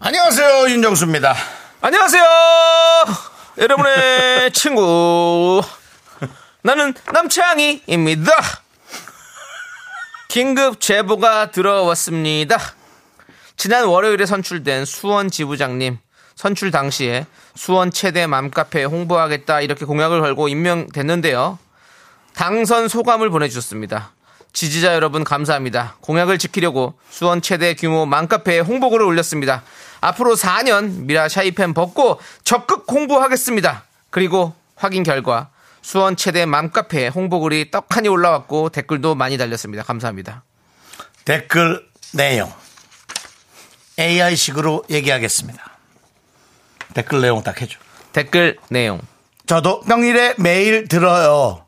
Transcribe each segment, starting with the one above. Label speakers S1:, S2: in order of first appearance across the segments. S1: 안녕하세요 윤정수입니다.
S2: 안녕하세요, 여러분의 친구. 나는 남창희입니다. 긴급 제보가 들어왔습니다. 지난 월요일에 선출된 수원 지부장님 선출 당시에 수원 최대 맘카페 홍보하겠다 이렇게 공약을 걸고 임명됐는데요. 당선 소감을 보내주셨습니다. 지지자 여러분 감사합니다. 공약을 지키려고 수원 최대 규모 맘카페에 홍보글을 올렸습니다. 앞으로 4년 미라 샤이팬 벗고 적극 홍보하겠습니다. 그리고 확인 결과 수원 최대 맘카페에 홍보글이 떡하니 올라왔고 댓글도 많이 달렸습니다. 감사합니다.
S1: 댓글 내용 AI식으로 얘기하겠습니다. 댓글 내용 딱 해줘.
S2: 댓글 내용
S1: 저도 평일에 매일 들어요.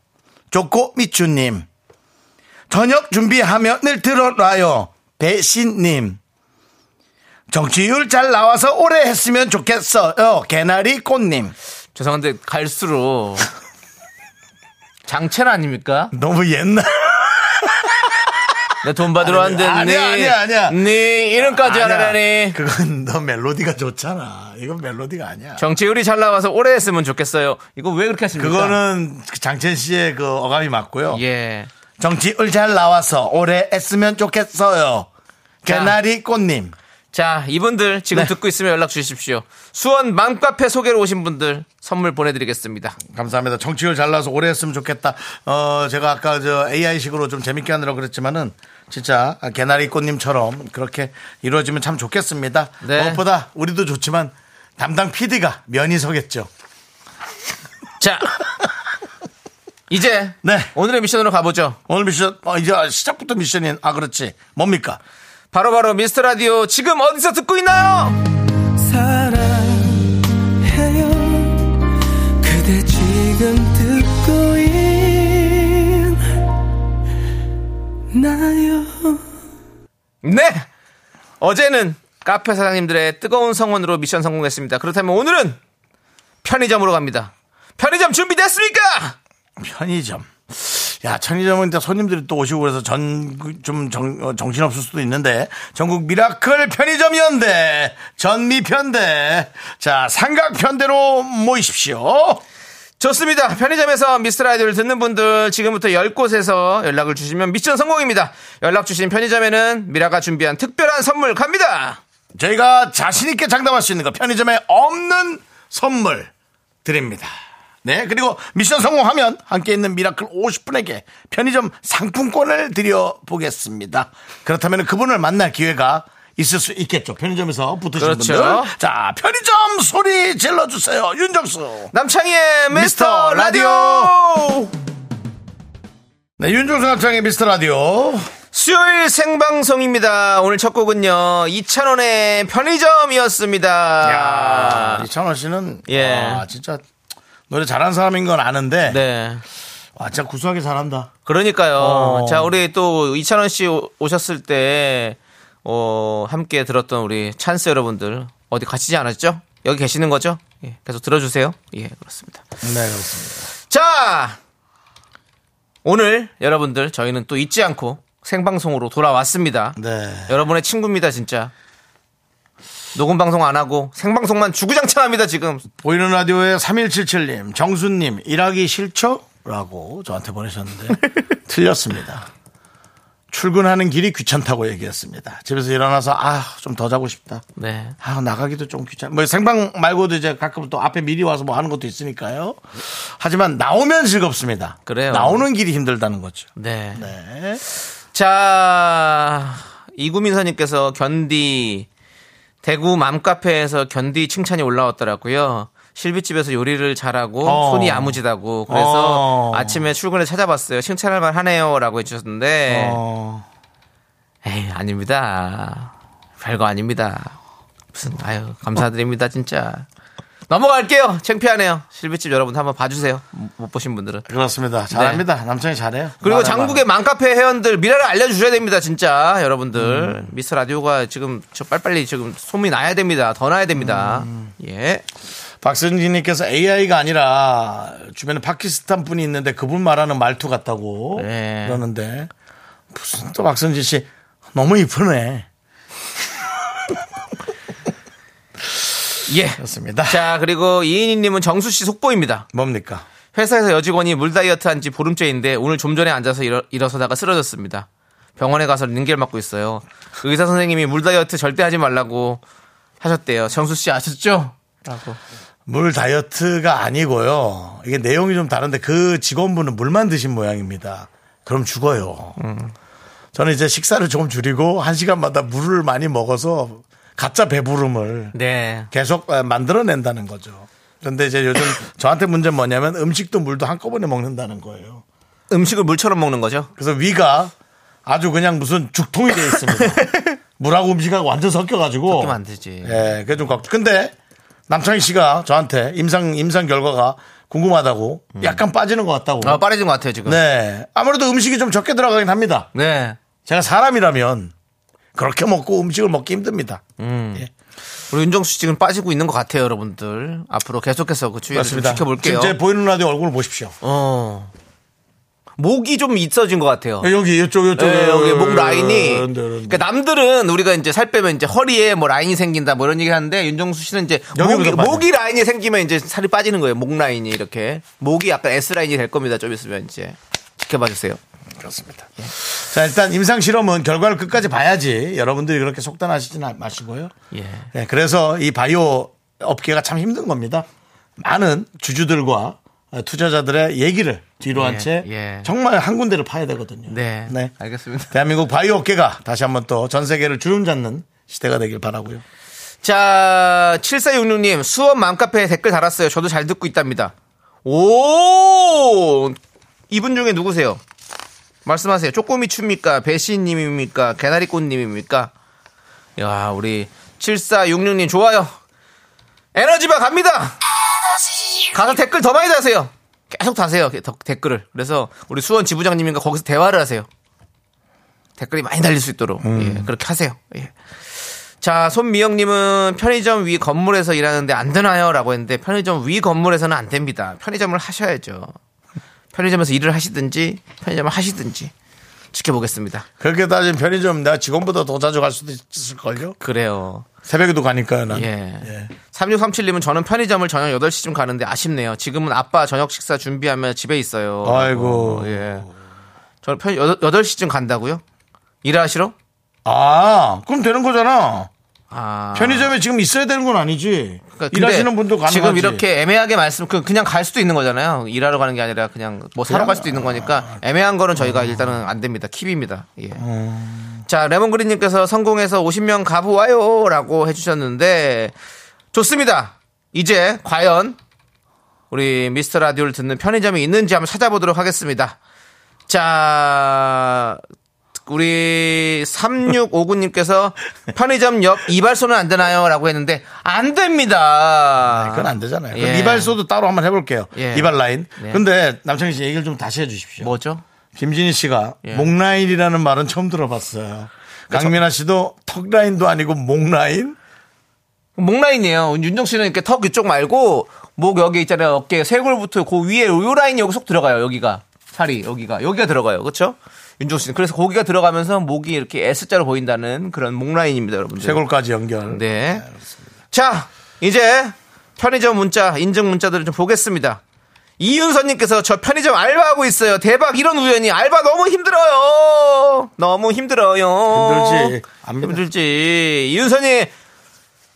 S1: 조코 미추님. 저녁 준비하면을 들어놔요. 배신님. 정치율 잘 나와서 오래 했으면 좋겠어요. 개나리 꽃님.
S2: 죄송한데 갈수록 장첸 아닙니까?
S1: 너무 옛날.
S2: 내 돈 받으러 왔는데
S1: 아니야,
S2: 네-
S1: 아니야, 아니야.
S2: 네 이름까지
S1: 아니야.
S2: 알아라니
S1: 그건 너 멜로디가 좋잖아. 이건 멜로디가 아니야.
S2: 정치율이 잘 나와서 오래 했으면 좋겠어요. 이거 왜 그렇게 하십니까?
S1: 그거는 장첸 씨의 그 어감이 맞고요.
S2: 그러니까. 예.
S1: 정치율 잘 나와서 오래 했으면 좋겠어요.
S2: 자.
S1: 개나리 꽃님.
S2: 자, 이분들 지금 듣고 있으면 연락 주십시오. 수원 맘카페 소개로 오신 분들 선물 보내드리겠습니다.
S1: 감사합니다. 정치율 잘 나와서 오래 했으면 좋겠다. 어, 제가 아까 저 AI식으로 좀 재밌게 하느라고 그랬지만은 진짜 개나리 꽃님처럼 그렇게 이루어지면 참 좋겠습니다.
S2: 네.
S1: 무엇보다 우리도 좋지만 담당 PD가 면이 서겠죠.
S2: 자, 이제
S1: 네.
S2: 오늘의 미션으로 가보죠.
S1: 오늘 미션, 어, 이제 시작부터 미션인, 아, 그렇지. 뭡니까?
S2: 바로바로 미스터 라디오 지금 어디서 듣고 있나요?
S3: 사랑해요 그대 지금 듣고 있나요
S2: 네! 어제는 카페 사장님들의 뜨거운 성원으로 미션 성공했습니다. 그렇다면 오늘은 편의점으로 갑니다. 편의점 준비됐습니까?
S1: 편의점. 야, 편의점은 이제 손님들이 또 오시고 그래서 전, 좀 정, 어, 정신없을 수도 있는데, 전국 미라클 편의점 연대, 전미편대, 자, 삼각편대로 모이십시오.
S2: 좋습니다. 편의점에서 미스터라디오를 듣는 분들 지금부터 10곳에서 연락을 주시면 미션 성공입니다. 연락 주신 편의점에는 미라가 준비한 특별한 선물 갑니다.
S1: 저희가 자신있게 장담할 수 있는 거, 편의점에 없는 선물 드립니다. 네, 그리고 미션 성공하면 함께 있는 미라클 50분에게 편의점 상품권을 드려보겠습니다. 그렇다면 그분을 만날 기회가 있을 수 있겠죠. 편의점에서 붙으신
S2: 그렇죠.
S1: 분들. 자, 편의점 소리 질러주세요. 윤정수.
S2: 남창희의 미스터
S1: 미스터
S2: 라디오!
S1: 네, 윤정수 합창의 미스터 라디오.
S2: 수요일 생방송입니다. 오늘 첫 곡은요. 이찬원의 편의점이었습니다.
S1: 야 아, 이찬원 씨는.
S2: 예.
S1: 아, 진짜 노래 잘하는 사람인 건 아는데.
S2: 네.
S1: 아, 진짜 구수하게 잘한다.
S2: 그러니까요.
S1: 어.
S2: 자, 우리 또 이찬원 씨 오- 오셨을 때, 어, 함께 들었던 우리 찬스 여러분들, 어디 가시지 않았죠? 여기 계시는 거죠? 예, 계속 들어주세요. 예, 그렇습니다.
S1: 네, 그렇습니다.
S2: 자! 오늘 여러분들, 저희는 또 잊지 않고 생방송으로 돌아왔습니다.
S1: 네.
S2: 여러분의 친구입니다, 진짜. 녹음 방송 안 하고 생방송만 주구장창합니다, 지금.
S1: 보이는 라디오에 3177님, 정수님, 일하기 싫죠? 라고 저한테 보내셨는데, 틀렸습니다. 출근하는 길이 귀찮다고 얘기했습니다. 집에서 일어나서, 아, 좀 더 자고 싶다.
S2: 네.
S1: 아, 나가기도 좀 귀찮, 뭐 생방 말고도 이제 가끔 또 앞에 미리 와서 뭐 하는 것도 있으니까요. 하지만 나오면 즐겁습니다.
S2: 그래요.
S1: 나오는 길이 힘들다는 거죠.
S2: 네.
S1: 네.
S2: 자, 이구민서님께서 견디, 대구 맘카페에서 견디 칭찬이 올라왔더라고요. 실비집에서 요리를 잘하고
S1: 어.
S2: 손이 야무지다고 그래서
S1: 어.
S2: 아침에 출근해 찾아봤어요. 칭찬할 만하네요라고 해주셨는데
S1: 어,
S2: 에이 아닙니다. 별거 아닙니다. 무슨 아유 감사드립니다 진짜. 넘어갈게요. 창피하네요. 실비집 여러분 한번 봐주세요. 못 보신 분들은.
S1: 그렇습니다. 잘합니다. 남창이 잘해요.
S2: 네. 그리고
S1: 말해봐.
S2: 장국의 맘카페 회원들 미라를 알려주셔야 됩니다 진짜
S1: 음.
S2: 여러분들 미스 라디오가 지금 저 빨리빨리 지금 소문이 나야 됩니다 더 나야 됩니다
S1: 음.
S2: 예
S1: 박선진님께서 AI가 아니라 주변에 파키스탄 분이 있는데 그분 말하는 말투 같다고
S2: 네.
S1: 그러는데 무슨 또 박선진 씨 너무 이쁘네.
S2: 예.
S1: 그렇습니다.
S2: 자 그리고 이인희님은 정수 씨 속보입니다
S1: 뭡니까?
S2: 회사에서 여직원이 물 다이어트 한 지 보름째인데 오늘 좀 전에 앉아서 일어, 일어서다가 쓰러졌습니다. 병원에 가서 링겔 맞고 있어요. 의사 선생님이 물 다이어트 절대 하지 말라고 하셨대요. 정수 씨 아셨죠? 라고.
S1: 물 다이어트가 아니고요. 이게 내용이 좀 다른데 그 직원분은 물만 드신 모양입니다. 그럼 죽어요. 저는 이제 식사를 조금 줄이고 한 시간마다 물을 많이 먹어서 가짜 배부름을
S2: 네.
S1: 계속 어, 만들어낸다는 거죠. 그런데 이제 요즘 저한테 문제는 뭐냐면 음식도 물도 한꺼번에 먹는다는 거예요.
S2: 음식을 물처럼 먹는 거죠?
S1: 그래서 위가 아주 그냥 무슨 죽통이 돼 있습니다. 물하고 음식하고 완전 섞여가지고.
S2: 섞이면 안 되지.
S1: 예, 그게 좀 걱정. 근데 남창희 씨가 저한테 임상, 임상 결과가 궁금하다고 약간 빠지는 것 같다고.
S2: 음. 아, 빠르진 것 같아요, 지금.
S1: 네. 아무래도 음식이 좀 적게 들어가긴 합니다.
S2: 네.
S1: 제가 사람이라면 그렇게 먹고 음식을 먹기 힘듭니다.
S2: 음.
S1: 예,
S2: 우리 윤정수 씨 지금 빠지고 있는 것 같아요, 여러분들. 앞으로 계속해서 그 주의를 좀
S1: 맞습니다.
S2: 지켜볼게요.
S1: 지금 제 보이는 라디오 얼굴을 보십시오.
S2: 어. 목이 좀 있어진 것 같아요.
S1: 여기, 이쪽, 이쪽.
S2: 예, 여기 목 라인이
S1: 네, 네, 네.
S2: 그러니까 남들은 우리가 이제 살 빼면 이제 허리에 뭐 라인이 생긴다 뭐 이런 얘기 하는데 윤정수 씨는 이제 목이,
S1: 여기보다 많이.
S2: 목이 라인이 생기면 이제 살이 빠지는 거예요 목 라인이 이렇게 목이 약간 S 라인이 될 겁니다 좀 있으면 이제 지켜봐 주세요
S1: 그렇습니다.
S2: 네.
S1: 자, 일단 임상 실험은 결과를 끝까지 봐야지 여러분들이 그렇게 속단하시지는 마시고요.
S2: 예.
S1: 네, 그래서 이 바이오 업계가 참 힘든 겁니다. 많은 주주들과 투자자들의 얘기를 뒤로 한 채
S2: 예.
S1: 정말 한 군데를 파야 되거든요.
S2: 네, 알겠습니다
S1: 대한민국 바이오 업계가 다시 한번 또 전 세계를 주름잡는 시대가 되길 바라고요.
S2: 자 7466님 수원 맘카페에 댓글 달았어요 저도 잘 듣고 있답니다 오 이분 중에 누구세요 말씀하세요 쪼꼬미 춥니까 배시님입니까 개나리꽃님입니까 야, 우리 7466님 좋아요. 에너지바 갑니다. 가서 댓글 더 많이 다세요. 계속 다세요. 더- 댓글을. 그래서 우리 수원 지부장님인가 거기서 대화를 하세요. 댓글이 많이 달릴 수 있도록 예, 그렇게 하세요. 예. 자, 손미영님은 편의점 위 건물에서 일하는데 안 되나요?라고 했는데 편의점 위 건물에서는 안 됩니다. 편의점을 하셔야죠. 편의점에서 일을 하시든지 편의점을 하시든지 지켜보겠습니다.
S1: 그렇게 따지면 편의점 내가 직원보다 더 자주 갈 수도 있을걸요?
S2: 그래요.
S1: 새벽에도 가니까요, 난.
S2: 예. 3637님은 저는 편의점을 저녁 8시쯤 가는데 아쉽네요. 지금은 아빠 저녁 식사 준비하며 집에 있어요.
S1: 아이고.
S2: 예. 저는 편 8시쯤 간다고요? 일하시러?
S1: 아, 그럼 되는 거잖아.
S2: 아.
S1: 편의점에 지금 있어야 되는 건 아니지.
S2: 그러니까 근데
S1: 일하시는 분도 가능하지.
S2: 지금 이렇게 애매하게 말씀 그 그냥 갈 수도 있는 거잖아요. 일하러 가는 게 아니라 그냥 뭐 사러 갈 수도 있는
S1: 아,
S2: 거니까 애매한 거는 저희가 일단은 안 됩니다. 킵입니다. 예.
S1: 어.
S2: 자 레몬그린님께서 성공해서 50명 가보아요라고 해주셨는데 좋습니다. 이제 과연 우리 미스터 라디오를 듣는 편의점이 있는지 한번 찾아보도록 하겠습니다. 자, 우리 3659님께서 편의점 옆 이발소는 안 되나요? 라고 했는데, 안 됩니다.
S1: 그건 아, 안 되잖아요.
S2: 예.
S1: 이발소도 따로 한번 해볼게요.
S2: 예.
S1: 이발 라인.
S2: 네.
S1: 근데 남창희 씨 얘기를 좀 다시 해주십시오.
S2: 뭐죠?
S1: 김진희 씨가
S2: 예.
S1: 목 라인이라는 말은 처음 들어봤어요. 강민아 씨도 턱 라인도 아니고 목 라인.
S2: 목라인이에요. 윤정 씨는 이렇게 턱 이쪽 말고, 목 여기 있잖아요. 어깨 쇄골부터 그 위에 요 라인이 여기 쏙 들어가요. 여기가. 살이, 여기가. 여기가 들어가요. 그렇죠 윤종 씨는. 그래서 고기가 들어가면서 목이 이렇게 S자로 보인다는 그런 목라인입니다, 여러분들.
S1: 쇄골까지 연결.
S2: 네. 자, 이제 편의점 문자, 인증 문자들을 좀 보겠습니다. 이윤선님께서 저 편의점 알바하고 있어요. 대박, 이런 우연이. 알바 너무 힘들어요. 너무 힘들어요.
S1: 힘들지. 압니다.
S2: 힘들지. 이윤선님,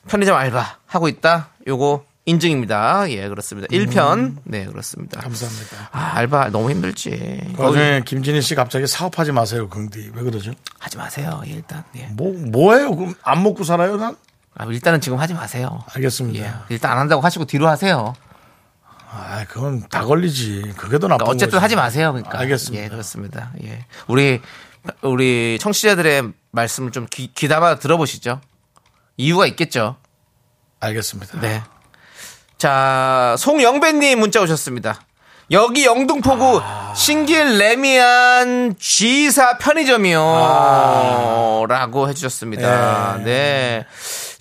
S2: 편의점 알바 하고 있다. 요거 인증입니다. 예, 그렇습니다. 1편. 네, 그렇습니다.
S1: 음. 감사합니다.
S2: 아, 알바 너무 힘들지.
S1: 그 와중에 김진희 씨 갑자기 사업하지 마세요, 긍디. 왜 그러죠?
S2: 하지 마세요. 예, 일단. 예.
S1: 뭐, 뭐예요? 그럼 안 먹고 살아요, 난?
S2: 아, 일단은 지금 하지 마세요. 예.
S1: 알겠습니다.
S2: 일단 안 한다고 하시고 뒤로 하세요.
S1: 아, 그건 다 걸리지. 그게 더 나쁜
S2: 그러니까 어쨌든
S1: 거지.
S2: 하지 마세요. 그러니까.
S1: 알겠습니다.
S2: 예, 그렇습니다. 예. 우리 우리 청취자들의 말씀을 좀 귀, 귀담아 들어보시죠. 이유가 있겠죠.
S1: 알겠습니다.
S2: 네. 자, 송영배님 문자 오셨습니다. 여기 영등포구
S1: 아.
S2: 신길 레미안 G사 편의점이요.
S1: 아.
S2: 라고 해주셨습니다. 네.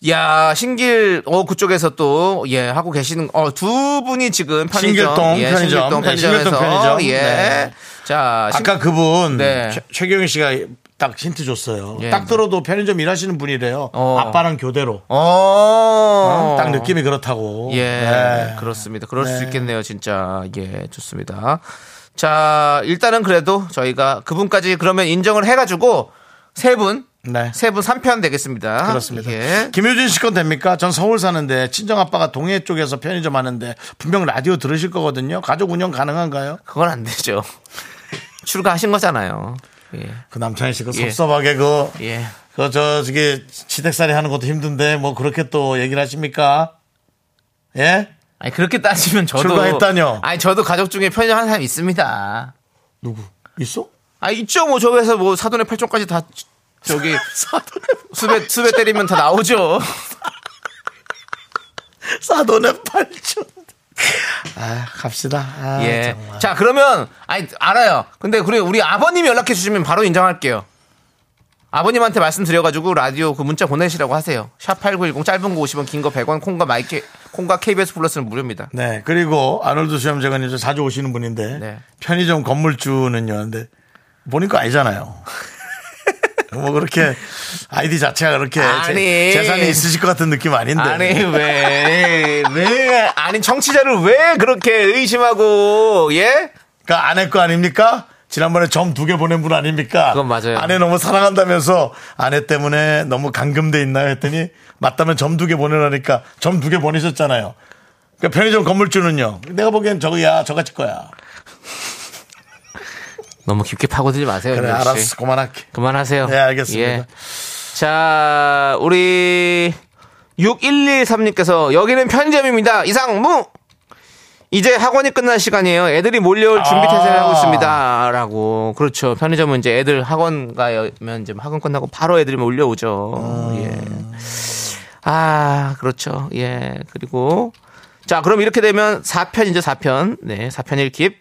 S2: 야, 신길, 어, 그쪽에서 또, 예, 하고 계시는, 어, 두 분이 지금 편의점.
S1: 신길동
S2: 예,
S1: 편의점.
S2: 신길동
S1: 네,
S2: 편의점에서.
S1: 신길동 편의점.
S2: 예.
S1: 네.
S2: 자, 신-
S1: 아까 그분
S2: 네.
S1: 최- 최경희 씨가 딱 힌트 줬어요.
S2: 예.
S1: 딱 들어도 편의점 일하시는 분이래요.
S2: 어.
S1: 아빠랑 교대로.
S2: 어.
S1: 딱 느낌이 그렇다고.
S2: 예,
S1: 네.
S2: 그렇습니다. 그럴
S1: 네.
S2: 수 있겠네요, 진짜. 예, 좋습니다. 자, 일단은 그래도 저희가 그분까지 그러면 인정을 해가지고 세 분,
S1: 네.
S2: 세 분 3편 되겠습니다.
S1: 그렇습니다.
S2: 예.
S1: 김효진 씨 건 됩니까? 전 서울 사는데 친정 아빠가 동해 쪽에서 편의점 하는데 분명 라디오 들으실 거거든요. 가족 운영 가능한가요?
S2: 그건 안 되죠. 출가하신 거잖아요. 예.
S1: 그 남창희 씨그
S2: 예.
S1: 섭섭하게 그
S2: 예.
S1: 그 저 저기 시댁살이 하는 것도 힘든데 뭐 그렇게 또 얘기를 하십니까? 예?
S2: 아니, 그렇게 따지면 저도.
S1: 출가했다뇨.
S2: 아니, 저도 가족 중에 편의점 하는 사람 있습니다.
S1: 누구 있어?
S2: 아, 있죠. 뭐, 저에서 뭐, 사돈의 팔촌까지 다, 저기,
S1: 사돈의
S2: 수배, 수배 때리면 다 나오죠.
S1: 사돈의 팔촌. 아 갑시다. 아,
S2: 예.
S1: 정말.
S2: 자, 그러면, 아니, 알아요. 근데, 그래, 우리 아버님이 연락해 주시면 바로 인정할게요. 아버님한테 말씀드려가지고, 라디오 그 문자 보내시라고 하세요. 샵8910, 짧은 거 50원, 긴 거 100원, 콩과 마이크, 콩과 KBS 플러스는 무료입니다.
S1: 네 그리고 아놀드 수염재관님 저 자주 오시는 분인데
S2: 네.
S1: 편의점 건물주는요. 근데 보니까 아니잖아요. 뭐 그렇게 아이디 자체가 그렇게 제-
S2: 아니.
S1: 재산이 있으실 것 같은 느낌 아닌데.
S2: 아니, 왜, 왜, 예, 아니, 청취자를 왜 그렇게 의심하고, 예?
S1: 그 아내 거 아닙니까? 지난번에 점 두 개 보낸 분 아닙니까?
S2: 그건 맞아요.
S1: 아내 너무 사랑한다면서 아내 때문에 너무 감금돼 있나요? 했더니 맞다면 점 두 개 보내라니까 점 두 개 보내셨잖아요. 그 편의점 건물주는요. 내가 보기엔 저거야, 저같이 거야.
S2: 너무 깊게 파고들지 마세요.
S1: 그래,
S2: 윤정 씨.
S1: 알았어. 그만할게.
S2: 그만하세요. 예.
S1: 네, 알겠습니다.
S2: 자, 우리 6113님께서 여기는 편의점입니다. 이상무! 이제 학원이 끝날 시간이에요. 애들이 몰려올 준비 태세를
S1: 아.
S2: 하고 있습니다. 라고. 그렇죠. 편의점은 이제 애들 학원 가면 이제 학원 끝나고 바로 애들이 몰려오죠.
S1: 음.
S2: 예. 아, 그렇죠. 예. 그리고 자, 그럼 이렇게 되면 4편 이제 4편. 네, 4편 1킵.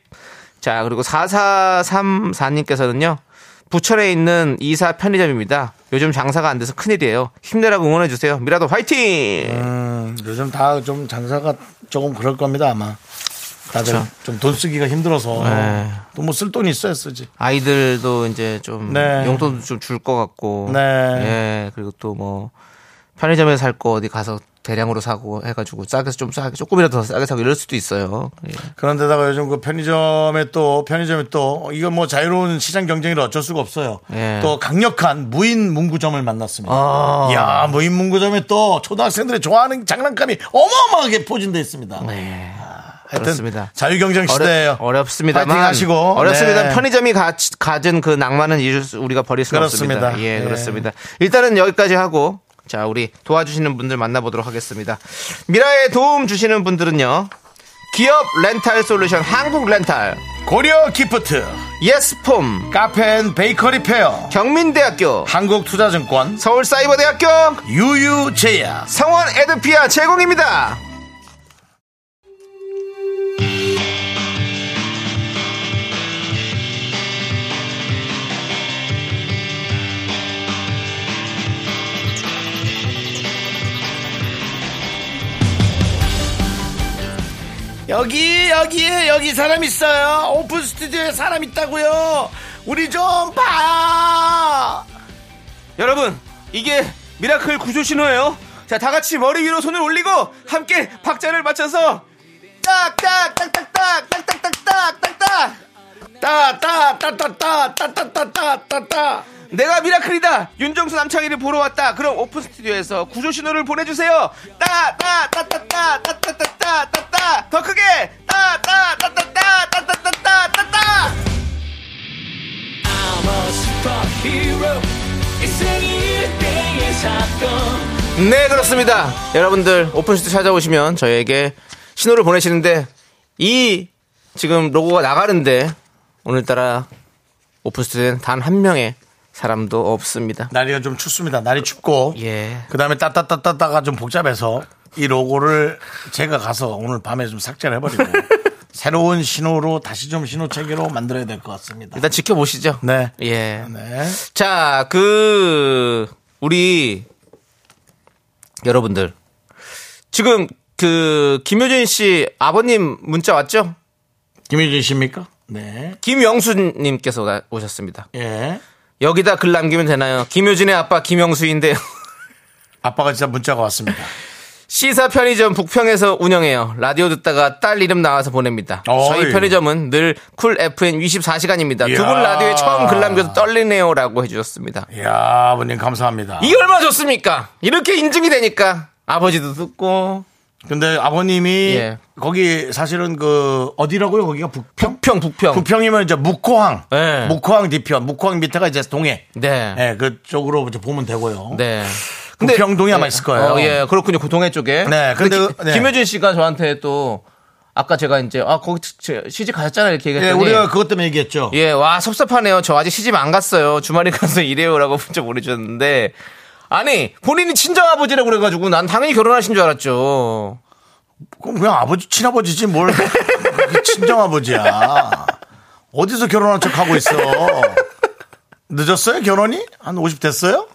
S2: 자, 그리고 4434님께서는요. 부천에 있는 이사 편의점입니다. 요즘 장사가 안 돼서 큰일이에요. 힘내라고 응원해 주세요. 미라도 화이팅!
S1: 음, 요즘 다 좀 장사가 조금 그럴 겁니다, 아마. 다들
S2: 그쵸.
S1: 좀 돈 쓰기가 힘들어서.
S2: 네.
S1: 또 뭐 쓸 돈이 있어야 쓰지.
S2: 아이들도 이제 좀
S1: 네.
S2: 용돈도 좀 줄 것 같고.
S1: 네.
S2: 예. 그리고 또 뭐 편의점에서 살 거 어디 가서 대량으로 사고 해 가지고 싸게 좀 싸게 조금이라도 더 싸게 사고 이럴 수도 있어요. 예.
S1: 그런데다가 요즘 그 편의점에 또 편의점에 또 이건 뭐 자유로운 시장 경쟁이라 어쩔 수가 없어요.
S2: 예.
S1: 또 강력한 무인 문구점을 만났습니다.
S2: 아.
S1: 이야 무인 문구점에 또 초등학생들이 좋아하는 장난감이 어마어마하게 포진돼 있습니다. 아,
S2: 네.
S1: 하여튼
S2: 그렇습니다.
S1: 자유 경쟁 시대예요.
S2: 어렵, 습니다만
S1: 파이팅 하시고.
S2: 어렵습니다.
S1: 네.
S2: 편의점이 가, 가진 그 낭만은 잊을 수- 우리가 버릴 수
S1: 그렇습니다.
S2: 없습니다. 예,
S1: 예.
S2: 그렇습니다. 일단은 여기까지 하고 자 우리 도와주시는 분들 만나보도록 하겠습니다. 미라에 도움 주시는 분들은요. 기업 렌탈 솔루션 한국 렌탈
S1: 고려 기프트,
S2: 예스폼
S1: 카페앤 베이커리 페어,
S2: 경민대학교
S1: 한국투자증권,
S2: 서울사이버대학교
S1: 유유제야.
S2: 성원 에드피아 제공입니다.
S1: 여기 여기 여기 사람 있어요. 오픈 스튜디오에 사람 있다고요. 우리 좀 봐.
S2: 여러분 이게 미라클 구조 신호예요 자 다같이 머리 위로 손을 올리고 함께 박자를 맞춰서 딱딱딱딱딱딱딱딱딱딱딱
S1: 따따따따따따따따따따.
S2: 내가 미라클이다 윤정수 남창희를 보러 왔다 그럼 오픈 스튜디오에서 구조 신호를 보내주세요 따따따따따따따따따따 더 크게 따따따따따따따따따따 네 그렇습니다 여러분들 오픈시트 찾아오시면 저에게 신호를 보내시는데 이 지금 로고가 나가는데 오늘따라 오픈스튜디오엔 단 한 명의 사람도 없습니다
S1: 날이가 좀 춥습니다. 날이 춥고.
S2: 예
S1: 그 다음에 따따따따따가 좀 복잡해서 이 로고를 제가 가서 오늘 밤에 좀 삭제를 해버리고 새로운 신호로 다시 좀 신호 체계로 만들어야 될 것 같습니다.
S2: 일단 지켜보시죠.
S1: 네.
S2: 예.
S1: 네.
S2: 자, 그 우리 여러분들 지금 그 김효진 씨 아버님 문자 왔죠?
S1: 김유진 씨입니까? 네.
S2: 김영수님께서 나- 오셨습니다.
S1: 예.
S2: 여기다 글 남기면 되나요? 김효진의 아빠 김영수인데요.
S1: 아빠가 진짜 문자가 왔습니다.
S2: 시사 편의점 북평에서 운영해요. 라디오 듣다가 딸 이름 나와서 보냅니다.
S1: 어이.
S2: 저희 편의점은 늘 쿨 FM 24시간입니다. 두
S1: 이야.
S2: 분 라디오에 처음 글 남겨서 떨리네요라고 해주셨습니다.
S1: 이야, 아버님 감사합니다.
S2: 이게 얼마나 좋습니까? 이렇게 인증이 되니까 아버지도 듣고
S1: 근데 아버님이
S2: 예.
S1: 거기 사실은 그 어디라고요? 거기가 북평?
S2: 북평 북평.
S1: 북평이면 이제 묵호항.
S2: 예.
S1: 묵호항 뒤편. 묵호항 밑에가 이제 동해.
S2: 네.
S1: 예, 그쪽으로 이제 보면 되고요.
S2: 네.
S1: 북평동이 아마 있을 거예요.
S2: 어, 예, 그렇군요. 그 동해 쪽에.
S1: 네, 근데
S2: 그 기-
S1: 네.
S2: 김효진 씨가 저한테 또 아까 제가 이제 아 거기 치- 치- 시집 가셨잖아요 이렇게
S1: 예,
S2: 얘기했더니
S1: 우리가 그것 때문에 얘기했죠.
S2: 예, 와 섭섭하네요. 저 아직 시집 안 갔어요. 주말에 가서 일해요라고 문자 보내주셨는데 아니 본인이 친정 아버지라고 그래가지고 난 당연히 결혼하신 줄 알았죠.
S1: 그럼 그냥 아버지, 친아버지지 뭘. 그 친정아버지야. 어디서 결혼한 척 하고 있어. 늦었어요? 결혼이? 한 50 됐어요?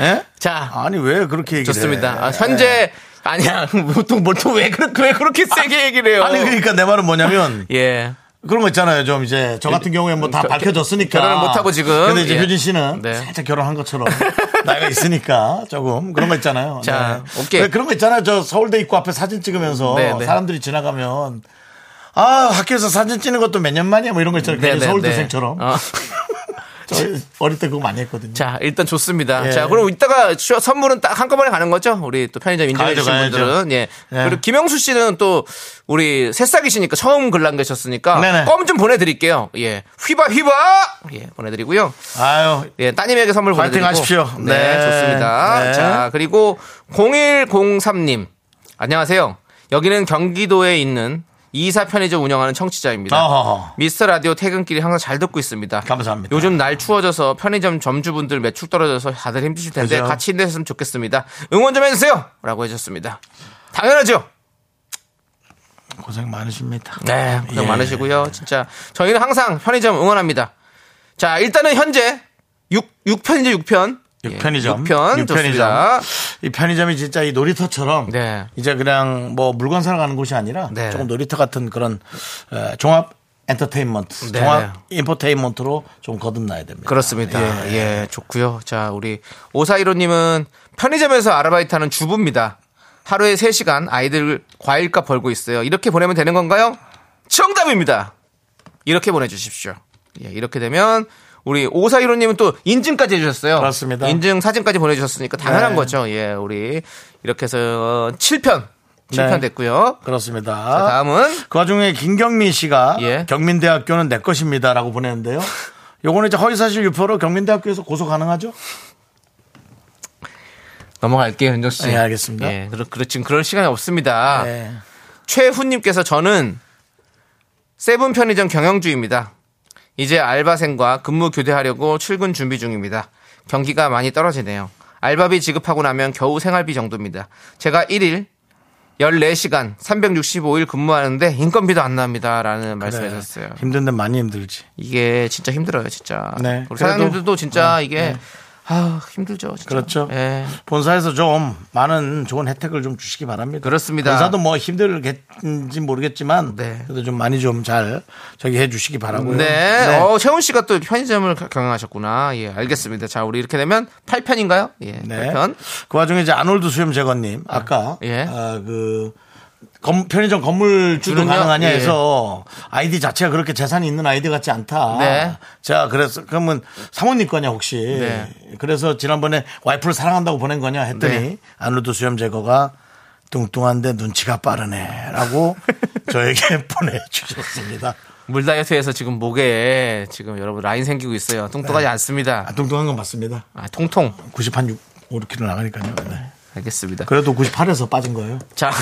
S1: 예?
S2: 자,
S1: 아니, 왜 그렇게 얘기를
S2: 좋습니다.
S1: 해? 예.
S2: 아, 현재 아니야 보통 뭘또왜 그렇게 왜 그렇게 세게 얘기를 해요?
S1: 아니, 그러니까 내 말은 뭐냐면
S2: 예.
S1: 그런 거 있잖아요. 좀 이제 저 같은 경우에 뭐 다
S2: 결-
S1: 밝혀졌으니까
S2: 예. 결혼을 못 하고 지금.
S1: 근데 이제
S2: 예.
S1: 효진 씨는
S2: 네.
S1: 살짝 결혼한 것처럼 나이가 있으니까 조금 그런 거 있잖아요. 네.
S2: 자, 오케이.
S1: 왜 그런 거 있잖아요. 저 서울대 입구 앞에 사진 찍으면서
S2: 네, 네.
S1: 사람들이 지나가면 아 학교에서 사진 찍는 것도 몇 년 만이야 뭐 이런 거 있잖아요.
S2: 네,
S1: 괜히
S2: 네,
S1: 서울대생처럼.
S2: 네. 어.
S1: 저희 어릴 때 그거 많이 했거든요.
S2: 자, 일단 좋습니다.
S1: 예.
S2: 자, 그럼 이따가 쇼- 선물은 딱 한꺼번에 가는 거죠? 우리 또 편의점 인증해
S1: 가야죠,
S2: 주신
S1: 가야죠.
S2: 분들은. 예.
S1: 예.
S2: 그리고 김영수 씨는 또 우리 새싹이시니까 처음 글 남겨셨으니까
S1: 네네.
S2: 껌 좀 보내드릴게요. 예. 휘바, 휘바! 예, 보내드리고요.
S1: 아유
S2: 예, 따님에게 선물
S1: 파이팅
S2: 보내드리고.
S1: 하십시오.
S2: 네,
S1: 네.
S2: 좋습니다.
S1: 네.
S2: 자, 그리고 0103님. 안녕하세요. 여기는 경기도에 있는 이사 편의점 운영하는 청취자입니다.
S1: 아, 어허허.
S2: 미스터 라디오 퇴근길이 항상 잘 듣고 있습니다.
S1: 감사합니다.
S2: 요즘 날 추워져서 편의점 점주분들 매출 떨어져서 다들 힘드실 텐데
S1: 그죠.
S2: 같이 힘내셨으면 좋겠습니다. 응원 좀 해주세요! 라고 해주셨습니다. 당연하죠!
S1: 고생 많으십니다.
S2: 네, 고생
S1: 예.
S2: 많으시고요. 진짜. 저희는 항상 편의점 응원합니다. 자, 일단은 현재 6, 육편이죠 6편.
S1: 육 편의점.
S2: 6편.
S1: 육
S2: 좋습니다.
S1: 이 편의점이 진짜 이 놀이터처럼
S2: 네.
S1: 이제 그냥 뭐 물건 사러 가는 곳이 아니라
S2: 네.
S1: 조금 놀이터 같은 그런 에, 종합 엔터테인먼트,
S2: 네.
S1: 종합 인포테인먼트로 좀 거듭나야 됩니다.
S2: 그렇습니다.
S1: 예.
S2: 예, 좋고요. 자, 우리 오사이로님은 편의점에서 아르바이트하는 주부입니다. 하루에 3시간 아이들 과일값 벌고 있어요. 이렇게 보내면 되는 건가요? 정답입니다. 이렇게 보내주십시오. 예, 이렇게 되면 우리 오사이로님은 또 인증까지 해주셨어요.
S1: 그렇습니다.
S2: 인증 사진까지 보내주셨으니까 당연한
S1: 네.
S2: 거죠. 예, 우리 이렇게 해서 7편. 7편
S1: 네.
S2: 됐고요.
S1: 그렇습니다.
S2: 자, 다음은
S1: 그 와중에 김경민 씨가
S2: 예.
S1: 경민대학교는 내 것입니다라고 보냈는데요. 요거는 이제 허위사실 유포로 경민대학교에서 고소 가능하죠?
S2: 넘어갈게요, 현정 씨.
S1: 네, 알겠습니다.
S2: 예, 아, 그렇, 그렇, 지금 그럴 시간이 없습니다.
S1: 예.
S2: 최훈님께서 저는 세븐 편의점 경영주입니다. 이제 알바생과 근무 교대하려고 출근 준비 중입니다. 경기가 많이 떨어지네요. 알바비 지급하고 나면 겨우 생활비 정도입니다. 제가 1일 14시간 365일 근무하는데 인건비도 안 납니다. 라는 말씀 해주셨어요.
S1: 네. 힘든데 많이 힘들지.
S2: 이게 진짜 힘들어요, 진짜.
S1: 네, 그래도-
S2: 우리
S1: 네.
S2: 사장님들도 진짜 이게 아, 힘들죠, 진짜.
S1: 그렇죠.
S2: 예.
S1: 본사에서 좀 많은 좋은 혜택을 좀 주시기 바랍니다.
S2: 그렇습니다.
S1: 본사도 뭐 힘들겠는지 모르겠지만
S2: 네.
S1: 그래도 좀 많이 좀 잘 저기 해주시기 바라고요.
S2: 네. 어, 채훈 씨가 또 편의점을 가- 경영하셨구나. 예, 알겠습니다. 자, 우리 이렇게 되면 8편인가요? 예,
S1: 네.
S2: 8편.
S1: 그 와중에 이제 아놀드 수염 제거님 아까
S2: 예.
S1: 아, 그 건- 편의점 건물 주도
S2: 주는요?
S1: 가능하냐
S2: 예.
S1: 해서 아이디 자체가 그렇게 재산이 있는 아이디 같지 않다.
S2: 네.
S1: 자, 그래서 그러면 사모님 거냐 혹시?
S2: 네.
S1: 그래서 지난번에 와이프를 사랑한다고 보낸 거냐 했더니
S2: 네.
S1: 아놀드 수염 제거가 뚱뚱한데 눈치가 빠르네라고 저에게 보내주셨습니다.
S2: 물 다이어트에서 지금 목에 지금 여러분 라인 생기고 있어요. 뚱뚱하지 않습니다.
S1: 아, 뚱뚱한 건 맞습니다.
S2: 네. 아, 통통.
S1: 90한 6, 5, 6kg 나가니까요. 네.
S2: 알겠습니다.
S1: 그래도 98에서 빠진 거예요.
S2: 자,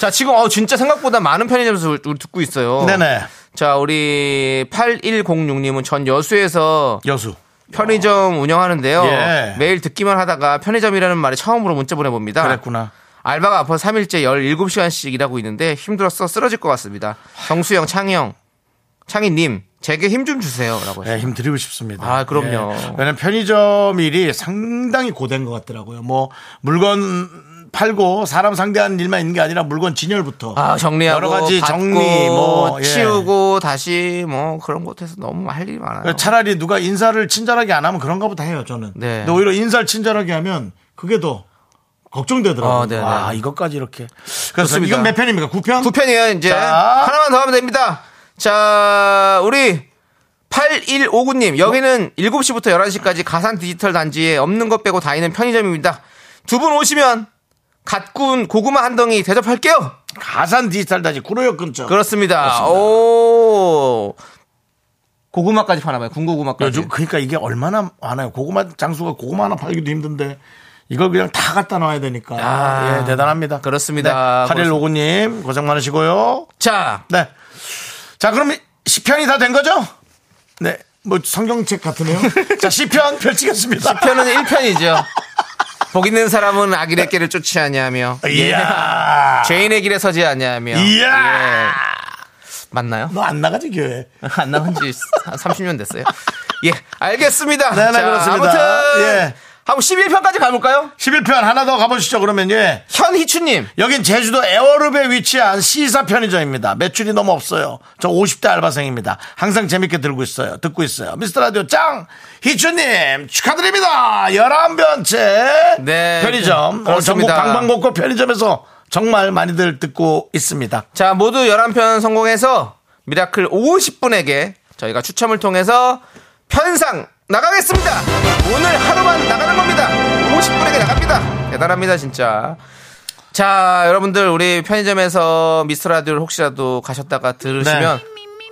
S2: 자, 지금 어, 진짜 생각보다 많은 편의점에서 우리 듣고 있어요.
S1: 네네.
S2: 자, 우리 8106님은 전 여수에서
S1: 여수.
S2: 편의점 운영하는데요.
S1: 예.
S2: 매일 듣기만 하다가 편의점이라는 말에 처음으로 문자 보내봅니다.
S1: 그랬구나.
S2: 알바가 아파 3일째 17시간씩 일하고 있는데 힘들어서 쓰러질 것 같습니다. 정수영, 창영, 창희님, 제게 힘 좀 주세요. 라고
S1: 네,
S2: 하셨어요.
S1: 힘 드리고 싶습니다.
S2: 아, 그럼요.
S1: 예. 왜냐면 편의점 일이 상당히 고된 것 같더라고요. 뭐 물건 팔고 사람 상대하는 일만 있는 게 아니라 물건 진열부터
S2: 아, 정리하고
S1: 여러 가지
S2: 받고,
S1: 정리 뭐 예.
S2: 치우고 다시 뭐 그런 것도 해서 너무 할 일이 많아요.
S1: 그러니까 차라리 누가 인사를 친절하게 안 하면 그런가 보다 해요, 저는.
S2: 네.
S1: 근데 오히려 인사를 친절하게 하면 그게 더 걱정되더라고요.
S2: 어, 네, 네.
S1: 아, 이것까지 이렇게. 그래서
S2: 좋습니다.
S1: 이건 몇 편입니까? 9편?
S2: 9편이에요, 이제.
S1: 자.
S2: 하나만 더 하면 됩니다. 자, 우리 8159님, 여기는 7시부터 11시까지 가산 디지털 단지에 없는 것 빼고 다 있는 편의점입니다. 두 분 오시면 갓 구운 고구마 한 덩이 대접할게요!
S1: 가산 디지털 다지 구로역 근처.
S2: 그렇습니다. 오. 고구마까지 파나봐요, 군고구마까지.
S1: 요즘 그러니까 이게 얼마나 많아요. 고구마 장수가 고구마 하나 팔기도 힘든데 이걸 그냥 다 갖다 놔야 되니까.
S2: 아,
S1: 예, 대단합니다.
S2: 그렇습니다.
S1: 네, 8일 5구님 고생 많으시고요.
S2: 자,
S1: 네. 자, 그럼 10편이 다 된 거죠? 네. 뭐 성경책 같으네요. 자, 10편 펼치겠습니다.
S2: 10편은 1편이죠. 복 있는 사람은 악인의 길을 쫓지 아니하며
S1: 이야.
S2: 죄인의 길에 서지 아니하며
S1: 이야.
S2: 예. 맞나요?
S1: 너 안 나가지 교회?
S2: 안 나온 지 30년 됐어요. 예, 알겠습니다.
S1: 네, 네, 그렇습니다.
S2: 아무튼
S1: 예.
S2: 한번 11편까지 가볼까요?
S1: 11편 하나 더 가보시죠. 그러면 예.
S2: 현희추님.
S1: 여긴 제주도 애월읍에 위치한 시사 편의점입니다. 매출이 너무 없어요. 저 50대 알바생입니다. 항상 재밌게 들고 있어요. 듣고 있어요. 미스터 라디오 짱 희추님 축하드립니다. 11번째
S2: 네,
S1: 편의점.
S2: 그렇습니다.
S1: 오늘 전국 방방곡곡 편의점에서 정말 많이들 듣고 있습니다.
S2: 자, 모두 11편 성공해서 미라클 50분에게 저희가 추첨을 통해서 편상 나가겠습니다. 오늘 하루만 나가는 겁니다. 50분에게 나갑니다. 대단합니다, 진짜. 자, 여러분들 우리 편의점에서 미스터 라디오를 혹시라도 가셨다가 들으시면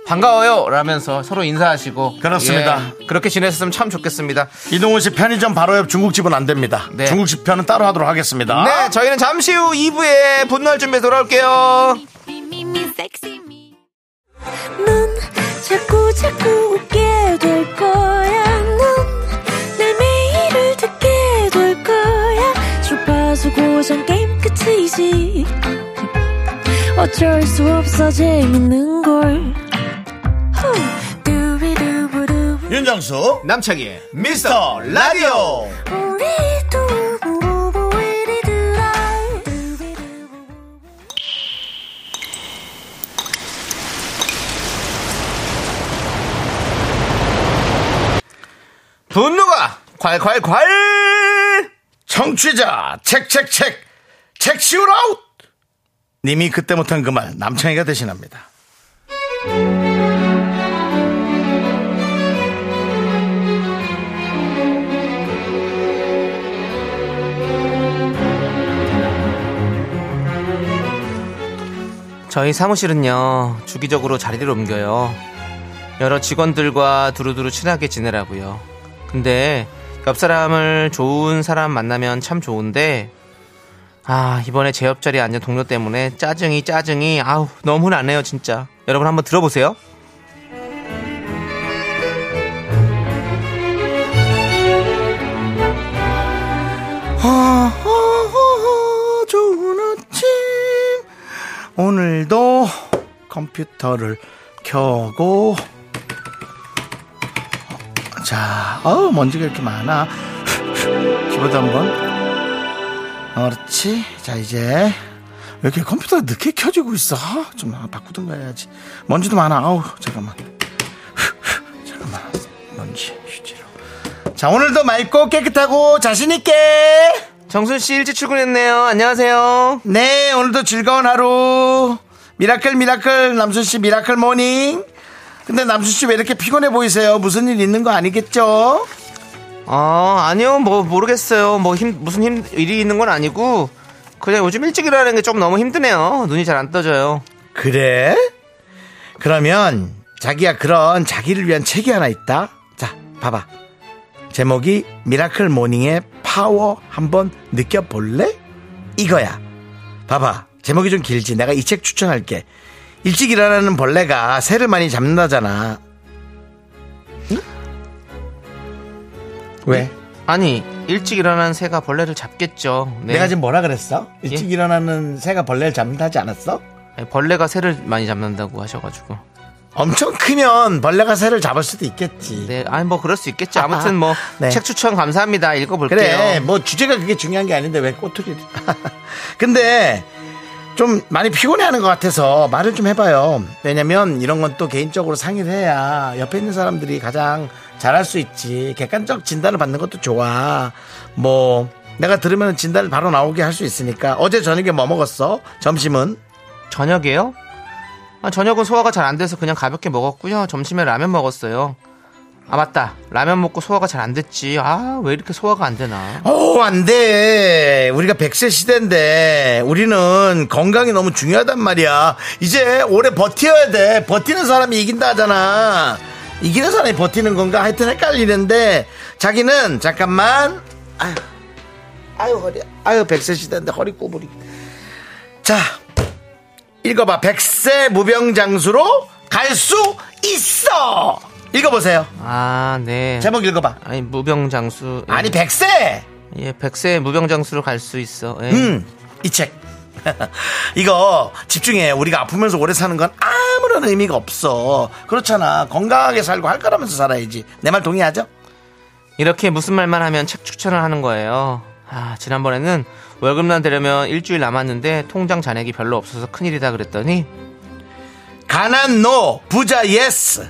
S2: 반가워요 라면서 서로 인사하시고
S1: 네. 그렇습니다.
S2: 예, 그렇게 지냈으면 참 좋겠습니다.
S1: 이동훈 씨 편의점 바로 옆 중국집은 안 됩니다.
S2: 네.
S1: 중국집 편은 따로 하도록 하겠습니다.
S2: 네, 저희는 잠시 후 2부에 분노할 준비해 돌아올게요.
S4: 넌 자꾸 자꾸 웃게 될 거야. 넌내 매일을 듣게 될 거야. 주파수 고정 게임 끝이지. 어쩔 수 없어 재밌는 걸. 후. 두비두부두부.
S1: 윤정수
S2: 남창희의
S1: 미스터 라디오
S4: 우리 두부부부 우리 두라. 두비두부부.
S2: 분노가 콸콸콸!
S1: 청취자 책책책 책시우라웃 님이 그때 못한 그 말 남창희가 대신합니다.
S2: 저희 사무실은요 주기적으로 자리를 옮겨요 여러 직원들과 두루두루 친하게 지내라고요 근데 옆 사람을 좋은 사람 만나면 참 좋은데 아 이번에 제 옆자리에 앉은 동료 때문에 짜증이 짜증이 아우 너무 나네요 진짜 여러분 한번 들어보세요
S1: 아하하 좋은 아침 오늘도 컴퓨터를 켜고 자, 어 먼지가 이렇게 많아. 키보드 한번. 그렇지. 자 이제 왜 이렇게 컴퓨터가 늦게 켜지고 있어? 아, 좀 아, 바꾸든가 해야지. 먼지도 많아. 아우 잠깐만. 잠깐만. 먼지 휴지로. 자 오늘도 맑고 깨끗하고 자신 있게.
S2: 정순씨 일찍 출근했네요 안녕하세요
S1: 네, 오늘도 즐거운 하루. 미라클, 미라클, 남순씨, 미라클 모닝. 근데 남순씨 왜 이렇게 피곤해 보이세요? 무슨 일 있는 거 아니겠죠?
S2: 아 아니요 뭐 모르겠어요 뭐 힘, 무슨 힘, 일이 있는 건 아니고 그냥 요즘 일찍 일하는 게 좀 너무 힘드네요 눈이 잘 안 떠져요
S1: 그래? 그러면 자기야, 그런 자기를 위한 책이 하나 있다. 자, 봐봐. 제목이 미라클 모닝의 파워 한번 느껴볼래? 이거야. 봐봐. 제목이 좀 길지. 내가 이 책 추천할게. 일찍 일어나는 벌레가 새를 많이 잡는다잖아. 응? 왜?
S2: 네. 아니 일찍 일어난 새가 벌레를 잡겠죠. 네.
S1: 내가 지금 뭐라 그랬어? 일찍
S2: 예?
S1: 일어나는 새가 벌레를 잡는다지 하 않았어?
S2: 아니, 벌레가 새를 많이 잡는다고 하셔가지고.
S1: 엄청 크면 벌레가 새를 잡을 수도 있겠지.
S2: 네, 아니 뭐 그럴 수 있겠죠. 아무튼 뭐 책
S1: 네.
S2: 추천 감사합니다. 읽어볼게요.
S1: 그래 뭐 주제가 그게 중요한 게 아닌데 왜 꼬투리를 근데 좀 많이 피곤해하는 것 같아서 말을 좀 해봐요 왜냐면 이런 건 또 개인적으로 상의를 해야 옆에 있는 사람들이 가장 잘할 수 있지 객관적 진단을 받는 것도 좋아 뭐 내가 들으면 진단을 바로 나오게 할 수 있으니까 어제 저녁에 뭐 먹었어 점심은
S2: 저녁이에요? 아, 저녁은 소화가 잘 안 돼서 그냥 가볍게 먹었고요. 점심에 라면 먹었어요. 아 맞다. 라면 먹고 소화가 잘 안 됐지. 아 왜 이렇게 소화가 안 되나?
S1: 오, 어, 안 돼. 우리가 100세 시대인데 우리는 건강이 너무 중요하단 말이야. 이제 오래 버텨야 돼. 버티는 사람이 이긴다 하잖아. 이기는 사람이 버티는 건가? 하여튼 헷갈리는데 자기는 잠깐만 아유, 아유 허리 아유 100세 시대인데 허리 꼬부리 자 읽어봐 100세 무병장수로 갈 수 있어 읽어보세요
S2: 아 네.
S1: 제목 읽어봐
S2: 아니 무병장수. 예.
S1: 뭐 아니 100세
S2: 예, 백세 무병장수로 갈 수 있어. 예.
S1: 음, 이 책. 이거 집중해. 우리가 아프면서 오래 사는 건 아무런 의미가 없어. 그렇잖아. 건강하게 살고 할 거라면서 살아야지. 내 말 동의하죠?
S2: 이렇게 무슨 말만 하면 책 추천을 하는 거예요. 아, 지난번에는 월급만 되려면 일주일 남았는데 통장 잔액이 별로 없어서 큰일이다 그랬더니
S1: 가난 노, 부자 예스.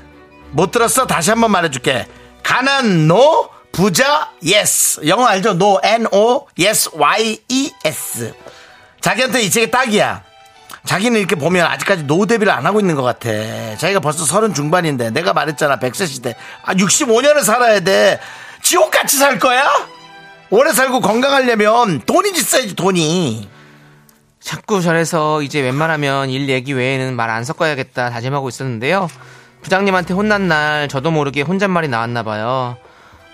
S1: 못 들었어? 다시 한번 말해줄게. 가난 노, 부자 예스. 영어 알죠? 노, N, O, yes, Y, E, S. 자기한테 이 책이 딱이야. 자기는 이렇게 보면 아직까지 노후 대비를 안 하고 있는 것 같아. 자기가 벌써 서른 중반인데 내가 말했잖아. 100세 시대. 아, 65년을 살아야 돼. 지옥같이 살 거야? 오래 살고 건강하려면 돈이 있어야지 돈이.
S2: 자꾸 저래서 이제 웬만하면 일 얘기 외에는 말 안 섞어야겠다 다짐하고 있었는데요. 부장님한테 혼난 날 저도 모르게 혼잣말이 나왔나 봐요.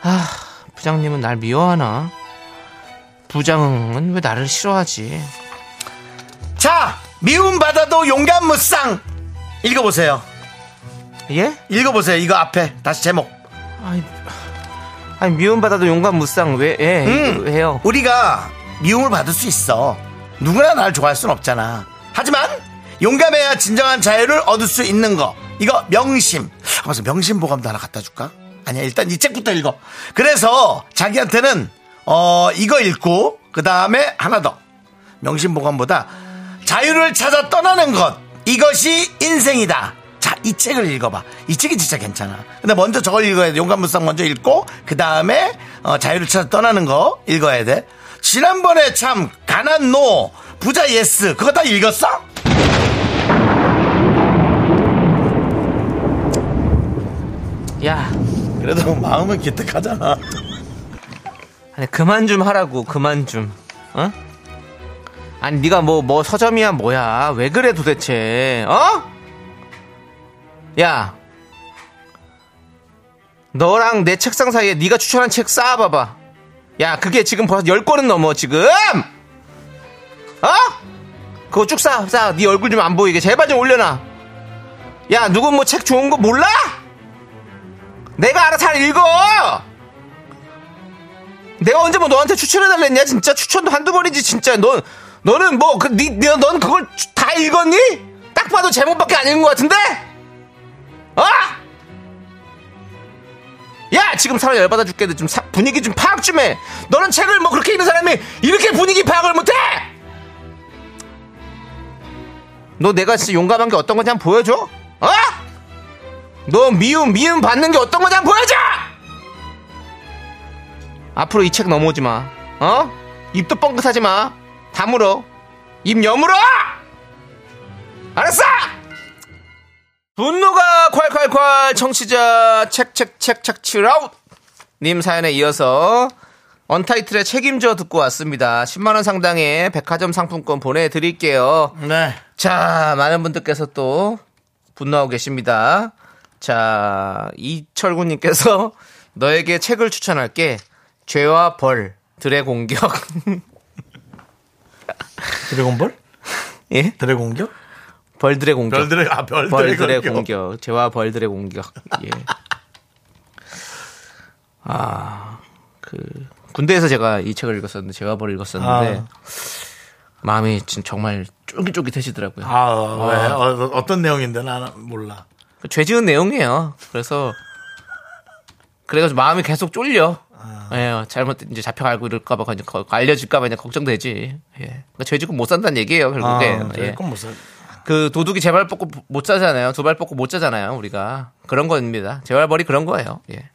S2: 아, 부장님은 날 미워하나? 부장은 왜 나를 싫어하지?
S1: 자, 미움 받아도 용감 무쌍. 읽어보세요.
S2: 예?
S1: 읽어보세요. 이거 앞에 다시 제목.
S2: 아니, 아니 미움받아도 용감 무쌍 왜? 예,
S1: 음.
S2: 왜요?
S1: 우리가 미움을 받을 수 있어. 누구나 날 좋아할 순 없잖아. 하지만 용감해야 진정한 자유를 얻을 수 있는 거. 이거 명심. 하면서 명심 보감도 하나 갖다 줄까? 아니야 일단 이 책부터 읽어. 그래서 자기한테는 어 이거 읽고 그 다음에 하나 더 명심 보감보다 자유를 찾아 떠나는 것 이것이 인생이다. 자, 이 책을 읽어봐. 이 책이 진짜 괜찮아. 근데 먼저 저걸 읽어야 돼. 용감무쌍 먼저 읽고, 그 다음에, 자유를 찾아 떠나는 거 읽어야 돼. 지난번에 참, 가난 노, 부자 예스, 그거 다 읽었어?
S2: 야,
S1: 그래도 마음은 기특하잖아.
S2: 아니 그만 좀 하라고 그만 좀 어? 아니 네가 뭐 뭐 서점이야 뭐야 왜 그래 도대체 어? 야 너랑 내 책상 사이에 네가 추천한 책 쌓아봐봐 야 그게 지금 벌써 열 권은 넘어 지금 어? 그거 쭉 쌓아 쌓아 네 얼굴 좀 안 보이게 제발 좀 올려놔 야 누군 뭐 책 좋은 거 몰라? 내가 알아 잘 읽어 내가 언제 뭐 너한테 추천해달랬냐? 진짜 추천도 한두 번이지 진짜 넌 너는 뭐 그 니 넌 그걸 추- 다 읽었니? 딱 봐도 제목밖에 안 읽은 것 같은데? 어? 야 지금 사람 열받아 죽겠는데 좀 사- 분위기 좀 파악 좀 해. 너는 책을 뭐 그렇게 읽는 사람이 이렇게 분위기 파악을 못해? 너 내가 진짜 용감한 게 어떤 건지 한번 보여줘? 어? 너 미움 미움 받는 게 어떤 건지 한번 보여줘! 앞으로 이 책 넘어오지 마. 어? 입도 뻥긋하지 마. 다물어. 입 여물어! 알았어! 분노가 콸콸콸 청취자 책책책책 칠아웃 님 사연에 이어서 언타이틀의 책임져 듣고 왔습니다. 10만원 상당의 백화점 상품권 보내드릴게요.
S1: 네.
S2: 자, 많은 분들께서 또 분노하고 계십니다. 자, 이철구님께서 너에게 책을 추천할게. 죄와 벌, 들의 공격.
S1: 드래곤볼?
S2: 예?
S1: 드래곤격?
S2: 벌들의 공격.
S1: 별들의, 아, 별들의,
S2: 벌들의
S1: 공격.
S2: 공격. 죄와 벌들의 공격. 예. 아, 그, 군대에서 제가 이 책을 읽었었는데 제가 벌 읽었었는데
S1: 아.
S2: 마음이 진 정말 쫄깃쫄깃해지더라고요.
S1: 아, 왜? 어, 어떤 내용인데 나는 몰라.
S2: 그 죄지은 내용이에요. 그래서 그래가지고 마음이 계속 쫄려. 예, 잘못 이제 잡혀가고 이럴까봐 이제 거- 알려질까봐 이제 걱정되지. 예, 그러니까 죄지고 못 산다는 얘기예요
S1: 아,
S2: 결국에.
S1: 그래,
S2: 예.
S1: 그건 못 살.
S2: 그 도둑이 제발 뽑고 못 자잖아요. 두 발 뽑고 못 자잖아요. 우리가 그런 겁니다. 재활벌이 그런 거예요. 예.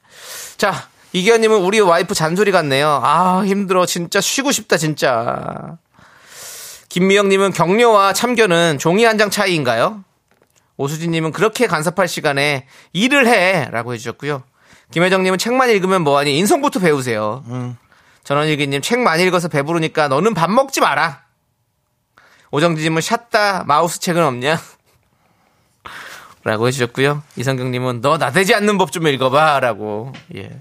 S2: 자 이기현님은 우리 와이프 잔소리 같네요. 아 힘들어 진짜 쉬고 싶다 진짜. 김미영님은 격려와 참견은 종이 한 장 차이인가요? 오수진님은 그렇게 간섭할 시간에 일을 해라고 해주셨고요. 김혜정님은 책만 읽으면 뭐하니 인성부터 배우세요. 전원일기님 책 많이 읽어서 배부르니까 너는 밥 먹지 마라. 오정진님은 샷다 마우스 책은 없냐? 라고 해주셨고요. 이성경님은 너 나대지 않는 법 좀 읽어봐 라고 예.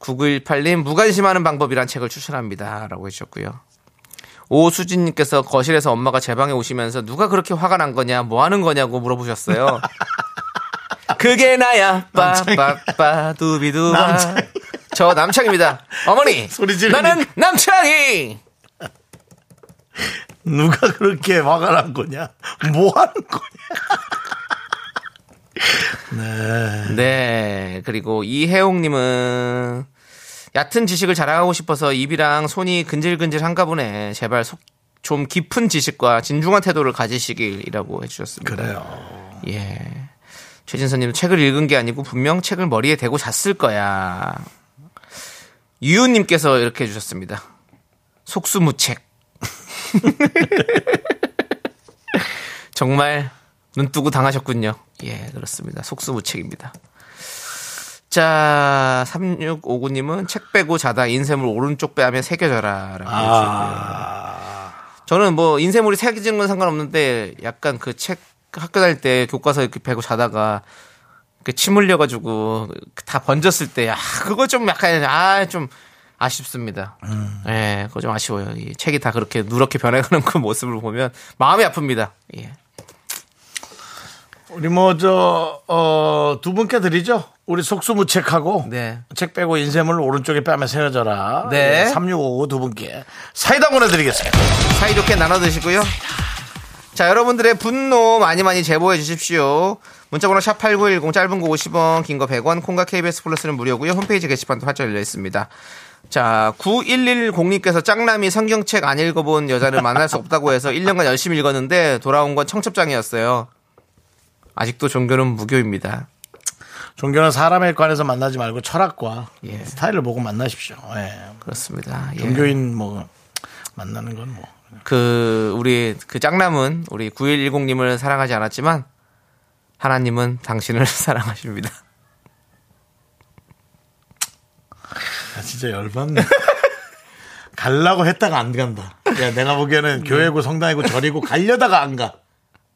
S2: 9918님 무관심하는 방법이란 책을 추천합니다 라고 해주셨고요. 오수진님께서 거실에서 엄마가 제 방에 오시면서 누가 그렇게 화가 난 거냐 뭐 하는 거냐고 물어보셨어요. 그게 나야 빠빠빠 두비두바
S1: 남창이.
S2: 저 남창입니다. 어머니
S1: 소리 지르니까.
S2: 나는 남창이
S1: 누가 그렇게 화가 난 거냐? 뭐 하는 거냐?
S2: 네. 그리고 이혜옥님은 얕은 지식을 자랑하고 싶어서 입이랑 손이 근질근질 한가 보네. 제발 속, 좀 깊은 지식과 진중한 태도를 가지시길이라고 해주셨습니다.
S1: 그래요.
S2: 예. 최진선님 책을 읽은 게 아니고 분명 책을 머리에 대고 잤을 거야. 유우님께서 이렇게 해주셨습니다. 속수무책. 정말 눈뜨고 당하셨군요. 예, 그렇습니다. 속수무책입니다. 자, 3659님은 책 빼고 자다 인쇄물 오른쪽 뺨에 새겨져라. 라고 저는 뭐 인쇄물이 새겨지는 건 상관없는데 약간 그 책 학교 다닐 때 교과서 이렇게 베고 자다가 이렇게 침 흘려가지고 다 번졌을 때 아, 그거 좀 약간 아 좀 아쉽습니다. 예, 그거 좀 아쉬워요. 이 책이 다 그렇게 누렇게 변해가는 그 모습을 보면 마음이 아픕니다. 예.
S1: 우리 뭐 저 어, 두 분께 드리죠. 우리 속수무책하고
S2: 네.
S1: 책 빼고 인쇄물 오른쪽에 뺨에 세워져라.
S2: 네.
S1: 3655 두 분께 사이다 보내드리겠습니다.
S2: 사이좋게 나눠 드시고요. 자, 여러분들의 분노 많이 많이 제보해 주십시오. 문자번호 샵8910 짧은 거 50원, 긴 거 100원, 콩과 KBS 플러스는 무료고요. 홈페이지 게시판도 활짝 열려 있습니다. 자, 9110님께서 짱남이 성경책 안 읽어본 여자를 만날 수 없다고 해서 1년간 열심히 읽었는데 돌아온 건 청첩장이었어요. 아직도 종교는 무교입니다.
S1: 종교는 사람에 관해서 만나지 말고 철학과
S2: 예.
S1: 스타일을 보고 만나십시오. 예.
S2: 그렇습니다. 예.
S1: 종교인 뭐 만나는 건 뭐.
S2: 그 우리 그 짱남은 우리 9110님을 사랑하지 않았지만 하나님은 당신을 사랑하십니다.
S1: 나 아, 진짜 열받네. 갈라고 했다가 안 간다. 야, 내가 보기에는 교회고 성당이고 절이고 가려다가 안 가.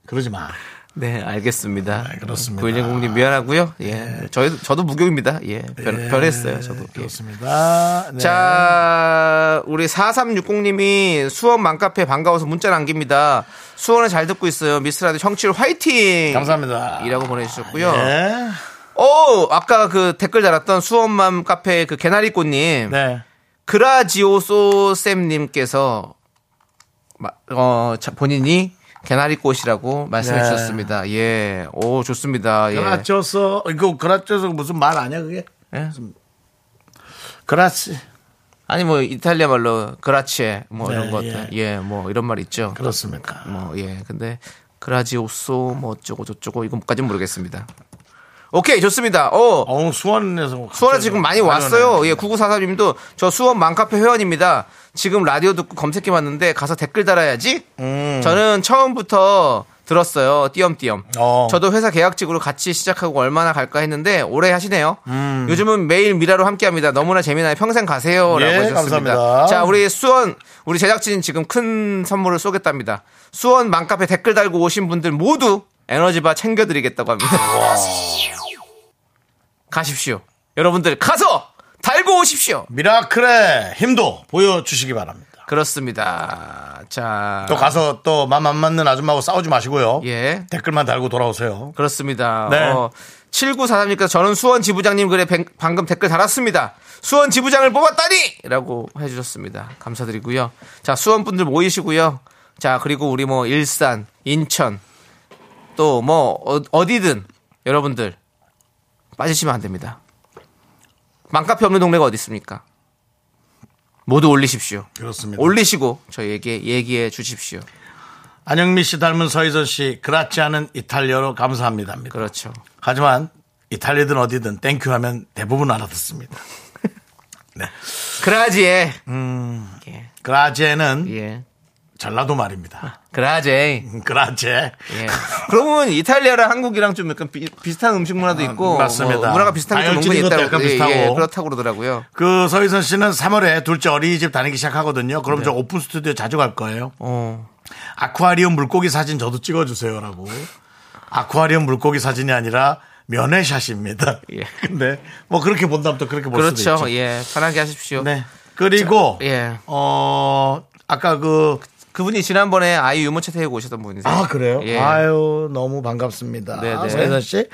S1: 그러지 마.
S2: 네, 알겠습니다.
S1: 네, 그렇습니다. 네.
S2: 9110님 미안하고요. 예. 저희 저도 무교입니다. 예. 변, 변했어요, 저도. 예.
S1: 그렇습니다. 네.
S2: 자, 우리 4360님이 수원 맘카페 반가워서 문자 남깁니다. 수원을 잘 듣고 있어요. 미스라드 청취율 화이팅!
S1: 감사합니다.
S2: 이라고 보내주셨고요.
S1: 네.
S2: 오! 아까 그 댓글 달았던 수원맘 카페 그 개나리꽃님.
S1: 네.
S2: 그라지오소 쌤님께서 마- 어, 자, 본인이 개나리꽃이라고 말씀해
S1: 네.
S2: 주셨습니다. 예, 오 좋습니다. 예.
S1: 그라쳐서 이거 그라쳐서 무슨 말 아니야 그게?
S2: 예?
S1: 그라치.
S2: 아니 뭐 이탈리아 말로 그라치에 뭐
S1: 네,
S2: 이런 것,
S1: 예.
S2: 예. 예, 뭐 이런 말 있죠.
S1: 그렇습니까?
S2: 뭐 예, 근데 그라지오소 뭐 어쩌고 저쩌고 이건까지 는 모르겠습니다. 오케이 좋습니다. 오
S1: 어우 수원에서 뭐 갑자기
S2: 수원에
S1: 아,
S2: 지금 많이
S1: 오네.
S2: 왔어요. 예, 9943님도 저 수원 맘카페 회원입니다. 지금 라디오 듣고 검색해봤는데 가서 댓글 달아야지.
S1: 음.
S2: 저는 처음부터 들었어요. 띄엄띄엄.
S1: 어.
S2: 저도 회사 계약직으로 같이 시작하고 얼마나 갈까 했는데 오래 하시네요.
S1: 음.
S2: 요즘은 매일 미라로 함께합니다. 너무나 재미나요. 평생 가세요라고
S1: 예,
S2: 하셨습니다.
S1: 감사합니다.
S2: 자, 우리 수원 우리 제작진 지금 큰 선물을 쏘겠답니다. 수원 맘카페 댓글 달고 오신 분들 모두 에너지바 챙겨드리겠다고 합니다. 가십시오. 여러분들 가서 달고 오십시오.
S1: 미라클의 힘도 보여주시기 바랍니다.
S2: 그렇습니다. 자.
S1: 또 가서 또 맘 안 맞는 아줌마하고 싸우지 마시고요.
S2: 아. 예.
S1: 댓글만 달고 돌아오세요.
S2: 그렇습니다.
S1: 네.
S2: 어, 7943니까 저는 수원 지부장님 글에 뱅- 방금 댓글 달았습니다. 수원 지부장을 뽑았다니! 라고 해주셨습니다. 감사드리고요. 자, 수원 분들 모이시고요. 자, 그리고 우리 뭐 일산, 인천, 또 뭐 어디든 여러분들 빠지시면 안 됩니다. 맘카페 없는 동네가 어디 있습니까? 모두 올리십시오.
S1: 그렇습니다.
S2: 올리시고 저희에게 얘기해 주십시오.
S1: 안영미 씨 닮은 서희선 씨, 그렇지 않은 이탈리아로 감사합니다.
S2: 그렇죠.
S1: 하지만 이탈리아든 어디든 땡큐 하면 대부분 알아듣습니다.
S2: 그라지에.
S1: 음.
S2: 예.
S1: 그라제는
S2: 예.
S1: 전라도 말입니다. 음,
S2: 그라제.
S1: 그라제.
S2: 예. 그러면 이탈리아랑 한국이랑 좀 약간 비, 비슷한 음식 문화도 있고
S1: 아, 맞습니다.
S2: 뭐 문화가 비슷한 게좀 은근히
S1: 다혈질인 것도
S2: 있다고
S1: 약간
S2: 예,
S1: 비슷하고.
S2: 예, 그렇다고 그러더라고요.
S1: 그 서희선 씨는 3월에 둘째 어린이집 다니기 시작하거든요. 그럼
S2: 네.
S1: 저 오픈 스튜디오 자주 갈 거예요.
S2: 어.
S1: 아쿠아리움 물고기 사진 저도 찍어주세요라고. 아쿠아리움 물고기 사진이 아니라 면회샷입니다.
S2: 예.
S1: 근데 뭐 그렇게 본다면 또 그렇게 볼 수도
S2: 그렇죠.
S1: 있죠.
S2: 예. 편하게 하십시오.
S1: 네. 그리고
S2: 자, 예.
S1: 어 아까 그
S2: 그분이 지난번에 아이 유모차 태우고 오셨던 분이세요.
S1: 아 그래요?
S2: 예.
S1: 아유 너무 반갑습니다.
S2: 네, 네.
S1: 서혜선 씨.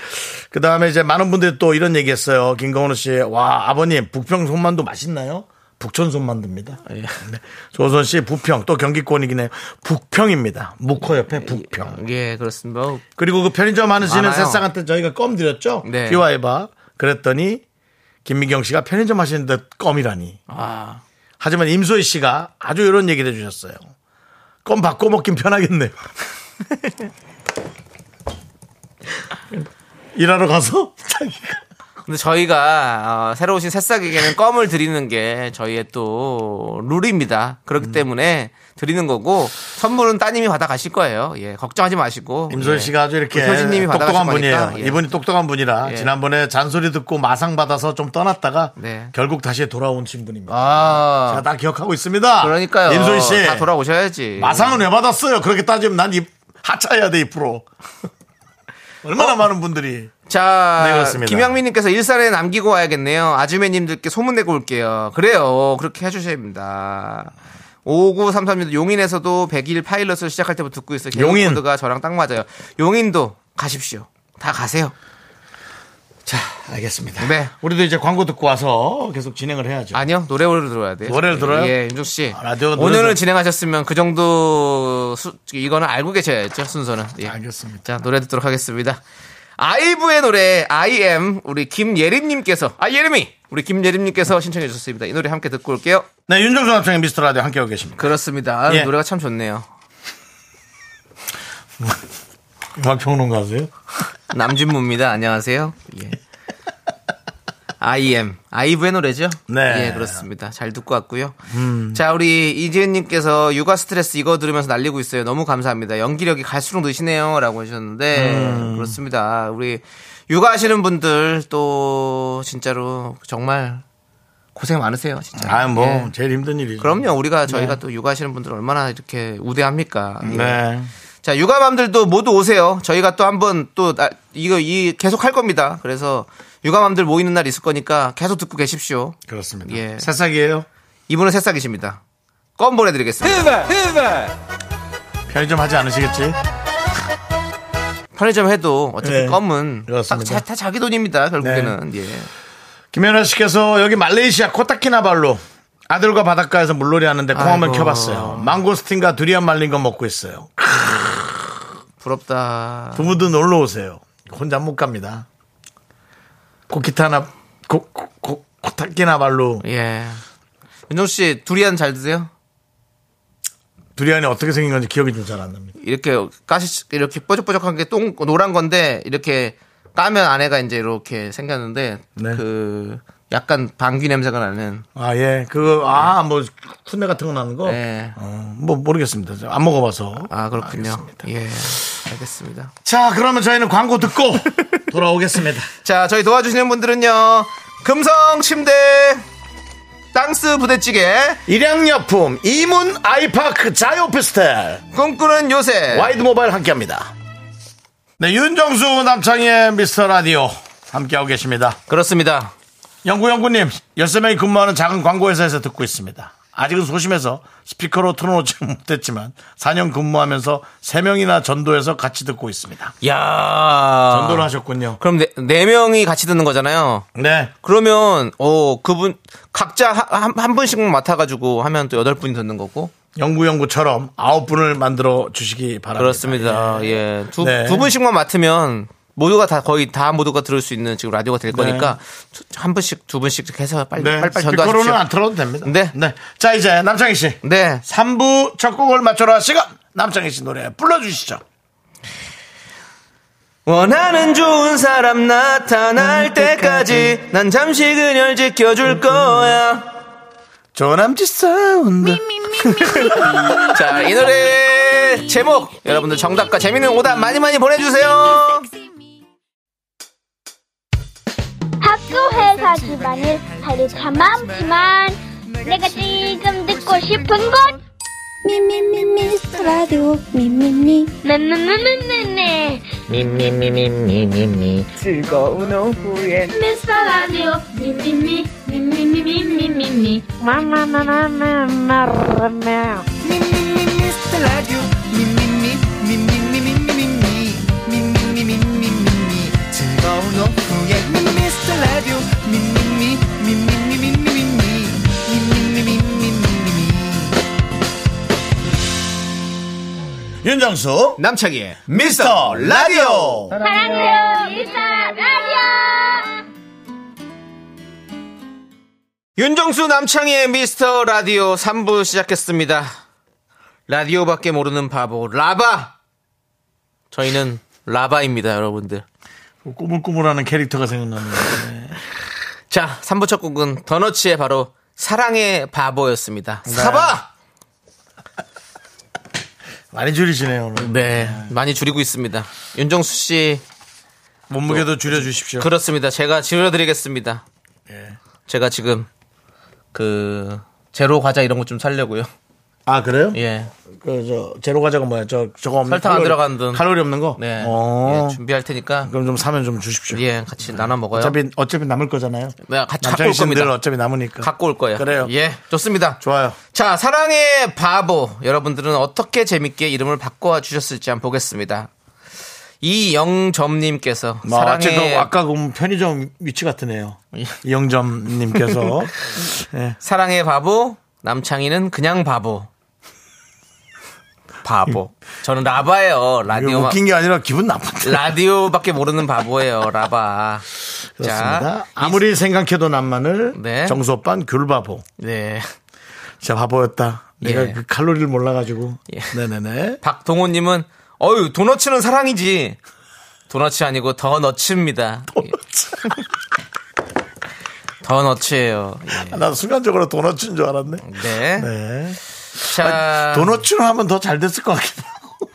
S1: 그 다음에 이제 많은 분들이 또 이런 얘기했어요. 김건우 씨, 와 아버님 북평 손만두 맛있나요? 북촌 손만두입니다.
S2: 아, 예.
S1: 네. 조선 씨 부평 또 경기권이긴 해요. 북평입니다. 무코 옆에 북평.
S2: 예, 그렇습니다. 뭐,
S1: 그리고 그 편의점 하시는
S2: 많아요.
S1: 새싹한테 저희가 껌 드렸죠?
S2: 네.
S1: 비와해봐. 그랬더니 김민경 씨가 편의점 하시는 데 껌이라니.
S2: 아.
S1: 하지만 임소희 씨가 아주 이런 얘기를 해주셨어요. 껌 바꿔 먹긴 편하겠네요. 일하러 가서 자기가
S2: 근데 저희가 어, 새로 오신 새싹에게는 껌을 드리는 게 저희의 또 룰입니다. 그렇기
S1: 음.
S2: 때문에 드리는 거고 선물은 따님이 받아 가실 거예요. 예, 걱정하지 마시고.
S1: 임소희
S2: 예.
S1: 씨가 아주 이렇게
S2: 효진님이
S1: 똑똑한
S2: 받아가실
S1: 분이에요.
S2: 거니까, 예.
S1: 이분이 똑똑한 분이라
S2: 예.
S1: 지난번에 잔소리 듣고 마상 받아서 좀 떠났다가
S2: 네.
S1: 결국 다시 돌아오신 분입니다.
S2: 아.
S1: 제가 다 기억하고 있습니다.
S2: 그러니까요.
S1: 임소희 아, 씨
S2: 다 돌아오셔야지.
S1: 마상은 왜 받았어요? 그렇게 따지면 난 입, 하차해야 돼, 입으로.
S2: 어?
S1: 얼마나 많은 분들이.
S2: 자,
S1: 네, 그렇습니다.
S2: 김양민님께서 일산에 남기고 와야겠네요. 아주매님들께 소문내고 올게요. 그래요. 그렇게 해주셔야 됩니다. 5933님도 용인에서도 100일 파일럿을 시작할 때부터 듣고 있어요.
S1: 용인.
S2: 코드가 저랑 딱 맞아요. 용인도 가십시오. 다 가세요.
S1: 자, 알겠습니다.
S2: 네.
S1: 우리도 이제 광고 듣고 와서 계속 진행을 해야죠.
S2: 아니요, 노래 오래를 들어야 돼요.
S1: 노래를 들어요?
S2: 예, 윤종 씨.
S1: 아, 라디오 노래
S2: 오늘은
S1: 들-
S2: 진행하셨으면 그 정도 수, 이거는 알고 계셔야죠 순서는. 예.
S1: 알겠습니다.
S2: 자 노래 듣도록 하겠습니다. 아이브의 노래 I am 우리 김예림님께서 아 예림이 우리 김예림님께서 신청해 주셨습니다. 이 노래 함께 듣고 올게요.
S1: 네, 윤정수 남창의 미스터 라디오 함께하고 계십니다.
S2: 그렇습니다. 아,
S1: 예.
S2: 노래가 참 좋네요.
S1: 아, 음악평론가세요?
S2: 남준무입니다. 안녕하세요. 예. I am 아이브의 노래죠?
S1: 네. 음.
S2: 예, 그렇습니다. 잘 듣고 왔고요. 자, 우리 이지은님께서 육아 스트레스 이거 들으면서 날리고 있어요. 너무 감사합니다. 연기력이 갈수록 느시네요라고 하셨는데
S1: 음.
S2: 그렇습니다. 우리 육아하시는 분들 또 진짜로 정말 고생 많으세요. 진짜.
S1: 아, 뭐,
S2: 예.
S1: 제일 힘든 일이죠.
S2: 그럼요. 우리가 저희가 또 육아하시는 분들 얼마나 이렇게 우대합니까? 예.
S1: 네.
S2: 자, 육아맘들도 모두 오세요. 저희가 또 한번 또 나- 이거 이 계속 할 겁니다. 그래서 육아맘들 모이는 날 있을 거니까 계속 듣고 계십시오.
S1: 그렇습니다.
S2: 예.
S1: 새싹이에요.
S2: 이분은 새싹이십니다. 껌 보내드리겠습니다.
S1: 편의점 하지 않으시겠지?
S2: 편의점 해도 어차피
S1: 네.
S2: 껌은 딱
S1: 그렇습니다. 네.
S2: 자, 다 자기 돈입니다. 결국에는 예.
S1: 김연아 씨께서 여기 말레이시아 코타키나발루 아들과 바닷가에서 물놀이 하는데 콩한번
S2: 아이고.
S1: 켜봤어요. 망고스틴과 두리안 말린 거 먹고 있어요.
S2: 부럽다.
S1: 부부도 놀러 오세요. 혼자 못 갑니다. 코키타나 코, 코, 코, 코타키나 발로
S2: 예. 윤종 씨 두리안 잘 드세요?
S1: 두리안이 어떻게 생긴 건지 기억이 좀 잘 안 납니다.
S2: 이렇게 가시 이렇게 뽀적뽀적한 게 똥 노란 건데 이렇게 까면 안에가 이제 이렇게 생겼는데
S1: 네.
S2: 그 약간 방귀 냄새가 나는
S1: 아 예, 그거 아 뭐 쿤네 같은 거 나는 거,
S2: 예.
S1: 어, 뭐 모르겠습니다. 안 먹어봐서.
S2: 아 그렇군요.
S1: 알겠습니다.
S2: 예, 알겠습니다.
S1: 자, 그러면 저희는 광고 듣고 돌아오겠습니다.
S2: 자, 저희 도와주시는 분들은요. 금성 침대, 땅스 부대찌개,
S1: 일양약품, 이문 아이파크 자유오피스텔,
S2: 꿈꾸는 요새.
S1: 와이드 모바일 함께합니다. 네, 윤정수 남창의 미스터 라디오 함께하고 계십니다.
S2: 그렇습니다.
S1: 영구영구님, 13명이 근무하는 작은 광고회사에서 듣고 있습니다. 아직은 소심해서 스피커로 틀어놓지 못했지만 4년 근무하면서 3명이나 전도해서 같이 듣고 있습니다.
S2: 야
S1: 전도를 하셨군요.
S2: 그럼 네, 네 명이 같이 듣는 거잖아요.
S1: 네.
S2: 그러면 어 그분 각자 한 한 분씩 맡아가지고 하면 또 여덟 분이 듣는 거고
S1: 연구연구처럼 아홉 분을 만들어 주시기 바랍니다.
S2: 그렇습니다. 예, 두,
S1: 아, 네.
S2: 두 분씩만 맡으면 모두가 다 거의 다 모두가 들을 수 있는 지금 라디오가 될 거니까 두- 한 분씩 두 분씩 이렇게 해서 빨리
S1: 네.
S2: 빨리 빨리
S1: 스피커로는
S2: 전도하십시오.
S1: 안 틀어도 됩니다.
S2: 네.
S1: 자, 이제 남창희 씨.
S2: 네,
S1: 3부 첫 곡을 맞춰라 시간. 남창희 씨 노래 불러주시죠.
S2: 원하는 좋은 사람 나타날 때까지 난 잠시 그녀를 지켜줄 거야.
S1: 조남지 사운드.
S2: 자, 이 노래 제목 여러분들 정답과 재밌는 오답 많이 많이 보내주세요.
S5: 학교 회사 집안일 할일 참 많지만 내가 지금 듣고 싶은 건
S4: 미미미 미스터 라디오 미미미
S5: 네, 네네네네네 미스터 라디오 미미미 미미미미미미미 마마마마마마마
S1: 윤정수.
S2: 남창희의
S1: 미스터 라디오.
S5: 사랑해요 미스터 라디오
S2: 윤정수 남창희의 미스터 라디오 3부 시작했습니다. 라디오밖에 모르는 바보 라바. 저희는 라바입니다, 여러분들.
S1: 꾸물꾸물하는 캐릭터가 생각나네요.
S2: 자, 3부 첫 곡은 더너츠의 바로 사랑의 바보였습니다. 사바!
S1: 많이 줄이시네요. 오늘.
S2: 네, 많이 줄이고 있습니다. 윤정수 씨, 뭐,
S1: 몸무게도 줄여주십시오. 예.
S2: 그렇습니다. 제가 지려드리겠습니다. 제가 지금 그 제로 과자 이런 거 좀 살려고요.
S1: 아 그래요?
S2: 예,
S1: 그 저 제로 과자가 뭐야? 저 저거 없는
S2: 설탕 안
S1: 칼로리-
S2: 들어간 돈.
S1: 칼로리 없는 거.
S2: 네,
S1: 어.
S2: 예, 준비할 테니까
S1: 그럼 좀 사면 좀 주십시오.
S2: 예, 같이 나눠 먹어요.
S1: 어차피 어차피 남을 거잖아요.
S2: 네, 같이 갖고
S1: 남창희
S2: 올
S1: 씨들
S2: 겁니다.
S1: 어차피 남으니까.
S2: 갖고 올 거예요.
S1: 그래요.
S2: 예, 좋습니다.
S1: 좋아요.
S2: 자, 사랑의 바보. 여러분들은 어떻게 재밌게 이름을 바꿔 주셨을지 한번 보겠습니다. 이영점님께서
S1: 뭐
S2: 사랑의
S1: 어쨌든 아까 그 편의점 위치 같으네요.
S2: 예.
S1: 영점님께서 예.
S2: 사랑의 바보, 남창희는 그냥 바보. 바보. 저는 라바예요.
S1: 이거
S2: 라디오
S1: 웃긴 게 아니라 기분 나쁜데.
S2: 라디오밖에 모르는 바보예요. 라바.
S1: 그렇습니다. 아무리 생각해도 난만을
S2: 네.
S1: 정수 오빠는 귤바보.
S2: 네.
S1: 진짜 바보였다. 내가
S2: 예.
S1: 그 칼로리를 몰라가지고.
S2: 예.
S1: 네네네.
S2: 박동호님은 어유 도너츠는 사랑이지. 도너츠 아니고 더 너츠입니다. 더 너츠예요. 예.
S1: 난 아, 순간적으로 도넛인 줄 알았네.
S2: 네.
S1: 네.
S2: 자,
S1: 도넛으로 하면 더 잘 됐을 것 같기도 하고.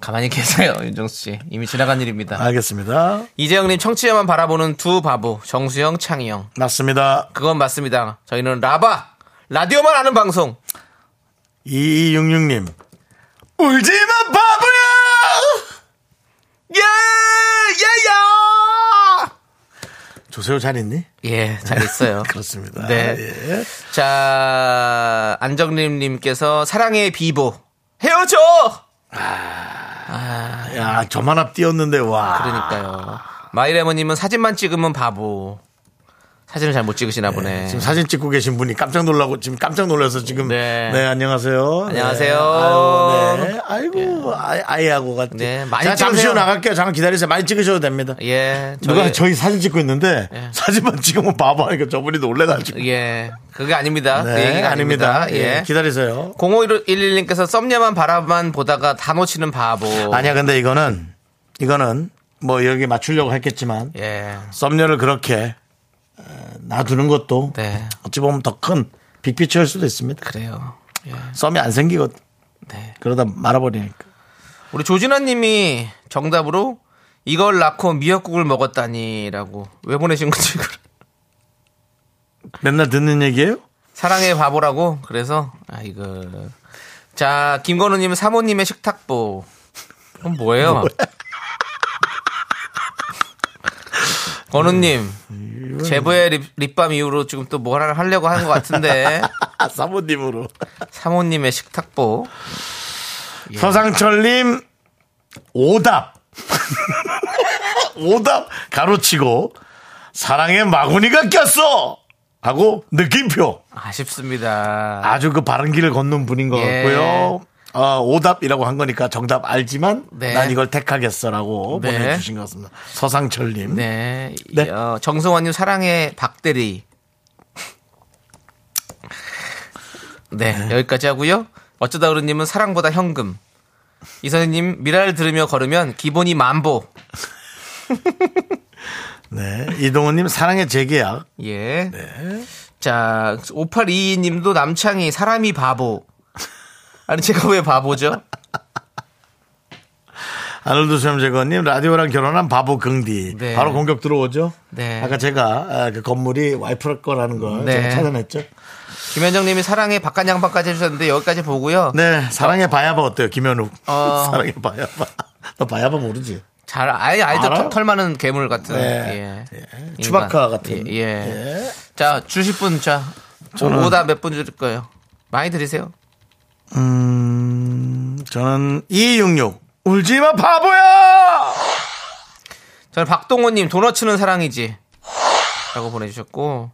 S2: 가만히 계세요, 윤정수 씨. 이미 지나간 일입니다.
S1: 아. 알겠습니다.
S2: 이재영님 청취자만 바라보는 두 바보, 정수영, 창희영.
S1: 맞습니다.
S2: 그건 맞습니다. 저희는 라바 라디오만 아는 방송.
S1: 2266님. 울지마 바보야!
S2: 예, 예,
S1: 조세호 잘 있니?
S2: 예. 예, 잘 있어요.
S1: 그렇습니다.
S2: 네.
S1: 예.
S2: 자, 안정림님께서 사랑의 비보 헤어져.
S1: 야, 저만 앞 뛰었는데, 와.
S2: 그러니까요.
S1: 아.
S2: 마이레모님은 사진만 찍으면 바보. 사진을 잘 못 찍으시나 보네.
S1: 지금 사진 찍고 계신 분이 깜짝 놀라고 지금 깜짝 놀라서 지금
S2: 네.
S1: 네, 안녕하세요.
S2: 안녕하세요.
S1: 네. 아유, 네. 아이고 아이, 아이하고 같이.
S2: 네, 많이
S1: 많이 자, 잠시
S2: 찍으세요.
S1: 후 나갈게요. 잠깐 기다리세요. 많이 찍으셔도 됩니다.
S2: 예,
S1: 누가
S2: 저희-
S1: 저희 사진 찍고 있는데
S2: 예.
S1: 사진만 찍으면 바보 하니까 저분이 놀래가지고.
S2: 예, 그게 아닙니다.
S1: 네,
S2: 그 얘기가 아닙니다. 예.
S1: 기다리세요.
S2: 0511님께서 썸녀만 바라만 보다가 다 놓치는 바보.
S1: 아니야, 근데 이거는 이거는 뭐 여기 맞추려고 했겠지만
S2: 예.
S1: 썸녀를 그렇게 어, 놔두는 것도
S2: 네.
S1: 어찌 보면 더 큰 빅피처일 수도 있습니다.
S2: 그래요. 예.
S1: 썸이 안 생기거든.
S2: 네.
S1: 그러다 말아버리니까.
S2: 우리 조진아 님이 정답으로 이걸 낳고 미역국을 먹었다니라고 왜 보내신 거지? 이걸?
S1: 맨날 듣는 얘기예요?
S2: 사랑의 바보라고 그래서 아 이거 자 김건우 님 사모님의 식탁보 그건 뭐예요? 권우님 제부의 립, 립밤 이후로 지금 또 뭘 하려고 하는 것 같은데
S1: 아, 사모님으로.
S2: 사모님의 식탁보
S1: 예. 서상철님, 오답. 오답 가로치고, 사랑의 마구니가 꼈어! 하고, 느낌표.
S2: 아쉽습니다.
S1: 아주 그 바른 길을 걷는 분인 것
S2: 예.
S1: 같고요. 어, 오답이라고 한 거니까 정답 알지만
S2: 네.
S1: 난 이걸 택하겠어라고
S2: 네.
S1: 보내주신 것 같습니다. 서상철님.
S2: 네,
S1: 네.
S2: 어, 정승환님 사랑해 박대리. 네, 여기까지 하고요. 어쩌다 그런님은 사랑보다 현금. 이선희님 미라를 들으며 걸으면 기본이 만보.
S1: 네. 이동훈님 사랑의 재계약.
S2: 예.
S1: 네.
S2: 자, 5822님도 남창희 사람이 바보. 아니 제가 왜 바보죠?
S1: 아놀드 수염재건님 라디오랑 결혼한 바보 긍디.
S2: 네.
S1: 바로 공격 들어오죠.
S2: 네.
S1: 아까 제가 아, 그 건물이 와이프랄 거라는 걸
S2: 네.
S1: 제가 찾아냈죠.
S2: 김현정님이 사랑해 박간 양반까지 해주셨는데 여기까지 보고요.
S1: 네. 사랑의 바야바 어때요? 김현욱.
S2: 어.
S1: 사랑의 바야바. 너 바야바 모르지?
S2: 잘 아예 아이도
S1: 알아요?
S2: 털, 털 많은 괴물 같은
S1: 네.
S2: 어, 예. 인간.
S1: 추바카 같은.
S2: 예, 예. 자 주실 분자
S1: 저는-
S2: 오다 몇 분 줄일 거예요 많이 드리세요
S1: 음, 저는 266. 울지마 바보야!
S2: 저는 박동호님 도너츠는 사랑이지 라고 보내주셨고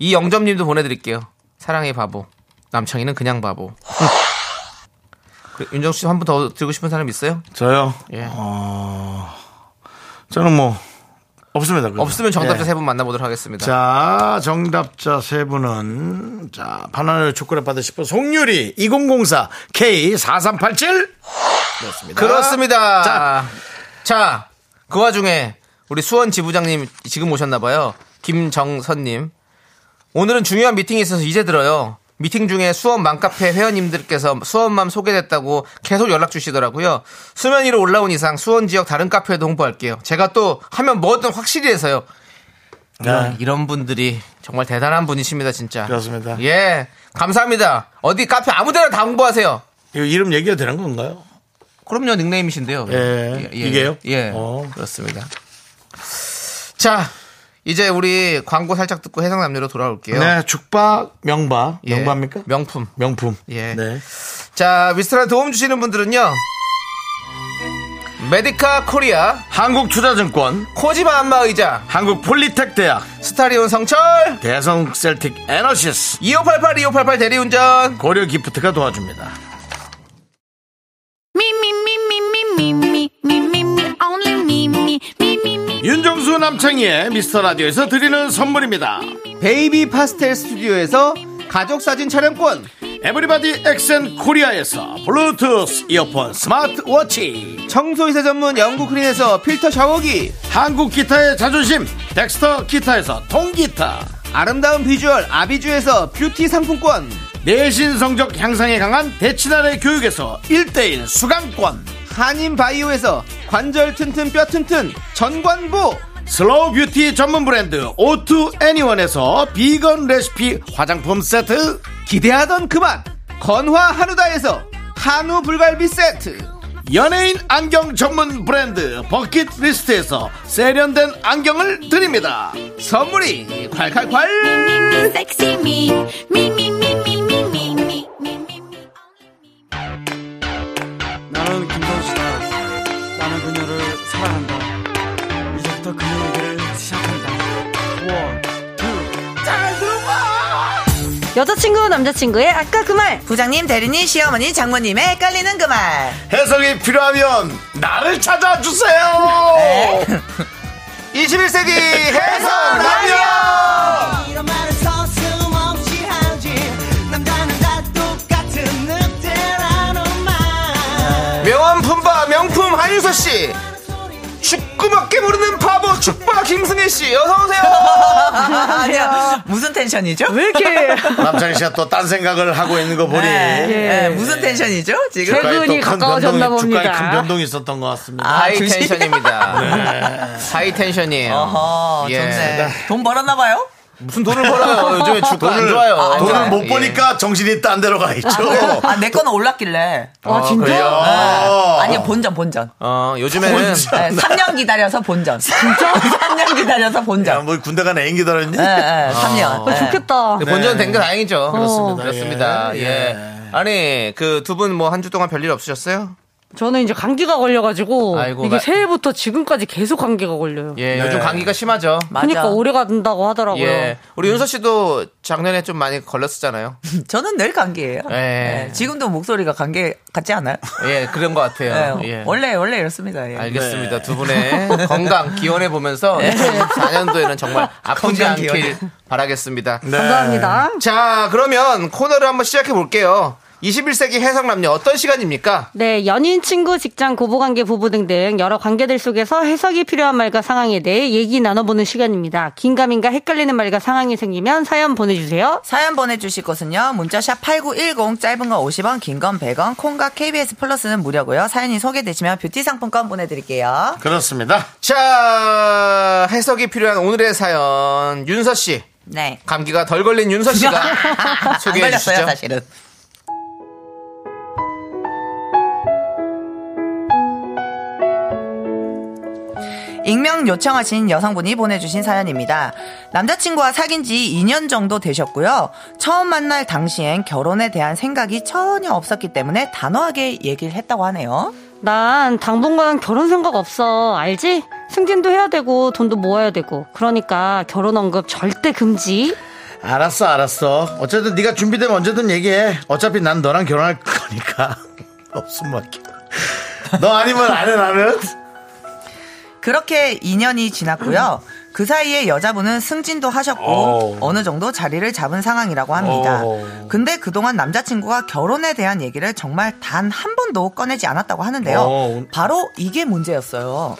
S2: 이영점님도 보내드릴게요 사랑의 바보 남창희는 그냥 바보 그래, 윤정수 씨한 분 더 드리고 싶은 사람 있어요?
S1: 저요? 어,
S2: 예.
S1: 저는 뭐 없습니다. 그거.
S2: 없으면 정답자
S1: 예.
S2: 세 분 만나보도록 하겠습니다
S1: 자, 정답자 세 분은 자, 바나나 초콜릿 받으실 분 송유리 2004 K 4387 그렇습니다.
S2: 그렇습니다.
S1: 자.
S2: 자, 그 와중에 우리 수원 지부장님 지금 오셨나봐요. 김정선님. 오늘은 중요한 미팅이 있어서 이제 들어요. 미팅 중에 수원 맘카페 회원님들께서 수원맘 소개됐다고 계속 연락 주시더라고요. 수면 위로 올라온 이상 수원 지역 다른 카페에도 홍보할게요. 제가 또 하면 뭐든 확실히 해서요. 이런,
S1: 네.
S2: 이런 분들이 정말 대단한 분이십니다, 진짜.
S1: 그렇습니다.
S2: 예. 감사합니다. 어디 카페 아무 데나 다 홍보하세요.
S1: 이거 이름 얘기가 되는 건가요?
S2: 그럼요 닉네임이신데요.
S1: 예. 이게요?
S2: 예.
S1: 어.
S2: 그렇습니다. 자 이제 우리 광고 살짝 듣고 해상 남녀로 돌아올게요.
S1: 네, 죽밥 명밥
S2: 예.
S1: 명밥입니까?
S2: 명품.
S1: 명품.
S2: 예.
S1: 네.
S2: 자 미스트라 도움 주시는 분들은요. 메디카 코리아,
S1: 한국투자증권,
S2: 코지마 안마의자,
S1: 그 한국폴리텍대학,
S2: 스타리온 성철,
S1: 대성셀틱 에너시스,
S2: 2588 2588 대리운전,
S1: 고려기프트가 도와줍니다.
S6: Me, me, me, me, me, me, me, me, me, me, only me, me, me, me, me.
S1: 윤정수 남창희의 미스터 라디오에서 드리는 선물입니다.
S2: 베이비 파스텔
S1: 어?
S2: 스튜디오에서 가족 사진 촬영권,
S1: 에브리바디 엑센 코리아에서 블루투스 이어폰 스마트워치
S2: 청소이사 전문 영국 크린에서 필터 샤워기,
S1: 한국 기타의 자존심 덱스터 기타에서 통기타
S2: 아름다운 비주얼 아비주에서 뷰티 상품권.
S1: 내신 성적 향상에 강한 대치나래 교육에서 1대1 수강권
S2: 한인 바이오에서 관절 튼튼 뼈 튼튼 전관보
S1: 슬로우 뷰티 전문 브랜드 오투 애니원에서 비건 레시피 화장품 세트
S2: 기대하던 그만 건화 한우다에서 한우 불갈비 세트
S1: 연예인 안경 전문 브랜드 버킷리스트에서 세련된 안경을 드립니다
S2: 선물이 콸콸콸
S6: Sexy me, me, me, me, me, me, me, me, me, me, me.
S3: 나는 김선수다. 나는 그녀를 사랑한다. 이제부터 그녀 얘기를 시작한다. 원, 투.
S7: 여자친구 남자친구의 아까 그 말 부장님 대리님 시어머니 장모님의 헷갈리는 그 말
S1: 해석이 필요하면 나를 찾아주세요
S2: 21세기 해성 라디오
S7: 이런 말은 서슴없이 하지 남자는 다 똑같은 늑대라는 말
S2: 명함 품바 명품 한유서씨 축구밖에 모르는 바보 축바 김승혜씨 어서오세요
S7: 아니야 무슨 텐션이죠? 왜
S8: 이렇게
S1: 남창희 씨가 또 딴 생각을 하고 있는 거
S8: 예.
S1: 보니
S7: 무슨 텐션이죠 지금?
S8: 네.
S1: 주가에 또큰
S8: 퇴근이 네. 가까워졌나
S1: 변동이- 주가에
S8: 봅니다.
S1: 큰 변동이 있었던 것 같습니다.
S7: 아,
S2: 하이
S7: 주식?
S2: 네. 텐션입니다 하이 텐션이에요
S7: 어허
S2: 예.
S8: 네.
S7: 좋네 돈 벌었나 봐요?
S2: 무슨 돈을 벌어요? 요즘에 주가 안
S1: 돈을,
S2: 좋아요.
S1: 돈을 못
S2: 예.
S1: 버니까 정신이 딴 데로 가 있죠.
S8: 아, 내 거는 올랐길래. 네.
S1: 아, 진짜?
S8: 아, 아니요, 본전, 본전.
S2: 어, 요즘에는
S1: 뭔지
S8: 네, 3년 기다려서 본전. 진짜? 3년 기다려서
S1: 야,
S8: 본전.
S1: 뭐 군대 가는 애인 기다렸니?
S8: 예, 예, 3년. 예.
S2: 네.
S9: 좋겠다.
S2: 본전 된 게 다행이죠. 네. 그렇습니다. 그렇습니다.
S1: 예.
S2: 예. 아니, 그 두 분 뭐 한 주 동안 별일 없으셨어요?
S9: 저는 이제 감기가 걸려가지고
S2: 아이고,
S9: 이게
S2: 나-
S9: 새해부터 지금까지 계속 감기가 걸려요.
S2: 예, 요즘 감기가 심하죠.
S8: 맞아.
S9: 그러니까 오래 간다고 하더라고요.
S2: 예. 우리 윤서 씨도 작년에 좀 많이 걸렸었잖아요.
S8: 네. 저는 늘 감기예요.
S2: 예.
S8: 예, 지금도 목소리가 감기 같지 않아요?
S2: 예, 그런 것 같아요.
S8: 예,
S2: 예.
S8: 원래, 원래 이렇습니다. 예.
S2: 알겠습니다. 두 분의 건강 기원해 보면서 2024년도에는 정말 아프지
S8: 네. 건강
S2: 않길
S8: 기원해.
S2: 바라겠습니다.
S8: 네.
S9: 감사합니다.
S2: 자, 그러면 코너를 한번 시작해 볼게요. 21세기 해석남녀 어떤 시간입니까?
S9: 네, 연인, 친구, 직장, 고부관계, 부부 등등 여러 관계들 속에서 해석이 필요한 말과 상황에 대해 얘기 나눠보는 시간입니다. 긴가민가 헷갈리는 말과 상황이 생기면 사연 보내주세요.
S8: 사연 보내주실 곳은요. 문자샵 8910 짧은 건 50원 긴 건 100원 콩과 KBS 플러스는 무료고요. 사연이 소개되시면 뷰티 상품권 보내드릴게요.
S1: 그렇습니다.
S2: 자, 해석이 필요한 오늘의 사연 윤서 씨.
S8: 네.
S2: 감기가 덜 걸린 윤서 씨가
S8: 안
S2: 소개해
S8: 걸렸어요
S2: 주시죠.
S8: 사실은. 익명 요청하신 여성분이 보내주신 사연입니다. 남자친구와 사귄 지 2년 정도 되셨고요. 처음 만날 당시엔 결혼에 대한 생각이 전혀 없었기 때문에 단호하게 얘기를 했다고 하네요.
S9: 난 당분간 결혼 생각 없어. 알지? 승진도 해야 되고 돈도 모아야 되고. 그러니까 결혼 언급 절대 금지.
S1: 알았어, 알았어. 어쨌든 네가 준비되면 언제든 얘기해. 어차피 난 너랑 결혼할 거니까. 없음 막혀. 너 아니면 안 해, 나는.
S8: 그렇게 2년이 지났고요. 그 사이에 여자분은 승진도 하셨고 어느 어. 정도 자리를 잡은 상황이라고 합니다. 근데 그동안 남자친구가 결혼에 대한 얘기를 정말 단 한 번도 꺼내지 않았다고 하는데요.
S1: 어.
S8: 바로 이게 문제였어요.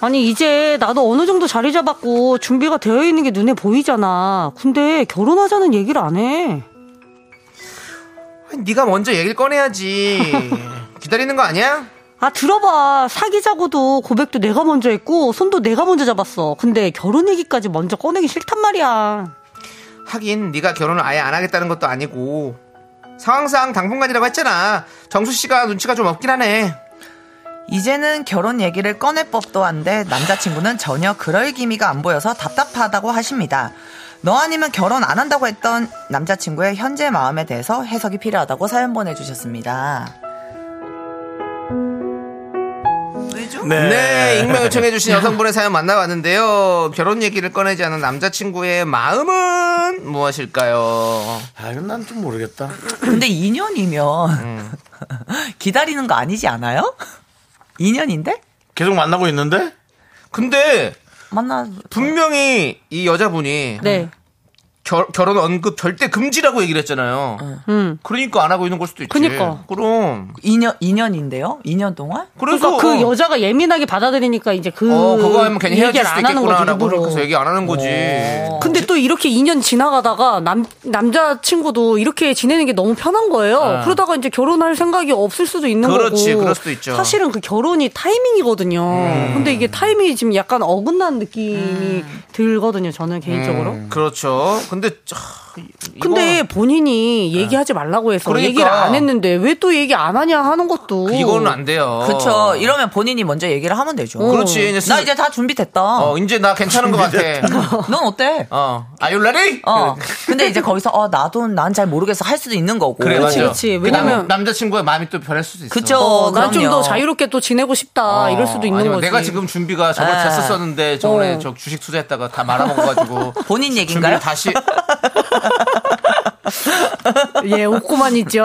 S9: 아니 이제 나도 어느 정도 자리 잡았고 준비가 되어 있는 게 눈에 보이잖아. 근데 결혼하자는 얘기를 안 해.
S2: 네가 먼저 얘기를 꺼내야지. 기다리는 거 아니야?
S9: 아 들어봐 사귀자고도 고백도 내가 먼저 했고 손도 내가 먼저 잡았어 근데 결혼 얘기까지 먼저 꺼내기 싫단 말이야
S2: 하긴 네가 결혼을 아예 안 하겠다는 것도 아니고 상황상 당분간이라고 했잖아. 정수 씨가 눈치가 좀 없긴 하네.
S8: 이제는 결혼 얘기를 꺼낼 법도 한데 남자친구는 전혀 그럴 기미가 안 보여서 답답하다고 하십니다. 너 아니면 결혼 안 한다고 했던 남자친구의 현재 마음에 대해서 해석이 필요하다고 사연 보내주셨습니다. 왜죠?
S2: 네, 익명 요청해주신 여성분의 사연 만나봤는데요. 결혼 얘기를 꺼내지 않은 남자친구의 마음은 무엇일까요?
S1: 아, 이건 난 좀 모르겠다.
S8: 근데 2년이면 기다리는 거 아니지 않아요? 2년인데?
S1: 계속 만나고 있는데?
S2: 근데
S8: 만나
S2: 분명히 이 여자분이
S9: 네
S2: 결, 결혼 언급 절대 금지라고 얘기를 했잖아요.
S9: 음.
S2: 그러니까 안 하고 있는 걸 수도 있지.
S9: 그니까.
S2: 럼
S8: 2년 2년인데요? 2년 동안?
S2: 그래서
S9: 그러니까 그
S2: 어,
S9: 여자가 예민하게 받아들이니까 이제 그
S2: 어, 그거 하면 괜히 헤어질
S9: 얘기를
S2: 수도
S9: 안 하는 거지
S2: 있겠구나라고
S9: 일부러. 어.
S2: 그래서 얘기 안 하는 거지. 음. 어,
S9: 근데 또 이렇게 2년 지나가다가 남 남자 친구도 이렇게 지내는 게 너무 편한 거예요. 그러다가 이제 결혼할 생각이 없을 수도 있는
S2: 아. 그렇지,
S9: 거고.
S2: 그럴 수도 있죠. 음.
S9: 사실은 그 결혼이 타이밍이거든요. 근데 이게 타이밍이 지금 약간 어긋난 느낌이 들거든요. 저는 개인적으로.
S2: 그렇죠. 근데 저,
S9: 근데 본인이 얘기하지 말라고 해서
S2: 그러니까.
S9: 얘기를 안 했는데 왜 또 얘기 안 하냐 하는 것도
S2: 이거, 이거는 안 돼요.
S8: 그쵸. 이러면 본인이 먼저 얘기를 하면 되죠.
S2: 어. 그렇지. 이제
S8: 나
S2: 슬-
S8: 이제 다 준비됐다.
S2: 어, 이제 나 괜찮은 것 같아.
S8: 넌 어때?
S2: 어, 아유라리?
S8: 어. 근데 이제 거기서 어 나도 난 잘 모르겠어 할 수도 있는 거고.
S2: 그래, 맞아.
S9: 그렇지. 왜냐면-
S2: 남자친구의 마음이 또 변할 수도 있어.
S8: 그쵸.
S9: 난 좀
S8: 그럼요.
S9: 더 자유롭게 또 지내고 싶다
S2: 어,
S9: 이럴 수도 있는
S2: 아니면
S9: 거지.
S2: 내가 지금 준비가 저걸
S8: 아.
S2: 잤었었는데 저번에
S9: 어.
S2: 저 주식 투자했다가 다 말아먹어가지고
S8: 본인
S2: 준비를
S8: 얘기인가요?
S2: 다시
S9: 예 웃고만 있죠.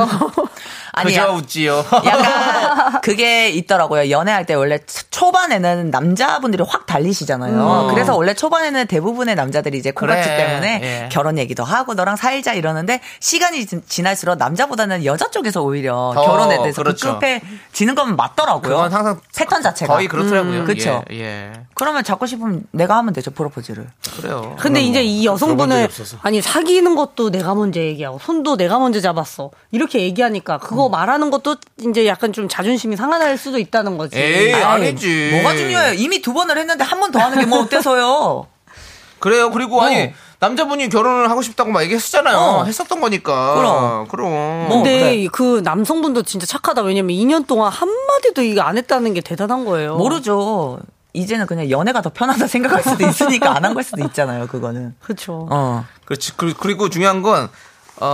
S8: 아니야.
S2: 그저 웃지요.
S8: 약간 그게 있더라고요. 연애할 때 원래 초- 초반에는 남자분들이 확 달리시잖아요. 그래서 원래 초반에는 대부분의 남자들이 이제 콩깍지
S2: 음. 그래.
S8: 때문에
S2: 예.
S8: 결혼 얘기도 하고 너랑 살자 이러는데 시간이 지- 지날수록 남자보다는 여자 쪽에서 오히려
S2: 더,
S8: 결혼에 대해서
S2: 그렇죠.
S8: 급급해지는 건 맞더라고요.
S2: 그건 항상
S8: 패턴 자체가.
S2: 거의 그렇더라고요.
S8: 음, 그쵸.
S2: 예, 예.
S8: 그러면 잡고 싶으면 내가 하면 되죠 프로포즈를.
S2: 그래요.
S9: 근데 이제 이 여성분은 아니 사귀는 것도 내가 먼저 얘기하고 손도 내가 먼저 잡았어 이렇게 얘기하니까
S2: 음.
S9: 그거 말하는 것도 이제 약간 좀 자존심이 상할 수도 있다는 거지.
S2: 에이, 아니지.
S8: 뭐가 중요해요? 이미 두 번을 했는데 한 번 더 하는 게 뭐 어때서요?
S2: 그래요. 그리고 아니 남자분이 결혼을 하고 싶다고 막 얘기했었잖아요.
S9: 어.
S2: 했었던 거니까.
S9: 그럼.
S2: 그럼.
S9: 근데 그 남성분도 진짜 착하다. 왜냐면 2년 동안 한마디도 이거 안 했다는 게 대단한
S2: 어.
S9: 거예요.
S8: 모르죠. 이제는 그냥 연애가 더 편하다 생각할 수도 있으니까 안 한 걸 수도 있잖아요. 그거는.
S9: 그렇죠.
S8: 어.
S2: 그렇지. 그리- 그리고 중요한 건,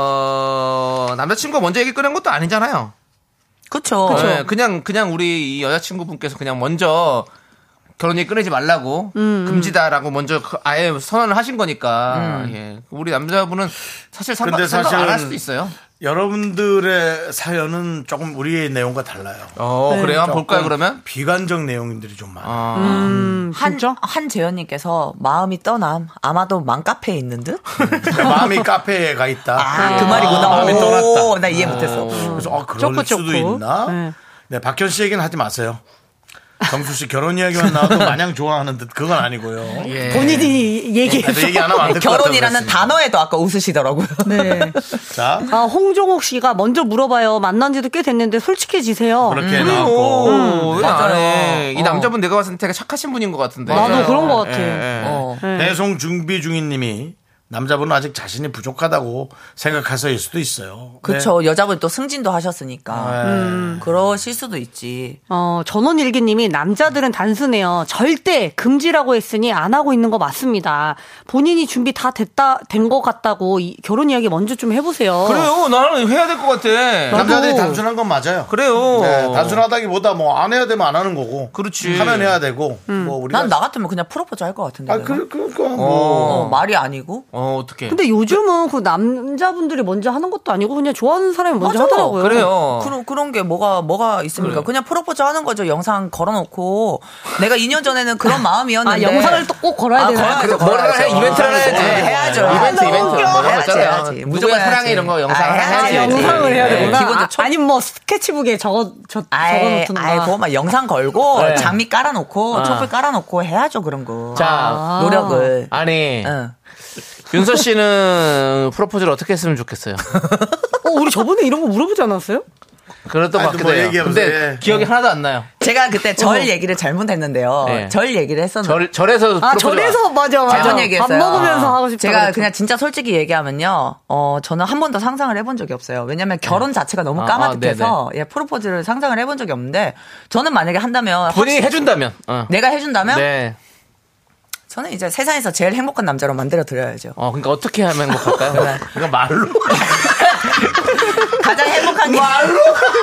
S2: 어, 남자친구가 먼저 얘기 꺼낸 것도 아니잖아요.
S8: 그쵸.
S9: 그쵸.
S2: 네, 그냥, 그냥 우리 이 여자친구분께서 그냥 먼저 결혼 얘기 꺼내지 말라고,
S9: 음, 음.
S2: 금지다라고 먼저 그- 아예 선언을 하신 거니까,
S1: 음.
S2: 예. 우리 남자분은 사실 상관,
S1: 근데
S2: 생각 안
S1: 사실은
S2: 할 수도 있어요.
S1: 여러분들의 사연은 조금 우리의 내용과 달라요.
S2: 어,
S8: 네. 그래요? 한번 볼까요,
S2: 그러면?
S1: 비관적 내용들이 좀 많아요.
S8: 한, 한재현님께서 마음이 떠남 아마도 맘카페에 있는 듯?
S1: 그러니까 마음이 카페에 가 있다.
S8: 아, 그 말이구나.
S1: 마음이
S8: 오,
S1: 떠났다.
S8: 나 이해 못했어.
S1: 그래서 어, 그럴 수도 있나? 네, 박현 씨 얘기는 하지 마세요. 정수 씨 결혼 이야기만 나와도 마냥 좋아하는 듯 그건 아니고요. 네.
S9: 본인이
S1: 그래도
S2: 네.
S1: 얘기 안 하면 안될것 같아서
S8: 예. 결혼이라는
S1: 그랬습니다.
S8: 단어에도 아까 웃으시더라고요.
S9: 네.
S1: 자,
S9: 아, 홍종옥 씨가 먼저 물어봐요. 만난 지도 꽤 됐는데 솔직해지세요.
S8: 음.
S2: 그래요.
S1: 아,
S2: 왜안 해? 이 남자분 내가 봤을 때 되게 착하신 분인 것 같은데.
S9: 나도 그런 것 같아.
S2: 예, 예.
S8: 어.
S1: 네.
S8: 네.
S1: 배송 준비 중인님이 남자분은 아직 자신이 부족하다고 생각해서일 수도 있어요.
S8: 그쵸. 음. 여자분 또 승진도 하셨으니까.
S1: 네.
S9: 음.
S8: 그러실 수도 있지.
S9: 어, 전원일기님이 남자들은 단순해요. 절대 금지라고 했으니 안 하고 있는 거 맞습니다. 본인이 준비 다 됐다, 된 것 같다고 이- 결혼 이야기 먼저 좀 해보세요.
S2: 그래요. 나는 해야 될 것 같아.
S1: 네. 남자들이 단순한 건 맞아요.
S2: 그래요.
S1: 네, 단순하다기보다 뭐 안 해야 되면 안 하는 거고.
S2: 그렇지.
S1: 하면 해야 되고. 뭐 우리가
S8: 난 나 같으면 그냥 프로포즈 할 것 같은데.
S1: 아,
S8: 내가.
S1: 그, 그, 그,
S8: 어,
S1: 뭐.
S8: 말이 아니고.
S2: 어, 어떻게.
S9: 근데 요즘은 그 남자분들이 먼저 하는 것도 아니고 그냥 좋아하는 사람이 먼저
S8: 맞아.
S9: 하더라고요.
S2: 그래요.
S8: 그런 그런 게 뭐가 뭐가 있습니까? 그냥 프로포즈 하는 거죠. 영상 걸어놓고 내가 2년 전에는 그런 마음이었는데.
S9: 아, 영상을 또꼭 걸어야 되나요?
S8: 걸어야죠,
S2: 그래도 뭐라
S8: 걸어야죠.
S2: 해, 이벤트를
S8: 어,
S2: 해야지.
S8: 해야죠.
S9: 아,
S2: 이벤트, 이벤트. 뭐 이런 거
S8: 해야지,
S2: 있잖아요.
S8: 해야지.
S2: 누구의
S8: 무조건 해야지.
S2: 사랑 이런 거 영상
S8: 아,
S2: 하나
S9: 아,
S2: 해야지.
S9: 영상을 해야
S2: 네.
S9: 되구나.
S8: 기본적
S9: 아, 아니, 뭐, 스케치북에 적어, 저,
S8: 아예
S9: 적어놓는
S8: 아예 그거 막 영상 걸고
S2: 네.
S8: 장미 깔아놓고
S2: 아.
S8: 촛불 깔아놓고 해야죠 그런 거.
S2: 자,
S9: 아.
S2: 네.
S8: 노력을.
S2: 아니,
S8: 응.
S2: 윤서 씨는 프로포즈를 어떻게 했으면 좋겠어요?
S9: 어, 우리 저번에 이런 거 물어보지 않았어요?
S2: 그랬던 것
S1: 아니, 또
S2: 같기도
S1: 뭐
S2: 해요.
S1: 얘기해보세요.
S2: 근데
S1: 예.
S2: 기억이 하나도 안 나요.
S8: 제가 그때 절 얘기를 잘못했는데요.
S2: 어. 네.
S8: 절 얘기를 했었는데.
S2: 절, 절에서.
S9: 아,
S2: 프로포즈
S9: 절에서, 맞아, 맞아.
S8: 자전 얘기했어요.
S9: 밥 먹으면서 하고 싶다.
S8: 제가
S9: 그랬죠.
S8: 그냥 진짜 솔직히 얘기하면요. 어, 저는 한 번도 상상을 해본 적이 없어요. 왜냐면 결혼 자체가 너무
S2: 아,
S8: 까마득해서 예, 프로포즈를 상상을 해본 적이 없는데 저는 만약에 한다면
S2: 본인이 해준다면. 어.
S8: 내가 해준다면
S2: 네.
S8: 저는 이제 세상에서 제일 행복한 남자로 만들어 드려야죠.
S2: 어, 그러니까 어떻게 하면
S9: 네.
S2: 행복할까요?
S1: 그러니까 말로.
S8: 가장 행복한 게 말로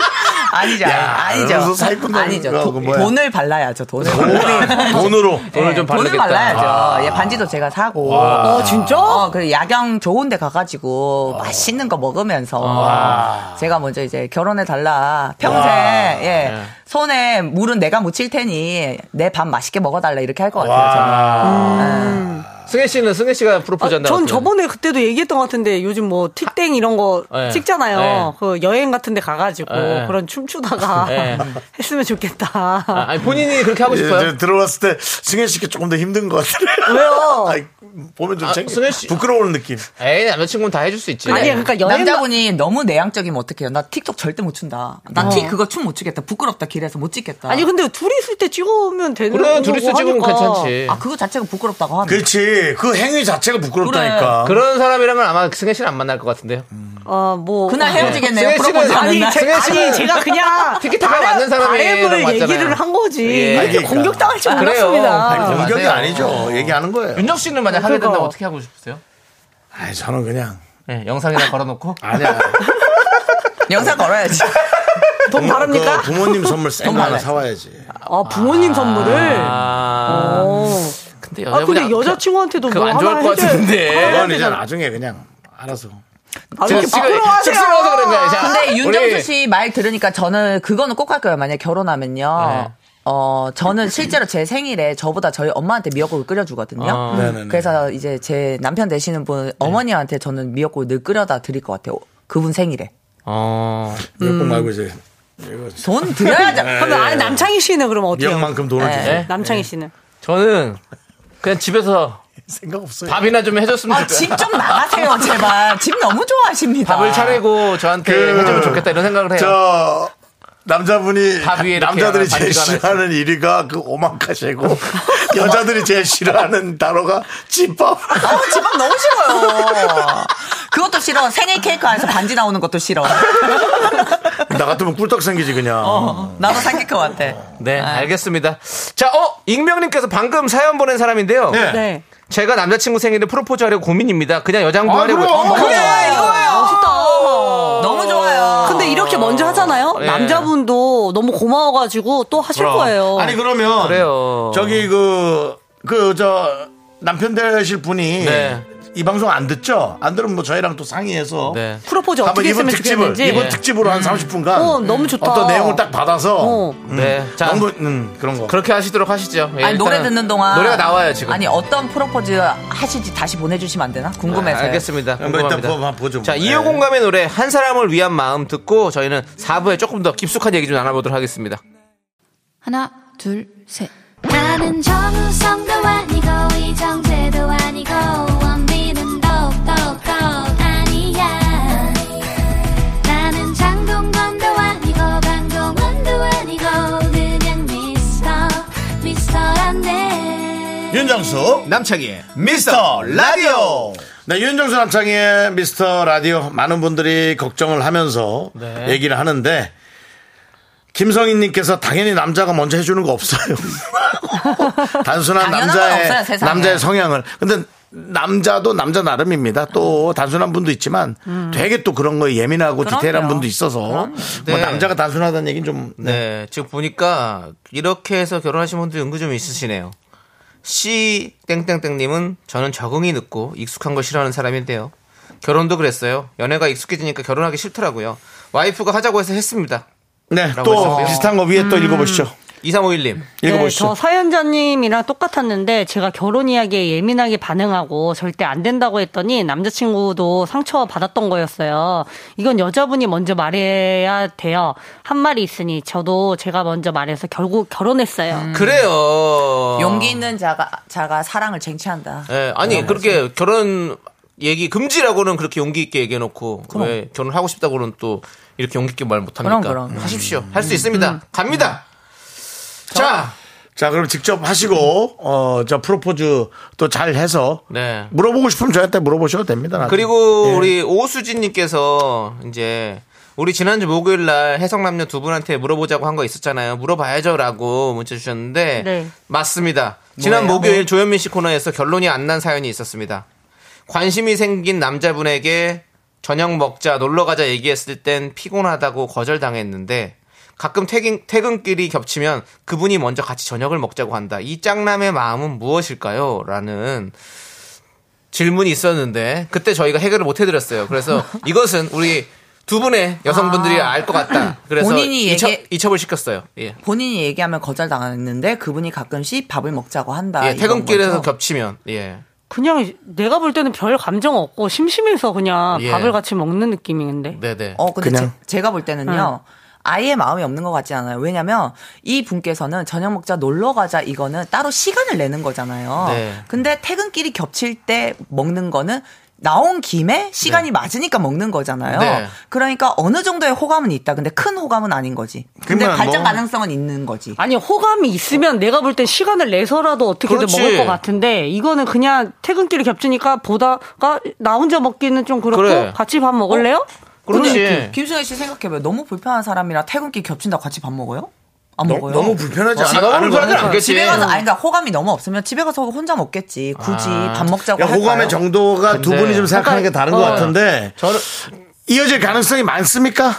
S8: 아니죠,
S1: 그래서
S8: 아니죠,
S1: 사기꾼 놈.
S8: 아니죠.
S1: 그거
S8: 도-
S1: 뭐야.
S8: 돈을 발라야죠, 돈을.
S1: 돈을, 돈으로.
S2: 돈을 좀
S8: 돈을
S2: 바르겠다.
S8: 발라야죠. 예, 반지도 제가 사고.
S9: 어, 진짜?
S8: 어, 그리고 야경 좋은 데 가가지고 맛있는 거 먹으면서 제가 먼저 이제 결혼해 달라. 평생 예. 손에 물은 내가 묻힐 테니 내 밥 맛있게 먹어달라 이렇게 할
S1: 예.
S8: 것 같아요. 저는.
S2: 아. 승혜 씨는 승혜 씨가
S9: 아,
S2: 프로포즈 한다고.
S9: 전 저번에 그때도 얘기했던 것 같은데 요즘 뭐 틱땡 이런 거
S2: 예.
S9: 찍잖아요.
S2: 예.
S9: 그 여행 같은 데 가가지고
S2: 예.
S9: 그런 춤추다가
S2: 예.
S9: 했으면 좋겠다.
S2: 아, 아니, 본인이 그렇게 하고
S1: 예,
S2: 싶어요?
S1: 저 들어왔을 때 승현 씨께 조금 더 힘든 것 같아요.
S9: 왜요?
S1: 아이, 보면 좀
S2: 아,
S1: 챙겨.
S2: 승현 씨.
S1: 부끄러운 느낌.
S2: 에이, 남자친구는 다 해줄 수 있지.
S9: 아니 그러니까 여행 가-
S8: 남자분이 너무 내향적이면 어떡해요? 나 틱톡 절대 못 춘다. 나 틱 그거 춤 못 추겠다. 부끄럽다. 길에서 못 찍겠다.
S9: 어. 아니 그- 근데 둘이 있을 때 찍으면 되는
S2: 그래,
S9: 거고
S2: 둘이 있을 때 찍으면
S9: 하니까.
S2: 괜찮지.
S8: 아, 그거 자체가 부끄럽다고 하는.
S1: 그렇지. 그 행위 자체가 부끄럽다니까.
S2: 그런 사람이라면 아마 승혜 씨는 안 만날 것 같은데요.
S9: 어, 뭐
S8: 그날
S9: 어,
S8: 헤어지겠네요.
S2: 승혜 씨는-
S8: 프로포즈 하는
S9: 아니,
S8: 날.
S9: 제,
S2: 승혜 씨는-
S9: 아니 제가 그냥
S2: 특히 다가 맞는 사람이라고
S9: 바램을
S2: 맞잖아요.
S9: 얘기를 한 거지.
S2: 예.
S9: 이렇게
S1: 그러니까.
S9: 공격당할 줄
S2: 아, 그래요.
S9: 몰랐습니다.
S2: 아니,
S1: 공격이
S2: 맞아요.
S9: 어.
S1: 아니죠. 얘기하는 거예요.
S2: 윤정 씨는 만약 하게
S9: 그러니까.
S2: 된다면 어떻게 하고 싶으세요?
S1: 아니, 저는 그냥.
S2: 네, 영상이나 걸어놓고.
S1: 아니야.
S8: 영상 걸어야지.
S9: 돈 바릅니까?
S1: 그 부모님 선물 센 거 하나
S8: 많아요.
S1: 사와야지.
S9: 아 부모님 선물을.
S2: 아,
S9: 네. 어.
S2: 근데
S9: 아
S2: 여자분이
S9: 근데 여자친구한테도
S2: 그거
S9: 뭐
S2: 안 좋을
S9: 하나
S2: 것
S9: 해줘야-
S2: 같은데.
S9: 하나
S1: 그건
S9: 해줘야
S1: 이제 나중에 그냥 알아서.
S9: 아, 왜 이렇게
S2: 지금
S9: 부끄러워하세요?
S2: 쑥스러워서 그런 거예요. 자,
S8: 근데
S2: 우리
S8: 윤정수 씨 말 들으니까 저는 그거는 꼭 할 거예요. 만약에 결혼하면요.
S2: 네.
S8: 어, 저는 실제로 제 생일에 저보다 저희 엄마한테 미역국을 끓여주거든요.
S2: 아.
S1: 네네네.
S8: 그래서 이제 제 남편 되시는 분 어머니한테 저는 미역국을 늘 끓여다 드릴 것 같아요. 그분 생일에.
S2: 어,
S1: 몇번 말고 이제
S8: 돈 드려야죠.
S2: 예.
S9: 그러면 아니 남창희 씨는 그럼 어때요?
S1: 미역만큼 돈을
S8: 네.
S1: 주세요.
S9: 남창희 씨는
S2: 저는 그냥 집에서
S1: 생각 없어요.
S2: 밥이나 좀 해줬으면
S8: 아,
S2: 좋겠어요.
S8: 집 좀 나가세요, 제발. 집 너무 좋아하십니다.
S2: 밥을 차리고 저한테
S1: 그-
S2: 해주면 좋겠다 이런 생각을 해요.
S1: 저 남자분이
S2: 밥 위에 이렇게
S1: 남자들이
S2: 하나
S1: 제일
S2: 반지가 하나
S1: 싫어하는 1위가 그 오마카세고 여자들이 제일 싫어하는 단어가 집밥.
S8: 어, 집밥 너무 싫어요. 그것도 싫어. 생일 케이크 안에서 반지 나오는 것도 싫어.
S1: 나 같으면 꿀떡 생기지 그냥.
S9: 어,
S8: 나도 생길 것 같아.
S2: 네, 알겠습니다. 자, 어, 익명님께서 방금 사연 보낸 사람인데요.
S1: 네.
S9: 네.
S2: 제가 남자친구 생일에 프로포즈 하려고 고민입니다. 그냥 여장부
S1: 아,
S2: 하려고.
S1: 그럼.
S2: 했-
S1: 그래,
S9: 멋있다.
S8: 너무 좋아요.
S9: 근데 이렇게 먼저 하잖아요.
S1: 예.
S2: 네.
S9: 남자분도 너무 고마워가지고 또 하실 거예요.
S1: 아니 그러면
S2: 그래요.
S1: 저기 그 그 저 남편 되실 분이
S2: 네.
S1: 이 방송 안 듣죠? 안 들으면 뭐 저희랑 또 상의해서
S2: 네.
S9: 프로포즈
S1: 한번
S9: 어떻게
S1: 이번
S9: 했으면
S1: 특집을
S9: 좋겠는지.
S1: 이번 특집으로 한 30분간
S9: 어, 너무 좋다.
S1: 어떤 내용을 딱 받아서
S9: 어.
S1: 음,
S2: 네, 자.
S1: 너무 음, 그런 거.
S2: 그렇게 하시도록 하시죠. 예,
S8: 아니, 노래
S2: 일단은
S8: 듣는 동안.
S2: 노래가 나와요, 지금.
S8: 아니, 어떤 프로포즈 하실지 다시 보내주시면 안 되나? 궁금해서.
S2: 아, 알겠습니다.
S1: 한번 일단
S2: 궁금합니다.
S1: 보- 한번 보죠, 뭐.
S2: 자,
S1: 네.
S2: 이호공감의 노래 한 사람을 위한 마음 듣고 저희는 4부에 조금 더 깊숙한 얘기 좀 나눠보도록 하겠습니다.
S6: 하나, 둘, 셋.
S4: 나는 정우성도 아니고 이정재도 아니고 원빈은 더욱더 아니야 나는 장동건도 아니고 강동원도 아니고 그냥 미스터 미스터란데
S1: 윤정수
S2: 남창희의
S1: 미스터 라디오. 네, 윤정수 남창희의 미스터 라디오 많은 분들이 걱정을 하면서
S2: 네.
S1: 얘기를 하는데 김성희님께서 당연히 남자가 먼저 해주는 거 없어요. 단순한
S8: 당연한 건 없어요,
S1: 남자의
S8: 세상에.
S1: 남자의 성향을. 근데 남자도 남자 나름입니다. 또 단순한 분도 있지만 되게 또 그런 거에 예민하고
S8: 음. 그럼요.
S1: 디테일한 분도 있어서 뭐
S2: 네.
S1: 남자가 단순하다는 얘기는 좀
S2: 네. 지금 보니까 이렇게 해서 결혼하신 분들 은근 좀 있으시네요. C 땡땡땡님은 저는 적응이 늦고 익숙한 걸 싫어하는 사람인데요. 결혼도 그랬어요. 연애가 익숙해지니까 결혼하기 싫더라고요. 와이프가 하자고 해서 했습니다.
S1: 네,
S2: 라고
S1: 또
S2: 했었네요.
S1: 비슷한 거 위에
S8: 음.
S1: 또 읽어보시죠.
S2: 2351님.
S8: 네,
S1: 읽어보시죠.
S9: 네, 저 사연자님이랑 똑같았는데 제가 결혼 이야기에 예민하게 반응하고 절대 안 된다고 했더니 남자친구도 상처 받았던 거였어요. 이건 여자분이 먼저 말해야 돼요. 한 말이 있으니 저도 제가 먼저 말해서 결국 결혼했어요.
S1: 음.
S2: 그래요.
S8: 용기 있는 자가, 자가 사랑을 쟁취한다.
S2: 예, 아니 그렇게 결혼 얘기 금지라고는 그렇게 용기 있게 얘기해놓고 왜 결혼하고 싶다고는 또 이렇게 용기 있게 말 못합니까?
S8: 그럼, 음, 그럼.
S2: 하십시오. 할 수 있습니다. 갑니다. 자,
S1: 자, 그럼 직접 하시고, 어, 저 프로포즈 또 잘 해서.
S2: 네.
S1: 물어보고 싶으면 저한테 물어보셔도 됩니다. 나중에.
S2: 음, 그리고 우리 오수진님께서 이제 우리 지난주 목요일 날 해성남녀 두 분한테 물어보자고 한 거 있었잖아요. 물어봐야죠라고 문자 주셨는데
S9: 네.
S2: 맞습니다. 지난 목요일 조현민 씨 코너에서 결론이 안 난 사연이 있었습니다. 관심이 생긴 남자분에게 저녁 먹자 놀러 가자 얘기했을 땐 피곤하다고 거절당했는데 가끔 퇴근, 퇴근길이 겹치면 그분이 먼저 같이 저녁을 먹자고 한다. 이 짱남의 마음은 무엇일까요? 라는 질문이 있었는데 그때 저희가 해결을 못 해드렸어요. 그래서 이것은 우리 두 분의 여성분들이
S9: 아.
S2: 알 것 같다. 그래서
S8: 본인이
S2: 이첩,
S8: 얘기-
S2: 이첩을 시켰어요. 예.
S8: 본인이 얘기하면 거절당했는데 그분이 가끔씩 밥을 먹자고 한다.
S9: 아,
S2: 예,
S8: 이런
S2: 퇴근길에서
S8: 거죠.
S2: 겹치면 예.
S9: 그냥 내가 볼 때는 별 감정 없고 심심해서 그냥
S2: 예.
S9: 밥을 같이 먹는 느낌인데.
S2: 네네.
S8: 어, 근데
S1: 그냥.
S8: 제, 가볼 때는요. 아예 마음이 없는 것 같지 않아요. 왜냐면 이 분께서는 저녁 먹자 놀러 가자 이거는 따로 시간을 내는 거잖아요.
S2: 네.
S8: 근데 퇴근길이 겹칠 때 먹는 거는 나온 김에
S1: 네.
S8: 시간이 맞으니까 먹는 거잖아요.
S2: 네.
S8: 그러니까 어느 정도의 호감은 있다. 근데 큰 호감은 아닌 거지. 근데
S1: 그러면
S8: 발전
S1: 뭐-
S8: 가능성은 있는 거지.
S9: 아니 호감이 있으면 내가 볼 땐 시간을 내서라도 어떻게든
S2: 어. 그렇지.
S9: 먹을 것 같은데 이거는 그냥 퇴근길이 겹치니까 보다가 나 혼자 먹기는 좀 그렇고
S2: 그래. 어?
S9: 같이 밥 먹을래요?
S2: 그렇지.
S8: 김수현 씨 생각해봐요. 너무 불편한 사람이랑 퇴근길 겹친다 같이 밥 먹어요? 안뭐 먹어요.
S1: 너무 불편하지
S9: 그-
S2: 어,
S1: 않아?
S2: 너무 불편하진
S1: 않을까요?
S2: 않겠지.
S8: 집에 가서 아니 그러니까 호감이 너무 없으면 집에 가서 혼자 먹겠지. 굳이 밥 먹자고
S1: 그러니까
S8: 할까요?
S1: 호감의 정도가 두
S2: 근데-
S1: 분이 좀 생각하는 게 다른 것 같은데.
S2: 저는
S1: 이어질 가능성이 많습니까?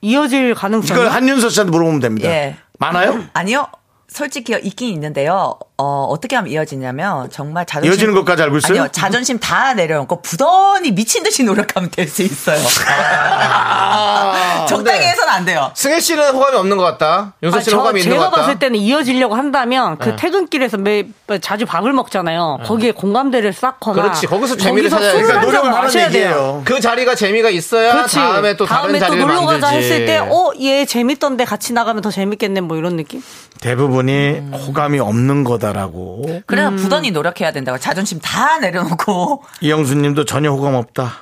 S9: 이어질
S1: 이걸
S9: 가능성이
S1: 한윤서 씨한테 물어보면 됩니다.
S8: 예.
S1: 많아요?
S8: 아니요. 솔직히 있긴 있는데요. 어, 어떻게 하면 이어지냐면 정말 자존심
S1: 이어지는 것까지 알고 있어요?
S8: 아니요. 자존심 다 내려놓고 부단히 미친 듯이 노력하면 될 수 있어요. 적당히
S1: 아.
S2: 근데-
S8: 해서는 안 돼요.
S2: 승혜 씨는 호감이 없는 것 같다. 윤서
S9: 아니,
S2: 씨는
S9: 저
S2: 호감이 있는 것
S9: 제가
S2: 같다. 네.
S9: 봤을 때는 이어지려고 한다면 그 퇴근길에서 매, 자주 밥을 먹잖아요. 거기에 공감대를 쌓거나
S2: 그렇지. 거기서 재미를
S9: 거기서
S2: 찾아야
S9: 술을
S2: 되니까
S9: 한잔
S1: 노력을 하는
S9: 마셔야 돼요.
S1: 얘기예요.
S2: 그 자리가 재미가 있어야
S9: 그렇지.
S2: 다음에 또 다른
S9: 다음에 또
S2: 자리를
S9: 놀러
S2: 만들지.
S9: 가자 했을 때, 어, 얘 재밌던데 같이 나가면 더 재밌겠네, 뭐 이런 느낌?
S1: 대부분이 음. 호감이 없는 거다라고.
S8: 그래서 부단히 노력해야 된다고 자존심 다 내려놓고
S1: 이영수님도 전혀 호감 없다.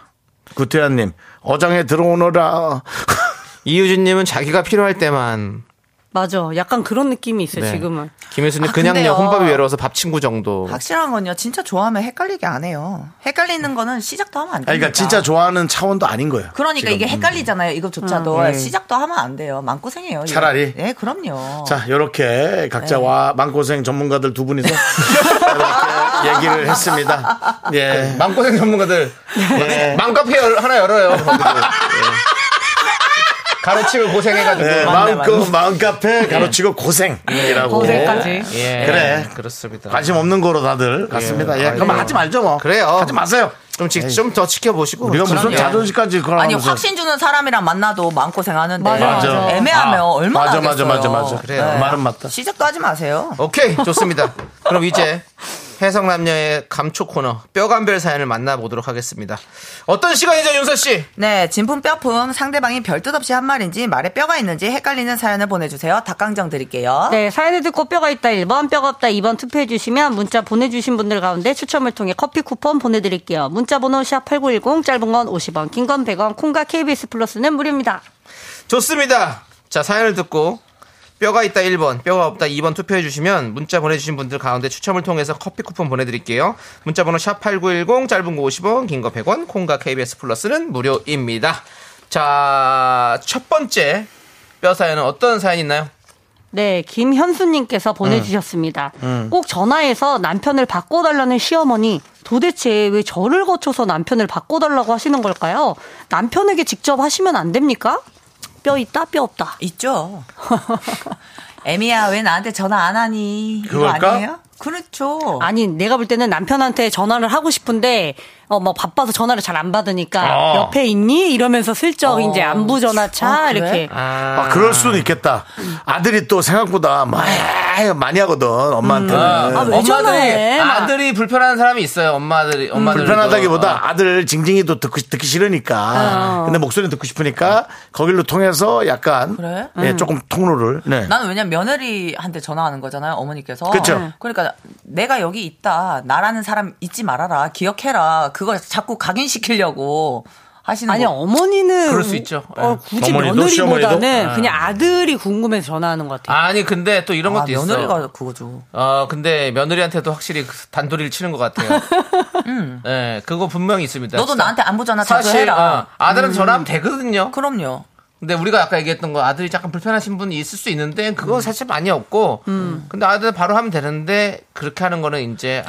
S1: 구태환님 어장에 들어오너라.
S2: 이유진님은 자기가 필요할 때만.
S9: 맞아. 약간 그런 느낌이 있어요,
S2: 네.
S9: 지금은.
S2: 김혜수님
S8: 아,
S2: 그냥요
S8: 근데요.
S2: 혼밥이 외로워서 밥 친구 정도.
S1: 아,
S8: 확실한 건요. 진짜 좋아하면 헷갈리게 안 해요. 헷갈리는 거는 시작도 하면 안 돼요.
S1: 그러니까 진짜 좋아하는 차원도 아닌 거예요.
S8: 그러니까
S1: 지금.
S8: 이게 헷갈리잖아요. 이것조차도
S1: 음.
S8: 시작도 하면 안 돼요. 마음고생이에요. 이거.
S1: 차라리?
S8: 예, 그럼요.
S1: 자, 요렇게
S8: 네.
S1: 각자와 망고생 전문가들 두 분이서 이렇게 얘기를 했습니다.
S2: 그
S1: 예. 망고생 전문가들. 예.
S2: 맘카페 하나 네. 열어요. 예. 가르침을 고생해가지고.
S1: 예,
S2: 맞네,
S1: 마음껏
S2: 맞네.
S1: 마음카페 가로치고 고생이라고.
S2: 예.
S1: 그래.
S2: 그렇습니다.
S1: 관심 없는 거로 다들 갔습니다. 예.
S2: 아이고.
S1: 그럼 하지 말죠 뭐.
S2: 그래요.
S1: 하지 마세요.
S2: 아,
S1: 예,
S2: 좀 더 지켜보시고.
S1: 우리가 무슨
S2: 그럼요.
S1: 자존심까지 그걸
S8: 아니
S1: 하면서.
S8: 확신 주는 사람이랑 만나도 마음고생 하는데
S1: 맞아.
S8: 애매하면
S1: 아,
S8: 얼마나
S1: 맞아,
S8: 하겠어요.
S1: 맞아, 맞아, 맞아.
S2: 그래요.
S1: 말은 맞다.
S8: 시작도 하지 마세요.
S2: 오케이 좋습니다. 그럼 이제 해성남녀의 감초 코너 뼈간별 사연을 만나보도록 하겠습니다. 어떤 시간이죠 윤서 씨?
S8: 네, 진품 뼈품 상대방이 별뜻 없이 한 말인지 말에 뼈가 있는지 헷갈리는 사연을 보내주세요. 닭강정 드릴게요.
S9: 네, 사연을 듣고 뼈가 있다 1번, 뼈가 없다 2번 투표해 주시면 문자 보내 주신 분들 가운데 추첨을 통해 커피 쿠폰 보내 드릴게요. 문자 번호 샵8910 짧은 건 50원, 긴 건 100원, 콩과 KBS 플러스는 무료입니다.
S2: 좋습니다. 자 사연을 듣고 뼈가 있다 1번, 뼈가 없다 2번 투표해 주시면 문자 보내주신 분들 가운데 추첨을 통해서 커피 쿠폰 보내드릴게요. 문자번호 샵 #8910 짧은 거 50원, 긴 거 100원, 콩과 KBS 플러스는 무료입니다. 자 첫 번째 뼈 사연은 어떤 사연 있나요?
S9: 네, 김현수님께서 보내주셨습니다.
S2: 음.
S9: 꼭 전화해서 남편을 바꿔달라는 시어머니, 도대체 왜 저를 거쳐서 남편을 바꿔달라고 하시는 걸까요? 남편에게 직접 하시면 안 됩니까? 뼈 있다, 뼈 없다.
S8: 있죠. 애미야 왜 나한테 전화 안 하니? 이거
S9: 그럴까?
S8: 아니에요? 그렇죠.
S9: 아니, 내가 볼 때는 남편한테 전화를 하고 싶은데, 어, 뭐, 바빠서 전화를 잘 안 받으니까,
S1: 어.
S9: 옆에 있니? 이러면서 슬쩍 이제 안부 전화차,
S1: 아, 그래?
S9: 이렇게.
S1: 아, 그럴 수는 있겠다. 아들이 또 생각보다 많이, 많이 하거든, 엄마한테는.
S2: 음.
S9: 아,
S2: 아, 엄마들이 아들이 불편한 사람이 있어요.
S9: 음,
S2: 엄마들이 엄마들
S1: 불편하다기보다 아들 징징이도 듣고, 듣기 싫으니까.
S8: 어.
S1: 근데 목소리 듣고 싶으니까 거길로 통해서 약간
S8: 그래?
S1: 예,
S8: 음.
S1: 조금 통로를. 네.
S8: 나는 왜냐면 며느리한테 전화하는 거잖아요, 어머니께서.
S1: 그쵸. 네.
S8: 그러니까 내가 여기 있다, 나라는 사람 잊지 말아라, 기억해라. 그걸 자꾸 각인시키려고 하시는
S9: 아니
S8: 거.
S9: 어머니는
S2: 그럴 수 있죠. 예.
S9: 어, 굳이
S2: 어머니도,
S9: 며느리보다는
S2: 시어머니도?
S9: 그냥 아들이 궁금해서 전화하는 것 같아요.
S2: 아니 근데 또 이런
S9: 아,
S2: 것도 있어.
S9: 며느리가
S8: 그거죠.
S2: 어 근데 며느리한테도 확실히 그 단도리를 치는 것 같아요. 예, 그거 분명히 있습니다.
S8: 음. 너도 나한테 안부 전화 자주
S2: 사실, 어,
S8: 해라.
S2: 아들은
S8: 음.
S2: 전화하면 되거든요.
S8: 그럼요.
S2: 근데 우리가 아까 얘기했던 거 아들이 약간 불편하신 분이 있을 수 있는데 그건
S8: 음.
S2: 사실 많이 없고. 근데 아들 바로 하면 되는데 그렇게 하는 거는 이제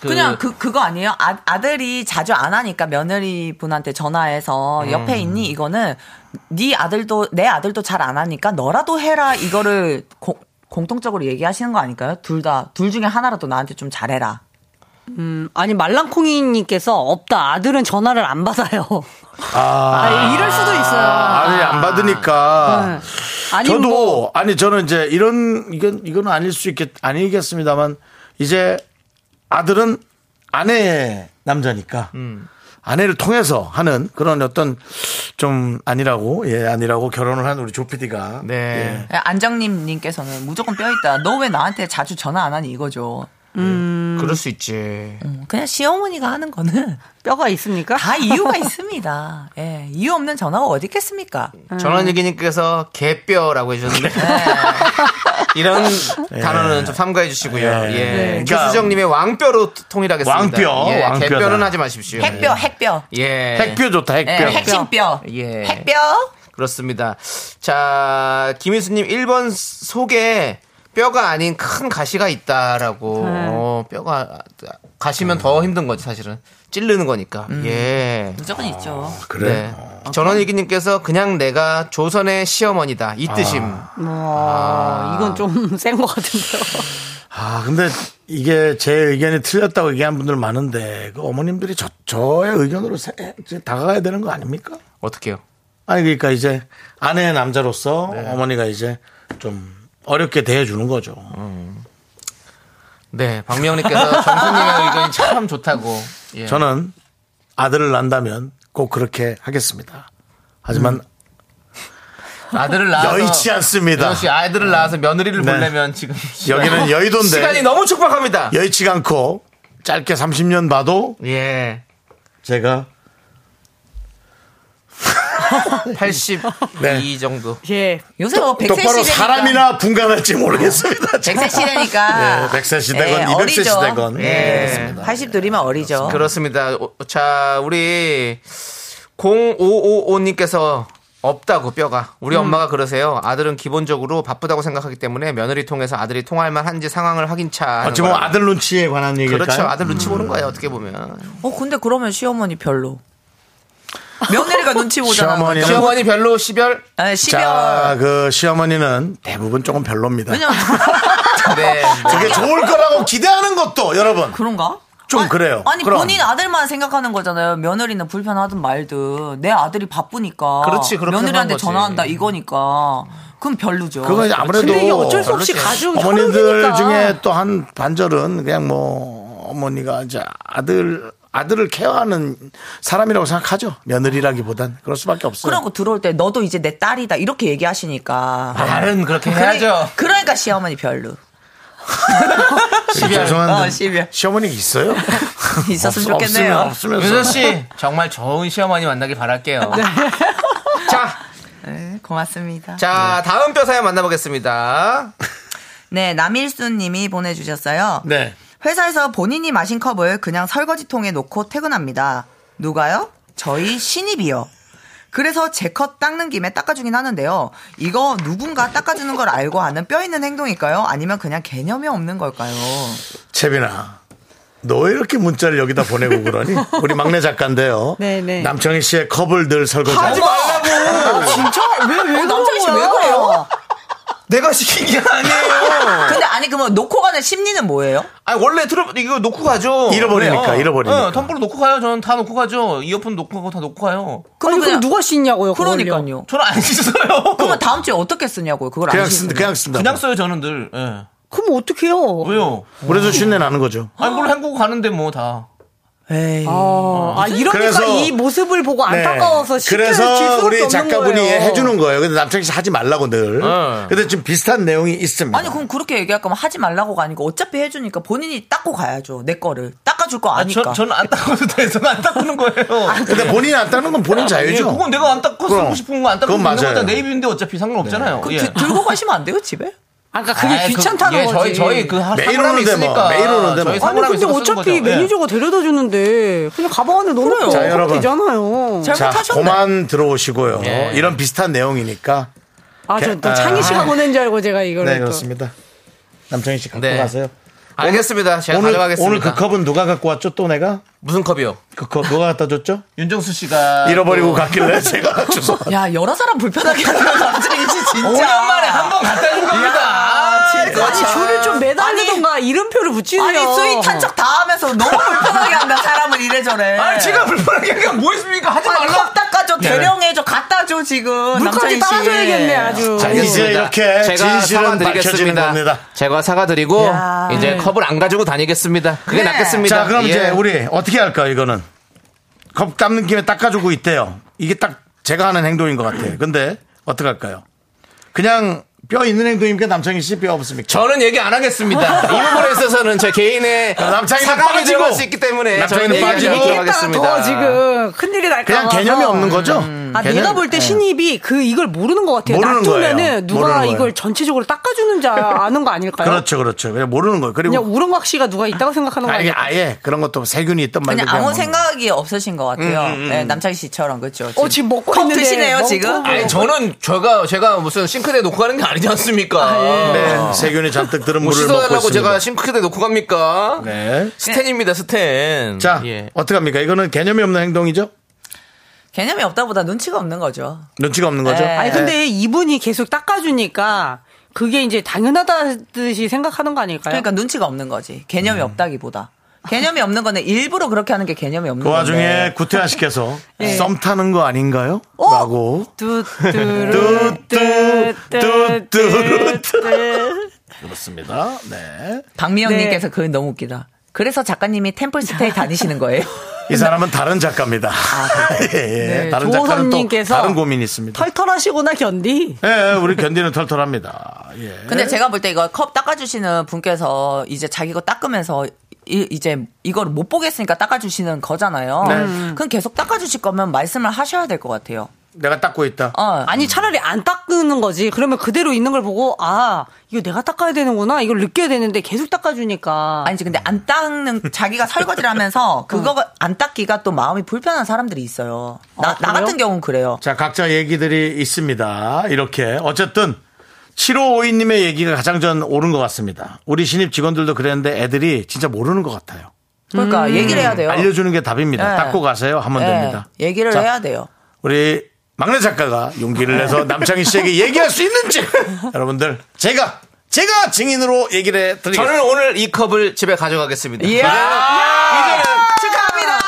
S2: 그,
S8: 그냥 그 그거 아니에요? 아, 아들이 자주 안 하니까 며느리 분한테 전화해서
S2: 음.
S8: 옆에 있니 이거는 네 아들도 내 아들도 잘 안 하니까 너라도 해라 이거를 공, 공통적으로 얘기하시는 거 아닐까요? 둘 다 둘 중에 하나라도 나한테 좀 잘해라.
S9: 음, 아니 말랑콩이님께서 없다. 아들은 전화를 안 받아요. 아, 이럴 수도 있어요.
S1: 아들이 안
S8: 음.
S1: 받으니까.
S9: 아니면
S1: 저도
S9: 뭐-
S1: 아니 저는 이제 이런 이건 이건 아닐 수 있겠 아니겠습니다만 이제 아들은 아내의 남자니까 아내를 통해서 하는 그런 어떤 좀 아니라고 예 아니라고 결혼을 한 우리 조피디가
S8: 그
S1: 네.
S8: 예. 안정님 님께서는 무조건 뼈 있다. 너 왜 나한테 자주 전화 안 하니 이거죠. 음.
S2: 그럴 수 있지.
S8: 그냥 시어머니가 하는 거는
S9: 뼈가 있습니까?
S8: 다 이유가 있습니다. 예, 이유 없는 전화가 어디 있겠습니까?
S1: 예.
S2: 전원일기님께서 개뼈라고 해주셨는데
S8: 네.
S2: 이런
S1: 예.
S2: 단어는 좀 삼가해 주시고요.
S1: 네.
S2: 예.
S1: 네.
S2: 김수정님의 왕뼈로 통일하겠습니다.
S1: 왕뼈,
S2: 예.
S1: 왕뼈다.
S2: 개뼈는 하지 마십시오.
S8: 핵뼈, 핵뼈.
S2: 예.
S1: 핵뼈 좋다 핵뼈
S8: 예, 핵심뼈.
S2: 예.
S8: 핵뼈.
S2: 그렇습니다. 자, 김희수님 1번 속에 뼈가 아닌 큰 가시가 있다라고.
S8: 네.
S2: 어, 뼈가 가시면 더 힘든 거지 사실은 찌르는 거니까.
S8: 음.
S2: 예. 네.
S8: 무조건 있죠.
S1: 그래?
S2: 전원일기님께서 그냥 내가 조선의 시어머니다
S1: 아.
S2: 이 뜻임.
S9: 와, 아, 이건 좀 센 것 같은데요.
S1: 아 근데 이게 제 의견이 틀렸다고 얘기한 분들 많은데 그 어머님들이 저 저의 의견으로 세- 다가가야 되는 거 아닙니까?
S2: 어떻게요?
S1: 아니 그러니까 이제 아내의 남자로서 어머니가 이제 좀 어렵게 대해주는 거죠.
S2: 네, 박명님께서 정수님의 의견이 참 좋다고. 예.
S1: 저는 아들을 낳는다면 꼭 그렇게 하겠습니다. 하지만
S2: 아들을 낳아서
S1: 여의치 않습니다.
S2: 윤호 씨 아이들을 낳아서 며느리를
S1: 네.
S2: 보려면 지금
S1: 여기는 여의도인데.
S2: 시간이 너무 촉박합니다.
S1: 여의치가 않고 짧게 30년 봐도
S2: 예.
S1: 제가
S2: 80
S1: 네.
S2: 이 정도.
S9: 예.
S8: 요새 뭐 백세
S1: 똑바로
S8: 시대니까. 어.
S1: 사람이나 분간할지 모르겠습니다.
S8: 백세 시대니까.
S1: 예, 백세 시대건 이백세
S8: 어리죠.
S1: 시대건.
S8: 예. 80들이면 어리죠.
S2: 그렇습니다. 오, 자, 우리 0555님께서 없다고 뼈가 우리
S1: 음.
S2: 엄마가 그러세요. 아들은 기본적으로 바쁘다고 생각하기 때문에 며느리 통해서 아들이 통할 만한지 상황을 확인차. 하는
S1: 어찌 보면
S2: 거라고.
S1: 아들 눈치에 관한 얘기일까요? 음.
S2: 그렇죠. 아들 눈치 보는 거예요. 어떻게 보면
S8: 어, 근데 그러면 시어머니 별로. 며느리가 눈치 보잖아.
S1: 시어머니는-
S2: 시어머니 별로 시별.
S8: 아, 시별.
S1: 자, 그 시어머니는 대부분 조금 별로입니다.
S8: 왜냐면
S2: 네.
S1: 그게 좋을 거라고 기대하는 것도 여러분
S8: 그런가?
S1: 좀
S8: 아니,
S1: 그래요.
S8: 아니
S1: 그럼.
S8: 본인 아들만 생각하는 거잖아요. 며느리는 불편하든 말든 내 아들이 바쁘니까
S2: 그렇지, 그렇게 생각한
S8: 며느리한테
S2: 거지.
S8: 전화한다 이거니까 그럼 별로죠.
S1: 그건 이제 아무래도
S9: 근데 이게 어쩔 수 없이
S2: 별로지.
S9: 가족
S1: 어머니들
S9: 형이니까.
S1: 중에 또 한 반절은 그냥 뭐 어머니가 이제 아들 아들을 케어하는 사람이라고 생각하죠. 며느리라기보단 그럴 수밖에 없어요.
S8: 그런 거 들어올 때 너도 이제 내 딸이다 이렇게 얘기하시니까
S1: 아,
S2: 말은 그렇게
S8: 그러니-
S2: 해야죠.
S8: 그러니까 시어머니 별로
S1: 예, 죄송한데
S8: 어, 시비야.
S1: 시어머니 있어요?
S8: 있었으면
S1: 없-
S8: 좋겠네요.
S1: 없으면
S2: 유선
S1: 없으면서
S2: 씨 정말 좋은 시어머니 만나길 바랄게요. 자,
S8: 네, 고맙습니다.
S2: 자 다음 뼈사연 만나보겠습니다.
S8: 네, 남일수님이 보내주셨어요.
S1: 네.
S8: 회사에서 본인이 마신 컵을 그냥 설거지통에 놓고 퇴근합니다. 누가요? 저희 신입이요. 그래서 제 컵 닦는 김에 닦아주긴 하는데요. 이거 누군가 닦아주는 걸 알고 하는 뼈 있는 행동일까요? 아니면 그냥 개념이 없는 걸까요?
S1: 채빈아. 너 왜 이렇게 문자를 여기다 보내고 그러니? 우리 막내 작가인데요.
S9: 네, 네.
S1: 남청희 씨의 컵을 늘 설거지하고.
S8: 말라고! 아, 진짜? 왜, 왜, 어, 남창희 씨왜 그래요?
S2: 내가 시킨 게 아니에요.
S8: 근데 아니, 그러면 놓고 가는 심리는 뭐예요?
S2: 아니 원래 들어 이거 놓고 가죠.
S1: 잃어버리니까,
S2: 그래요.
S1: 잃어버리니까.
S2: 어, 텀블러 놓고 가요. 저는 다 놓고 가죠. 이어폰 놓고 가고 다 놓고 가요.
S9: 아니,
S8: 그러면
S9: 그럼 누가 씻냐고요, 그걸요?
S8: 그러니까요.
S2: 저는 안 씻어요.
S8: 그러면 다음 주에 어떻게 쓰냐고요? 그걸
S1: 그냥
S8: 안
S1: 쓴
S8: 쓰는
S1: 그냥 쓴다.
S2: 그냥 써요. 저는 늘. 예.
S9: 그럼 어떡해요?
S2: 왜요?
S1: 그래서 쉰내 나는 거죠.
S2: 아니 뭘 헹구고 가는데 뭐 다.
S8: 에이.
S9: 아, 아, 이러니까
S1: 그래서-
S9: 이 모습을 보고
S1: 네.
S9: 안타까워서 시켜줄
S1: 그래서
S9: 수밖에
S1: 우리
S9: 없는
S1: 작가분이
S9: 거예요.
S1: 해주는 거예요. 근데 남창희 씨 하지 말라고 늘.
S2: 어.
S1: 근데 지금 비슷한 내용이 있습니다.
S8: 아니 그럼 그렇게 얘기할 거면 하지 말라고가 아니고 어차피 해주니까 본인이 닦고 가야죠 내 거를 닦아줄 거 아니까
S2: 아, 저, 는안 닦아도 돼. 저는 안 닦는 거예요.
S1: 근데 본인이 안 따는 건 본인
S2: 예,
S1: 자유죠.
S2: 그건 내가 안 닦고
S1: 그럼.
S2: 쓰고 싶은 거 안 닦고
S1: 그건
S2: 있는
S1: 맞아요.
S2: 거다 내 입인데 어차피 상관없잖아요.
S8: 그럼
S2: 예.
S8: 드- 들고 가시면 안 돼요 집에?
S9: 아, 그러니까 그게
S2: 아이, 그-
S9: 귀찮다는
S2: 예,
S9: 거지.
S2: 저희 저희 그 하-
S1: 매일
S2: 사물함이
S1: 오는데 뭐,
S2: 있으니까.
S1: 매일 오는데 뭐.
S2: 저희
S9: 아니
S2: 사물함이
S9: 근데
S2: 있어서 쓰는
S9: 어차피
S2: 거죠. 예.
S9: 매니저가 데려다 주는데 그냥 가방 안에 넣어놓고
S1: 자, 여러분.
S9: 하면 되잖아요.
S1: 자,
S8: 잘못하셨네
S1: 그만 들어오시고요.
S2: 예.
S1: 이런 비슷한 내용이니까.
S9: 아, 저
S1: 아,
S9: 또 창희 씨가
S1: 아.
S9: 보낸 줄 알고 제가 이걸
S1: 네,
S9: 또.
S1: 그렇습니다. 남창희 씨 갖고
S2: 네.
S1: 가세요.
S2: 알겠습니다. 제가
S1: 오늘,
S2: 가져가겠습니다.
S1: 오늘 그 컵은 누가 갖고 왔죠? 또 내가?
S2: 무슨 컵이요?
S1: 그 컵 누가 갖다 줬죠?
S2: 윤정수 씨가
S1: 잃어버리고 갔길래 제가 주소.
S8: 야 여러 사람 불편하게 하는 남자이지 진짜
S2: 5년 만에 한 번 갖다 준 겁니다. 아, 진짜.
S9: 아니 줄을 좀 매달리던가 이름표를 붙이세요.
S8: 아니 스윗한 척 다 하면서 너무 불편하게 한다 사람을 이래저래
S2: 아니 제가 불편하게 한 게 뭐 있습니까? 하지 네.
S8: 아니,
S2: 말라.
S8: 컵 닦아줘 대령해줘 갖다줘 지금
S9: 물까지
S8: 남창희
S9: 따라줘야겠네
S2: 음.
S9: 아주.
S1: 자, 이제 이렇게 진실은 밝혀지는 겁니다.
S2: 제가 사과드리고
S8: 야.
S2: 이제 컵을 안 가지고 다니겠습니다. 그게
S8: 네.
S2: 낫겠습니다.
S1: 자, 그럼
S2: 예.
S1: 이제 우리 어떻게 할까, 요 이거는? 컵 닦는 김에 닦아주고 있대요. 이게 딱 제가 하는 행동인 것 같아요. 근데, 어떡할까요? 그냥 뼈 있는 행동입니까? 남창희 씨 뼈 없습니까?
S2: 저는 얘기 안 하겠습니다. 이 부분에 있어서는 제 개인의
S1: 남창이는
S2: 사과가
S1: 빠지고.
S2: 들어갈 수 있기 때문에
S1: 남창이는
S2: 저는 얘기 안
S1: 빠지고.
S9: 얘기했다가 더
S2: 들어가겠습니다.
S9: 지금 큰일이 날까
S1: 그냥
S9: 봐서.
S1: 개념이 없는 거죠?
S9: 아,
S1: 개념- 네.
S9: 내가 볼 때 신입이 그 이걸 모르는 것 같아요.
S1: 모르는 거예요.
S9: 놔두면은
S1: 모르는
S9: 누가
S1: 거예요.
S9: 이걸 전체적으로 닦아주는 줄 아는 거 아닐까요?
S1: 그렇죠, 그렇죠. 그냥 모르는 거예요.
S9: 그냥
S1: 그리고
S9: 우렁각 씨가 누가 있다고 생각하는 거
S1: 아예,
S9: 아니에요?
S1: 아예 그런 것도 세균이 있던 말도
S8: 그냥 아무 생각이 없으신 것
S2: 음,
S8: 같아요 네, 남창희 씨처럼 그렇죠
S9: 어, 지금 먹고
S8: 컵
S9: 있는데
S8: 드시네요
S9: 먹고
S8: 지금
S9: 먹고.
S2: 아니 저는 제가 제가 무슨 싱크대에 놓고 가는 게 아니지 않습니까?
S1: 네, 세균이 잔뜩 들은
S2: 뭐
S1: 물을 먹고
S2: 씻어달라고
S1: 있습니다.
S2: 제가 싱크대에 놓고 갑니까?
S1: 네.
S2: 스탠입니다 스탠.
S1: 자,
S2: 예.
S1: 어떡합니까? 이거는 개념이 없는 행동이죠?
S8: 개념이 없다보다 눈치가 없는 거죠
S1: 눈치가 없는 거죠?
S8: 네.
S9: 아니 근데 이분이 계속 닦아주니까 그게 이제 당연하다듯이 생각하는 거 아닐까요?
S8: 그러니까 눈치가 없는 거지. 개념이 없다기보다. 개념이 없는 건데 일부러 그렇게 하는 게 개념이 없는
S1: 그
S8: 건데.
S2: 네.
S1: 와중에 구태아 씨께서 썸 타는 거 아닌가요?
S9: 네. 어?
S1: 라고.
S9: 뚜뚜뚜뚜뚜뚜
S1: 그렇습니다. 네.
S8: 박미영님께서 그 너무 웃기다. 그래서 작가님이 템플스테이 다니시는 거예요.
S1: 이 사람은 다른 작가입니다. 예, 예.
S9: 아, 네,
S1: 다른 작가는 또
S9: 조호선님께서
S1: 다른 고민이 있습니다.
S9: 털털하시구나 견디.
S1: 예, 예, 우리 견디는 털털합니다. 예.
S8: 근데 제가 볼 때 이거 컵 닦아주시는 분께서 이제 자기 거 닦으면서 이, 제 이걸 네. 음. 못 보겠으니까 닦아주시는 거잖아요. 어. 그럼 계속 닦아주실 거면 말씀을 하셔야 될 것 같아요.
S1: 내가 닦고 있다.
S9: 아니 차라리 안 닦는 거지. 그러면 그대로 있는 걸 보고 아 이거 내가 닦아야 되는구나 이걸 느껴야 되는데 계속 닦아주니까.
S8: 아니지 근데 안 닦는 자기가 설거지를 하면서 그거 안 닦기가 또 마음이 불편한 사람들이 있어요. 나, 나 같은 경우는 아, 그래요.
S1: 자, 각자 얘기들이 있습니다. 이렇게. 어쨌든, 7552님의 얘기가 가장 전 옳은 것 같습니다. 우리 신입 직원들도 그랬는데 애들이 진짜 모르는 것 같아요.
S8: 그러니까
S1: 음.
S8: 얘기를 해야 돼요.
S1: 알려주는 게 답입니다.
S8: 네.
S1: 닦고 가세요 하면
S8: 네.
S1: 됩니다.
S9: 예.
S8: 얘기를
S1: 자,
S8: 해야 돼요.
S1: 우리 막내 작가가 용기를
S9: 네.
S1: 내서 남창희 씨에게 얘기할 수 있는지 여러분들 제가 제가 증인으로 얘기를 해드리겠습니다. 네.
S2: 저는 오늘 이 컵을 집에 가져가겠습니다.
S1: 이야!
S8: 축하합니다.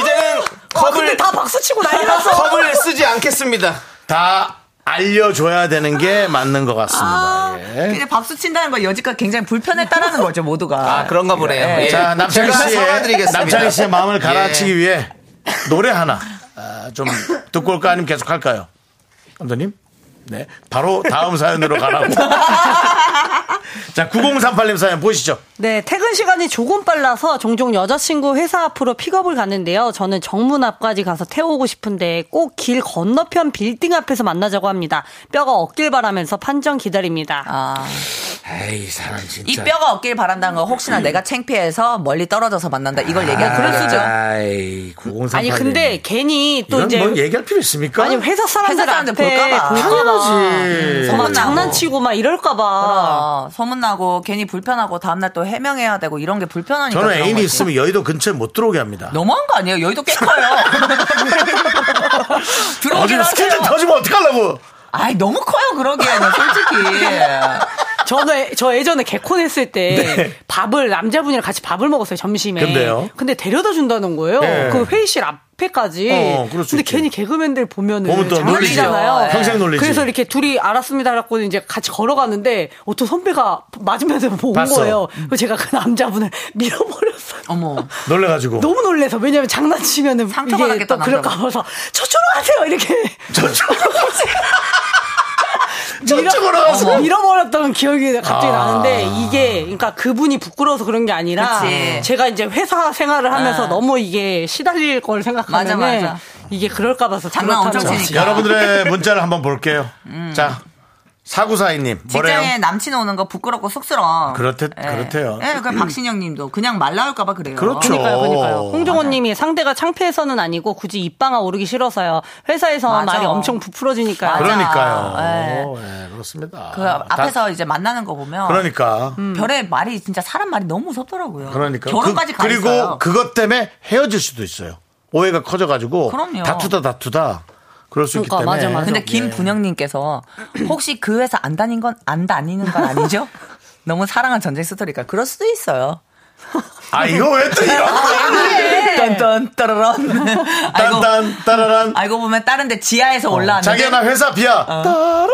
S2: 이제는 컵을
S8: 다 박수 치고 난리 났어.
S2: 컵을 쓰지 않겠습니다.
S1: 다 알려줘야 되는 게 맞는 것 같습니다. 예.
S8: 근데 네. 박수 친다는 건 여지껏 굉장히 불편했다라는 거죠 모두가.
S2: 아 그런가 보네요.
S8: 예.
S1: 자, 남창희
S2: 제가
S1: 씨의,
S2: 사과드리겠습니다.
S1: 남창희 씨의 마음을
S2: 예.
S1: 가라앉히기 위해 노래 하나 아, 좀 듣고 올까 아니면 계속 할까요? 감독님? 네. 바로 다음 사연으로 가라고. 자, 9038님 사연 보시죠.
S9: 네, 퇴근 시간이 조금 빨라서 종종 여자친구 회사 앞으로 픽업을 가는데요. 저는 정문 앞까지 가서 태우고 싶은데 꼭 길 건너편 빌딩 앞에서 만나자고 합니다. 뼈가 없길 바라면서 판정 기다립니다.
S8: 아,
S1: 에이, 사람 진짜.
S8: 이 뼈가 없길 바란다는 건 혹시나
S1: 음.
S8: 내가 창피해서 멀리 떨어져서 만난다 이걸 얘기할 그럴 수죠.
S1: 아. 아이, 9038님.
S9: 아니 근데 괜히 또
S1: 이건
S9: 이제
S1: 뭘 얘기할 필요 있습니까?
S9: 아니 회사
S8: 회사
S9: 사람들
S8: 사람들
S9: 앞에
S8: 볼까봐.
S1: 당연하지. 그렇죠. 뭐.
S9: 막
S8: 소문나고.
S9: 장난치고 막 이럴까봐.
S8: 어, 소문나고 괜히 불편하고 다음날 또 해명해야 되고 이런 게 불편하니까.
S1: 저는
S8: 그런
S1: 애인이
S8: 거지.
S1: 있으면 여의도 근처에 못 들어오게 합니다.
S8: 너무한 거 아니에요? 여의도 꽤 커요. 들어오긴
S1: 어디로 스케줄
S8: 하세요.
S1: 터지면 어떡하려고.
S8: 아이 너무 커요 그러기에는 솔직히.
S9: 저는 예- 저 예전에 개콘 했을 때
S1: 네.
S9: 밥을 남자분이랑 같이 밥을 먹었어요 점심에.
S1: 근데요?
S9: 근데 데려다 준다는 거예요.
S1: 네.
S9: 그 회의실 앞에까지.
S1: 어, 그럴 수
S9: 근데
S1: 있지.
S9: 괜히 개그맨들 보면은
S1: 보면 또 놀리지.
S9: 장난이잖아요.
S1: 평생 놀리지.
S9: 그래서 이렇게 둘이 알았습니다 라고 이제 같이 걸어가는데 어떤 선배가 맞으면서 본
S1: 봤어.
S9: 거예요. 그래서 제가 그 남자분을 밀어버렸어요.
S8: 어머.
S1: 놀래가지고.
S9: 너무 놀래서 왜냐면 장난치면은
S8: 상처가
S9: 이게
S8: 났겠다,
S9: 또 그럴까
S8: 남자분.
S9: 봐서 저쪽으로 가세요 이렇게
S1: 저쪽으로 저쪽으로 가서.
S9: 잃어버렸던 기억이 갑자기
S1: 아.
S9: 나는데 이게 그러니까 그분이 부끄러워서 그런 게 아니라
S8: 그치.
S9: 제가 이제 회사 생활을 하면서
S8: 아.
S9: 너무 이게 시달릴 걸 생각하면
S8: 맞아, 맞아.
S9: 이게 그럴까 봐서
S8: 장난 엄청
S9: 그렇다는
S8: 치니까. 음.
S1: 여러분들의 문자를 한번 볼게요. 자, 사구사이님
S8: 직장에
S1: 뭐래요?
S8: 남친 오는 거 부끄럽고 쑥스러워.
S1: 그렇대-
S8: 예.
S1: 그렇대요.
S8: 예, 그 박신영님도 그냥 말 나올까봐 그래요.
S1: 그렇죠.
S9: 그러니까요, 그러니까요. 홍종호님이 상대가 창피해서는 아니고 굳이 입방아 오르기 싫어서요. 회사에서
S8: 맞아.
S9: 말이 엄청 부풀어지니까요.
S8: 맞아.
S1: 그러니까요. 예, 그렇습니다.
S8: 그 앞에서 이제 만나는 거 보면 음,
S1: 그러니까.
S8: 별의 말이 진짜 사람 말이 너무 무섭더라고요.
S1: 그러니까.
S8: 결혼까지
S1: 그,
S8: 가
S1: 리고
S8: 있어요.
S1: 그것 때문에 헤어질 수도 있어요. 오해가 커져가지고
S8: 그럼요.
S1: 다투다 다투다 그럴 수 있기
S9: 그러니까,
S1: 때문에.
S9: 맞아, 맞아.
S8: 음, 근데 김분영님께서 혹시 그 회사 안 다닌 건 안 다니는 건 아니죠? 너무 사랑한 전쟁 스토리니까 그럴 수도 있어요.
S1: 아 이거 왜 또 이런 거야?
S8: 딴딴 따라란. 알고,
S1: 아, 네. 딴딴 따라란.
S8: 알고 보면 다른데 지하에서 올라왔는데
S1: 자기야 나 회사 비야. 따라.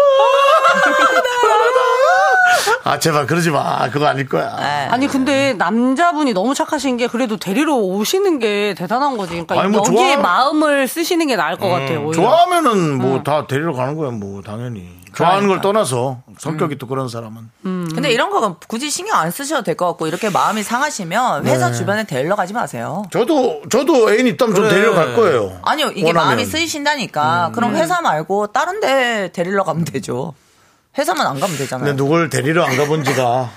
S1: 아 제발 그러지 마. 그거 아닐 거야.
S8: 예.
S9: 아니 근데 남자분이 너무 착하신 게 그래도 데리러 오시는 게 대단한 거지. 그러니까
S1: 아니, 뭐
S9: 여기에
S1: 좋아.
S9: 마음을 쓰시는 게 나을 것 같아요. 오히려.
S1: 좋아하면은 뭐 다 데리러 가는 거야 뭐 당연히 좋아하는 걸 떠나서 성격이 또 그런 사람은
S8: 근데 이런 거 굳이 신경 안 쓰셔도 될 것 같고 이렇게 마음이 상하시면
S1: 네.
S8: 회사 주변에 데리러 가지 마세요.
S1: 저도 저도 애인 있다면 좀 데리러 갈 거예요
S8: 아니요 이게
S1: 원하면. 음.
S8: 마음이 쓰이신다니까 그럼 회사 말고 다른 데 데리러 가면 되죠. 회사만 안 가면
S1: 근데
S8: 되잖아요.
S1: 누굴 데리러 안 가본 지가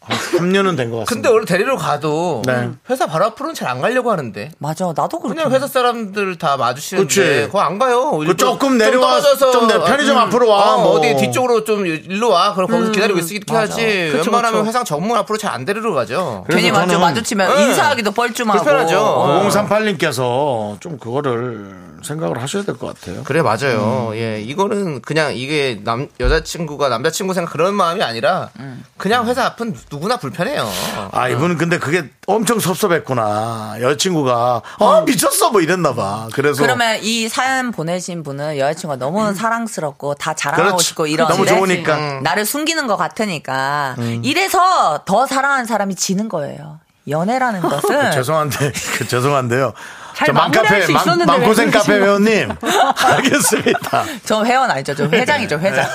S1: 한 3년은 된 것
S2: 근데
S1: 같습니다
S2: 원래 데리러 가도
S1: 네. 그렇죠.
S2: 회사 바로 앞으로는 잘 안 가려고 하는데
S8: 맞아 나도 그렇게
S2: 그냥 회사 사람들 다
S1: 그치.
S2: 마주치는데 그거 안 가요. 일부러
S1: 조금 내려와,
S2: 떨어져서
S1: 좀내 편의점 앞으로 와,
S2: 어,
S1: 뭐. 음.
S2: 어디 뒤쪽으로 좀 일로 와. 그럼 거기서 기다리고 있어 이렇게
S8: 맞아.
S2: 하지. 웬만하면 회사 정문 앞으로 잘 안 데리러 가죠.
S8: 괜히
S1: 그래서
S8: 마주
S1: 저는-
S8: 마주치면
S2: 네.
S8: 인사하기도 뻘쭘하고
S2: 불편하죠. 어.
S1: 5038님께서 좀 그거를 생각을 하셔야 될 것 같아요
S2: 그래 맞아요. 예, 이거는 그냥 이게 남 여자친구가 남자친구 생각 그런 마음이 아니라 그냥 회사 앞은 누구나 불편해요.
S1: 아 이분은 근데 그게 엄청 섭섭했구나 여자친구가 아 미쳤어 뭐 이랬나 봐 그래서
S8: 그러면 이 사연 보내신 분은 여자친구가 너무 사랑스럽고 다 자랑하고
S1: 음. 그렇죠. 그렇지.
S8: 싶고 이런
S1: 너무 좋으니까. 음.
S8: 음. 나를 숨기는 것 같으니까 이래서 더 사랑하는 사람이 지는 거예요. 연애라는 것은
S1: 죄송한데 그 죄송한데요.
S9: 네. 잘
S1: 저
S9: 마무리할 수 있었는데
S1: 맘-
S9: 왜
S1: 맘고생 카페
S9: 그러시는
S1: 회원님 알겠습니다.
S8: 저 회원 아니죠? 저 회장이죠 회장.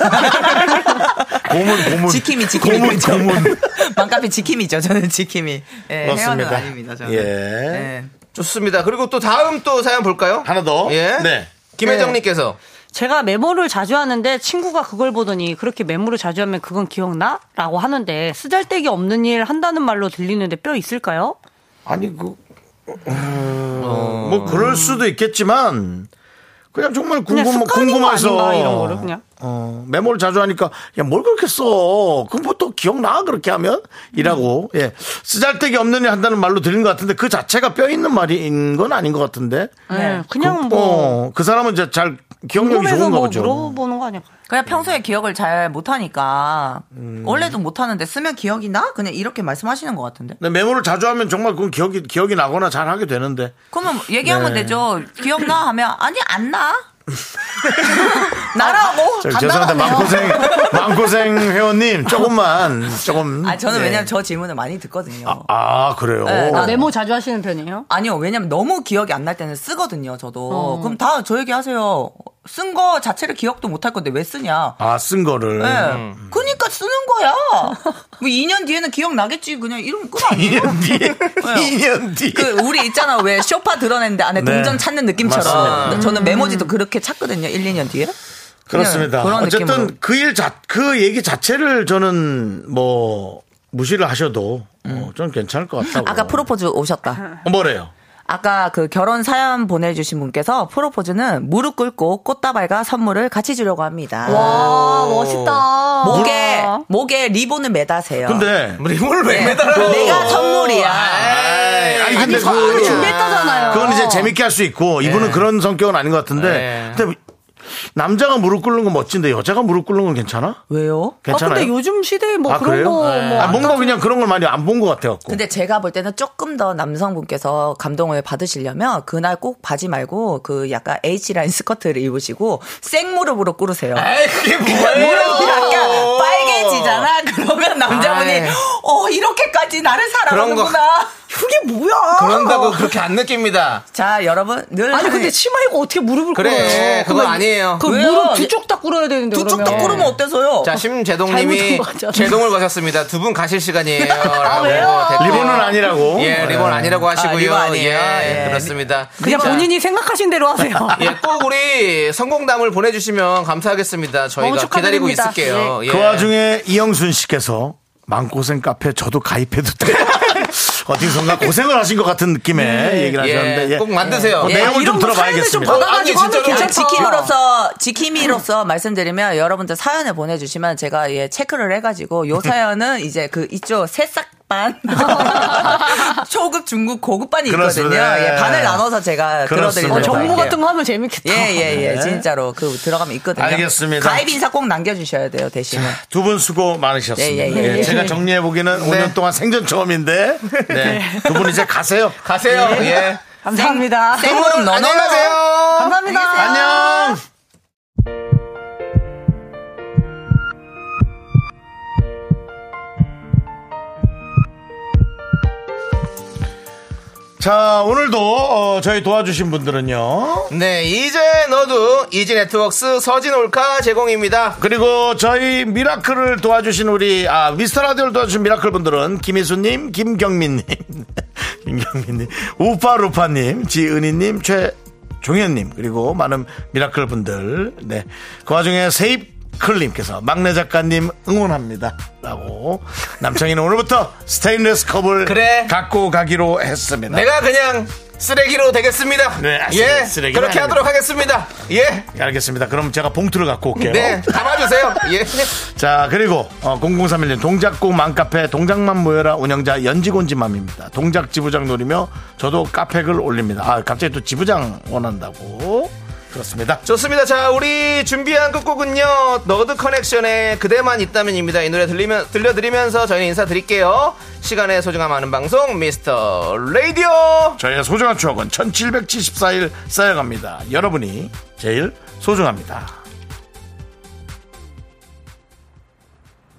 S1: 고문 고문
S8: 지킴이 지킴이
S1: 고문
S9: 네,
S8: 그렇죠.
S1: 고문
S8: 맘카페 지킴이죠. 저는 지킴이. 예, 회원은
S1: 그렇습니다.
S9: 네.
S8: 아닙니다. 저는.
S1: 예.
S8: 예.
S2: 좋습니다. 그리고 또 다음 또 사연 볼까요?
S1: 하나 더.
S2: 예.
S1: 아, 네.
S2: 김혜정님께서
S9: 제가 메모를 자주 하는데 친구가 그걸 보더니 그렇게 메모를 자주 하면 그건 기억나? 라고 하는데 쓰잘데기 없는 일 한다는 말로 들리는데 뼈 있을까요?
S1: 아니 그 뭐 그럴 수도 있겠지만 그냥 정말
S9: 그냥
S1: 궁금
S9: 습관인 거
S1: 궁금해서
S9: 아닌가, 이런 거를 그냥.
S1: 어, 메모를 자주 하니까 야 뭘 그렇게 써? 그럼 보통 기억나 그렇게 하면?이라고
S9: 음.
S1: 예 쓰잘데기 없는 일 한다는 말로 들린 것 같은데 그 자체가 뼈 있는 말인 건 아닌 것 같은데
S8: 음,
S9: 네, 그냥
S1: 그,
S9: 뭐
S1: 어, 그 사람은 이제 잘 기억력이
S9: 궁금해서
S1: 좋은가
S9: 뭐
S1: 보죠.
S9: 물어보는 거 아닐까요?
S8: 그냥 평소에 기억을 잘 못하니까
S1: 음.
S8: 원래도 못하는데 쓰면 기억이 나? 그냥 이렇게 말씀하시는 것 같은데.
S1: 근데 메모를 자주 하면 정말 그건 기억이 기억이 나거나 잘 하게 되는데
S8: 그러면 얘기하면
S1: 네.
S8: 되죠. 기억나 하면 아니 안 나. 나라고.
S1: 저, 죄송한데 마음고생 마음고생 회원님 조금만 조금
S8: 아 저는
S1: 예.
S8: 왜냐면 저 질문을 많이 듣거든요.
S1: 아 그래요.
S8: 네,
S9: 아,
S8: 나-
S9: 메모 자주 하시는 편이에요?
S8: 아니요, 왜냐면 너무 기억이 안 날 때는 쓰거든요, 저도.
S9: 어.
S8: 그럼 다 저 얘기하세요. 쓴 거 자체를 기억도 못 할 건데 왜 쓰냐?
S1: 아 쓴 거를
S8: 예.
S1: 음.
S8: 그니까 쓰는 거야. 뭐 2년 뒤에는 기억나겠지. 그냥 이러면 끝 아니에요?
S1: 2년 뒤에 2년 뒤에
S8: 그 우리 있잖아 왜 쇼파 드러냈는데 안에
S1: 네.
S8: 동전 찾는 느낌처럼
S1: 맞습니다.
S8: 저는 메모지도 그렇게 찾거든요 1, 2년 뒤에
S1: 그렇습니다.
S8: 그런 느낌으로.
S1: 어쨌든 그 일 자, 그 얘기 자체를 저는 뭐 무시를 하셔도 어, 좀 괜찮을 것 같다고.
S8: 음. 아까 프로포즈 오셨다
S1: 어, 뭐래요?
S8: 아까 그 결혼 사연 보내주신 분께서 프로포즈는 무릎 꿇고 꽃다발과 선물을 같이 주려고 합니다 어.
S9: 와, 아, 멋있다.
S8: 목에 목에 리본을 매다세요
S1: 근데
S2: 리본을 왜 매달아?
S8: 내가 선물이야 네,
S1: 에이, 아니 근데
S9: 아,
S1: 그
S9: 준비했다잖아요.
S1: 그건
S8: 어.
S1: 이제 재밌게 할 수 있고 이분은
S8: 네.
S1: 그런 성격은 아닌 것 같은데.
S2: 네.
S1: 근데 남자가 무릎 꿇는 건 멋진데 여자가 무릎 꿇는 건 괜찮아?
S8: 어, 왜요?
S1: 괜찮아요?
S9: 아, 근데 요즘 시대에 뭐
S1: 아,
S9: 그런
S1: 그래요?
S9: 거 뭐.
S1: 아,
S9: 안
S1: 뭔가 그냥 그런 걸 많이 안 본 것 같아갖고.
S8: 근데 제가 볼 때는 조금 더 남성분께서 감동을 받으시려면 그날 꼭 바지 말고 그 약간 H라인 스커트를 입으시고 생무릎으로 꿇으세요.
S2: 에이 그게
S8: 무릎이
S2: 뭐예요?
S8: 약간 빨개지잖아. 그러면 남자분이
S2: 아이.
S8: 어 이렇게까지 나를
S2: 그런 거-
S8: 사랑하는구나. 그게 뭐야?
S2: 그런다고 그렇게 안 느낍니다.
S8: 자 여러분 늘
S9: 아니 근데 치마 입고 어떻게 무릎을
S2: 그래,
S9: 꿇어요?
S2: 그건 아니에요.
S9: 그
S8: 왜요?
S9: 무릎 두 쪽 다 꿇어야 되는데
S8: 두쪽 다
S9: 그러면.
S8: 꿇으면 어때서요?
S2: 자,
S9: 잘못된
S2: 심재동님이
S9: 거 같지 않아요?
S2: 제동을 거셨습니다. 두 분 가실 시간이에요. 라고 댓글.
S1: 리본은 아니라고. 네.
S2: 예, 리본 아니라고 하시고요.
S8: 리본 아니에요.
S2: 예,
S8: 예.
S2: 그렇습니다.
S9: 그냥
S2: 자,
S9: 본인이 생각하신 대로 하세요.
S2: 예, 꼭 우리 성공담을 보내주시면 감사하겠습니다.
S9: 너무
S2: 저희가 기다리고
S9: 축하드립니다.
S2: 있을게요. 예.
S1: 그 와중에 이영순 씨께서 망고생 카페 저도 가입해도 돼요. 어디선가 고생을 하신 것 같은 느낌의 얘기를
S2: 예,
S1: 하셨는데 예.
S2: 꼭 만드세요.
S1: 어,
S2: 예,
S1: 내용을
S9: 이런
S1: 좀
S9: 거 사연을 좀
S1: 들어봐야겠습니다. 아.
S9: 받아가지고
S2: 아니,
S9: 하면
S2: 진짜로.
S9: 괜찮다.
S8: 지킴으로서 지킴이로서 말씀드리면 여러분들 사연을 보내주시면 제가 예 체크를 해가지고
S1: 네.
S8: 요 사연은 이제 그 이쪽 새싹반 초급 중급 고급반이 있거든요.
S1: 그렇습니다. 예.
S8: 예, 반을 나눠서 제가
S1: 그렇습니다.
S8: 들어드리려고
S9: 어, 정보
S8: 할게요.
S9: 같은 거 하면 재밌겠다.
S8: 예예예 진짜로 그 들어가면 있거든요.
S1: 네. 알겠습니다.
S8: 가입 인사 꼭 남겨주셔야 돼요 대신에.
S1: 두 분 수고 많으셨습니다.
S8: 예, 예, 예.
S1: 예, 제가 정리해 보기는 5년 동안 생전 처음인데 네. 두 분 이제 가세요.
S2: 가세요. 예.
S9: 감사합니다.
S8: 생물은 넣어
S2: 안녕히 가세요.
S9: 네, 감사합니다.
S1: 네, 안녕. 자 오늘도 어, 저희 도와주신 분들은요.
S2: 네, 이제 너도 이지 네트웍스 서진 올카 제공입니다.
S1: 그리고 저희 미라클을 도와주신 우리 아 미스터 라디오를 도와주신 미라클 분들은 김희수님, 김경민님, 김경민님, 우파루파님, 지은희님, 최종현님 그리고 많은 미라클 분들 네그 와중에 세입 클님께서 막내 작가님 응원합니다라고 남창희는 오늘부터 스테인레스 컵을
S2: 그래.
S1: 갖고 가기로 했습니다.
S2: 내가 그냥 쓰레기로 되겠습니다.
S1: 네, 아, 쓰레-
S2: 예,
S1: 쓰레기는
S2: 그렇게
S1: 아닙니다.
S2: 하도록 하겠습니다. 예,
S1: 네, 알겠습니다. 그럼 제가 봉투를 갖고 올게요.
S2: 네, 담아주세요. 예.
S1: 자 그리고 어, 0031년 동작국 맘카페 동작만 모여라 운영자 연지곤지맘입니다 동작 지부장 노리며 저도 카페글 올립니다 아 갑자기 또 지부장 원한다고 그렇습니다
S2: 좋습니다. 자, 우리 준비한 끝곡은요. 너드 커넥션의 그대만 있다면입니다. 이 노래 들리면, 들려드리면서 저희는 인사드릴게요. 시간의 소중함 아는 방송, 미스터 라디오.
S1: 저희의 소중한 추억은 1774일 쌓여갑니다 여러분이 제일 소중합니다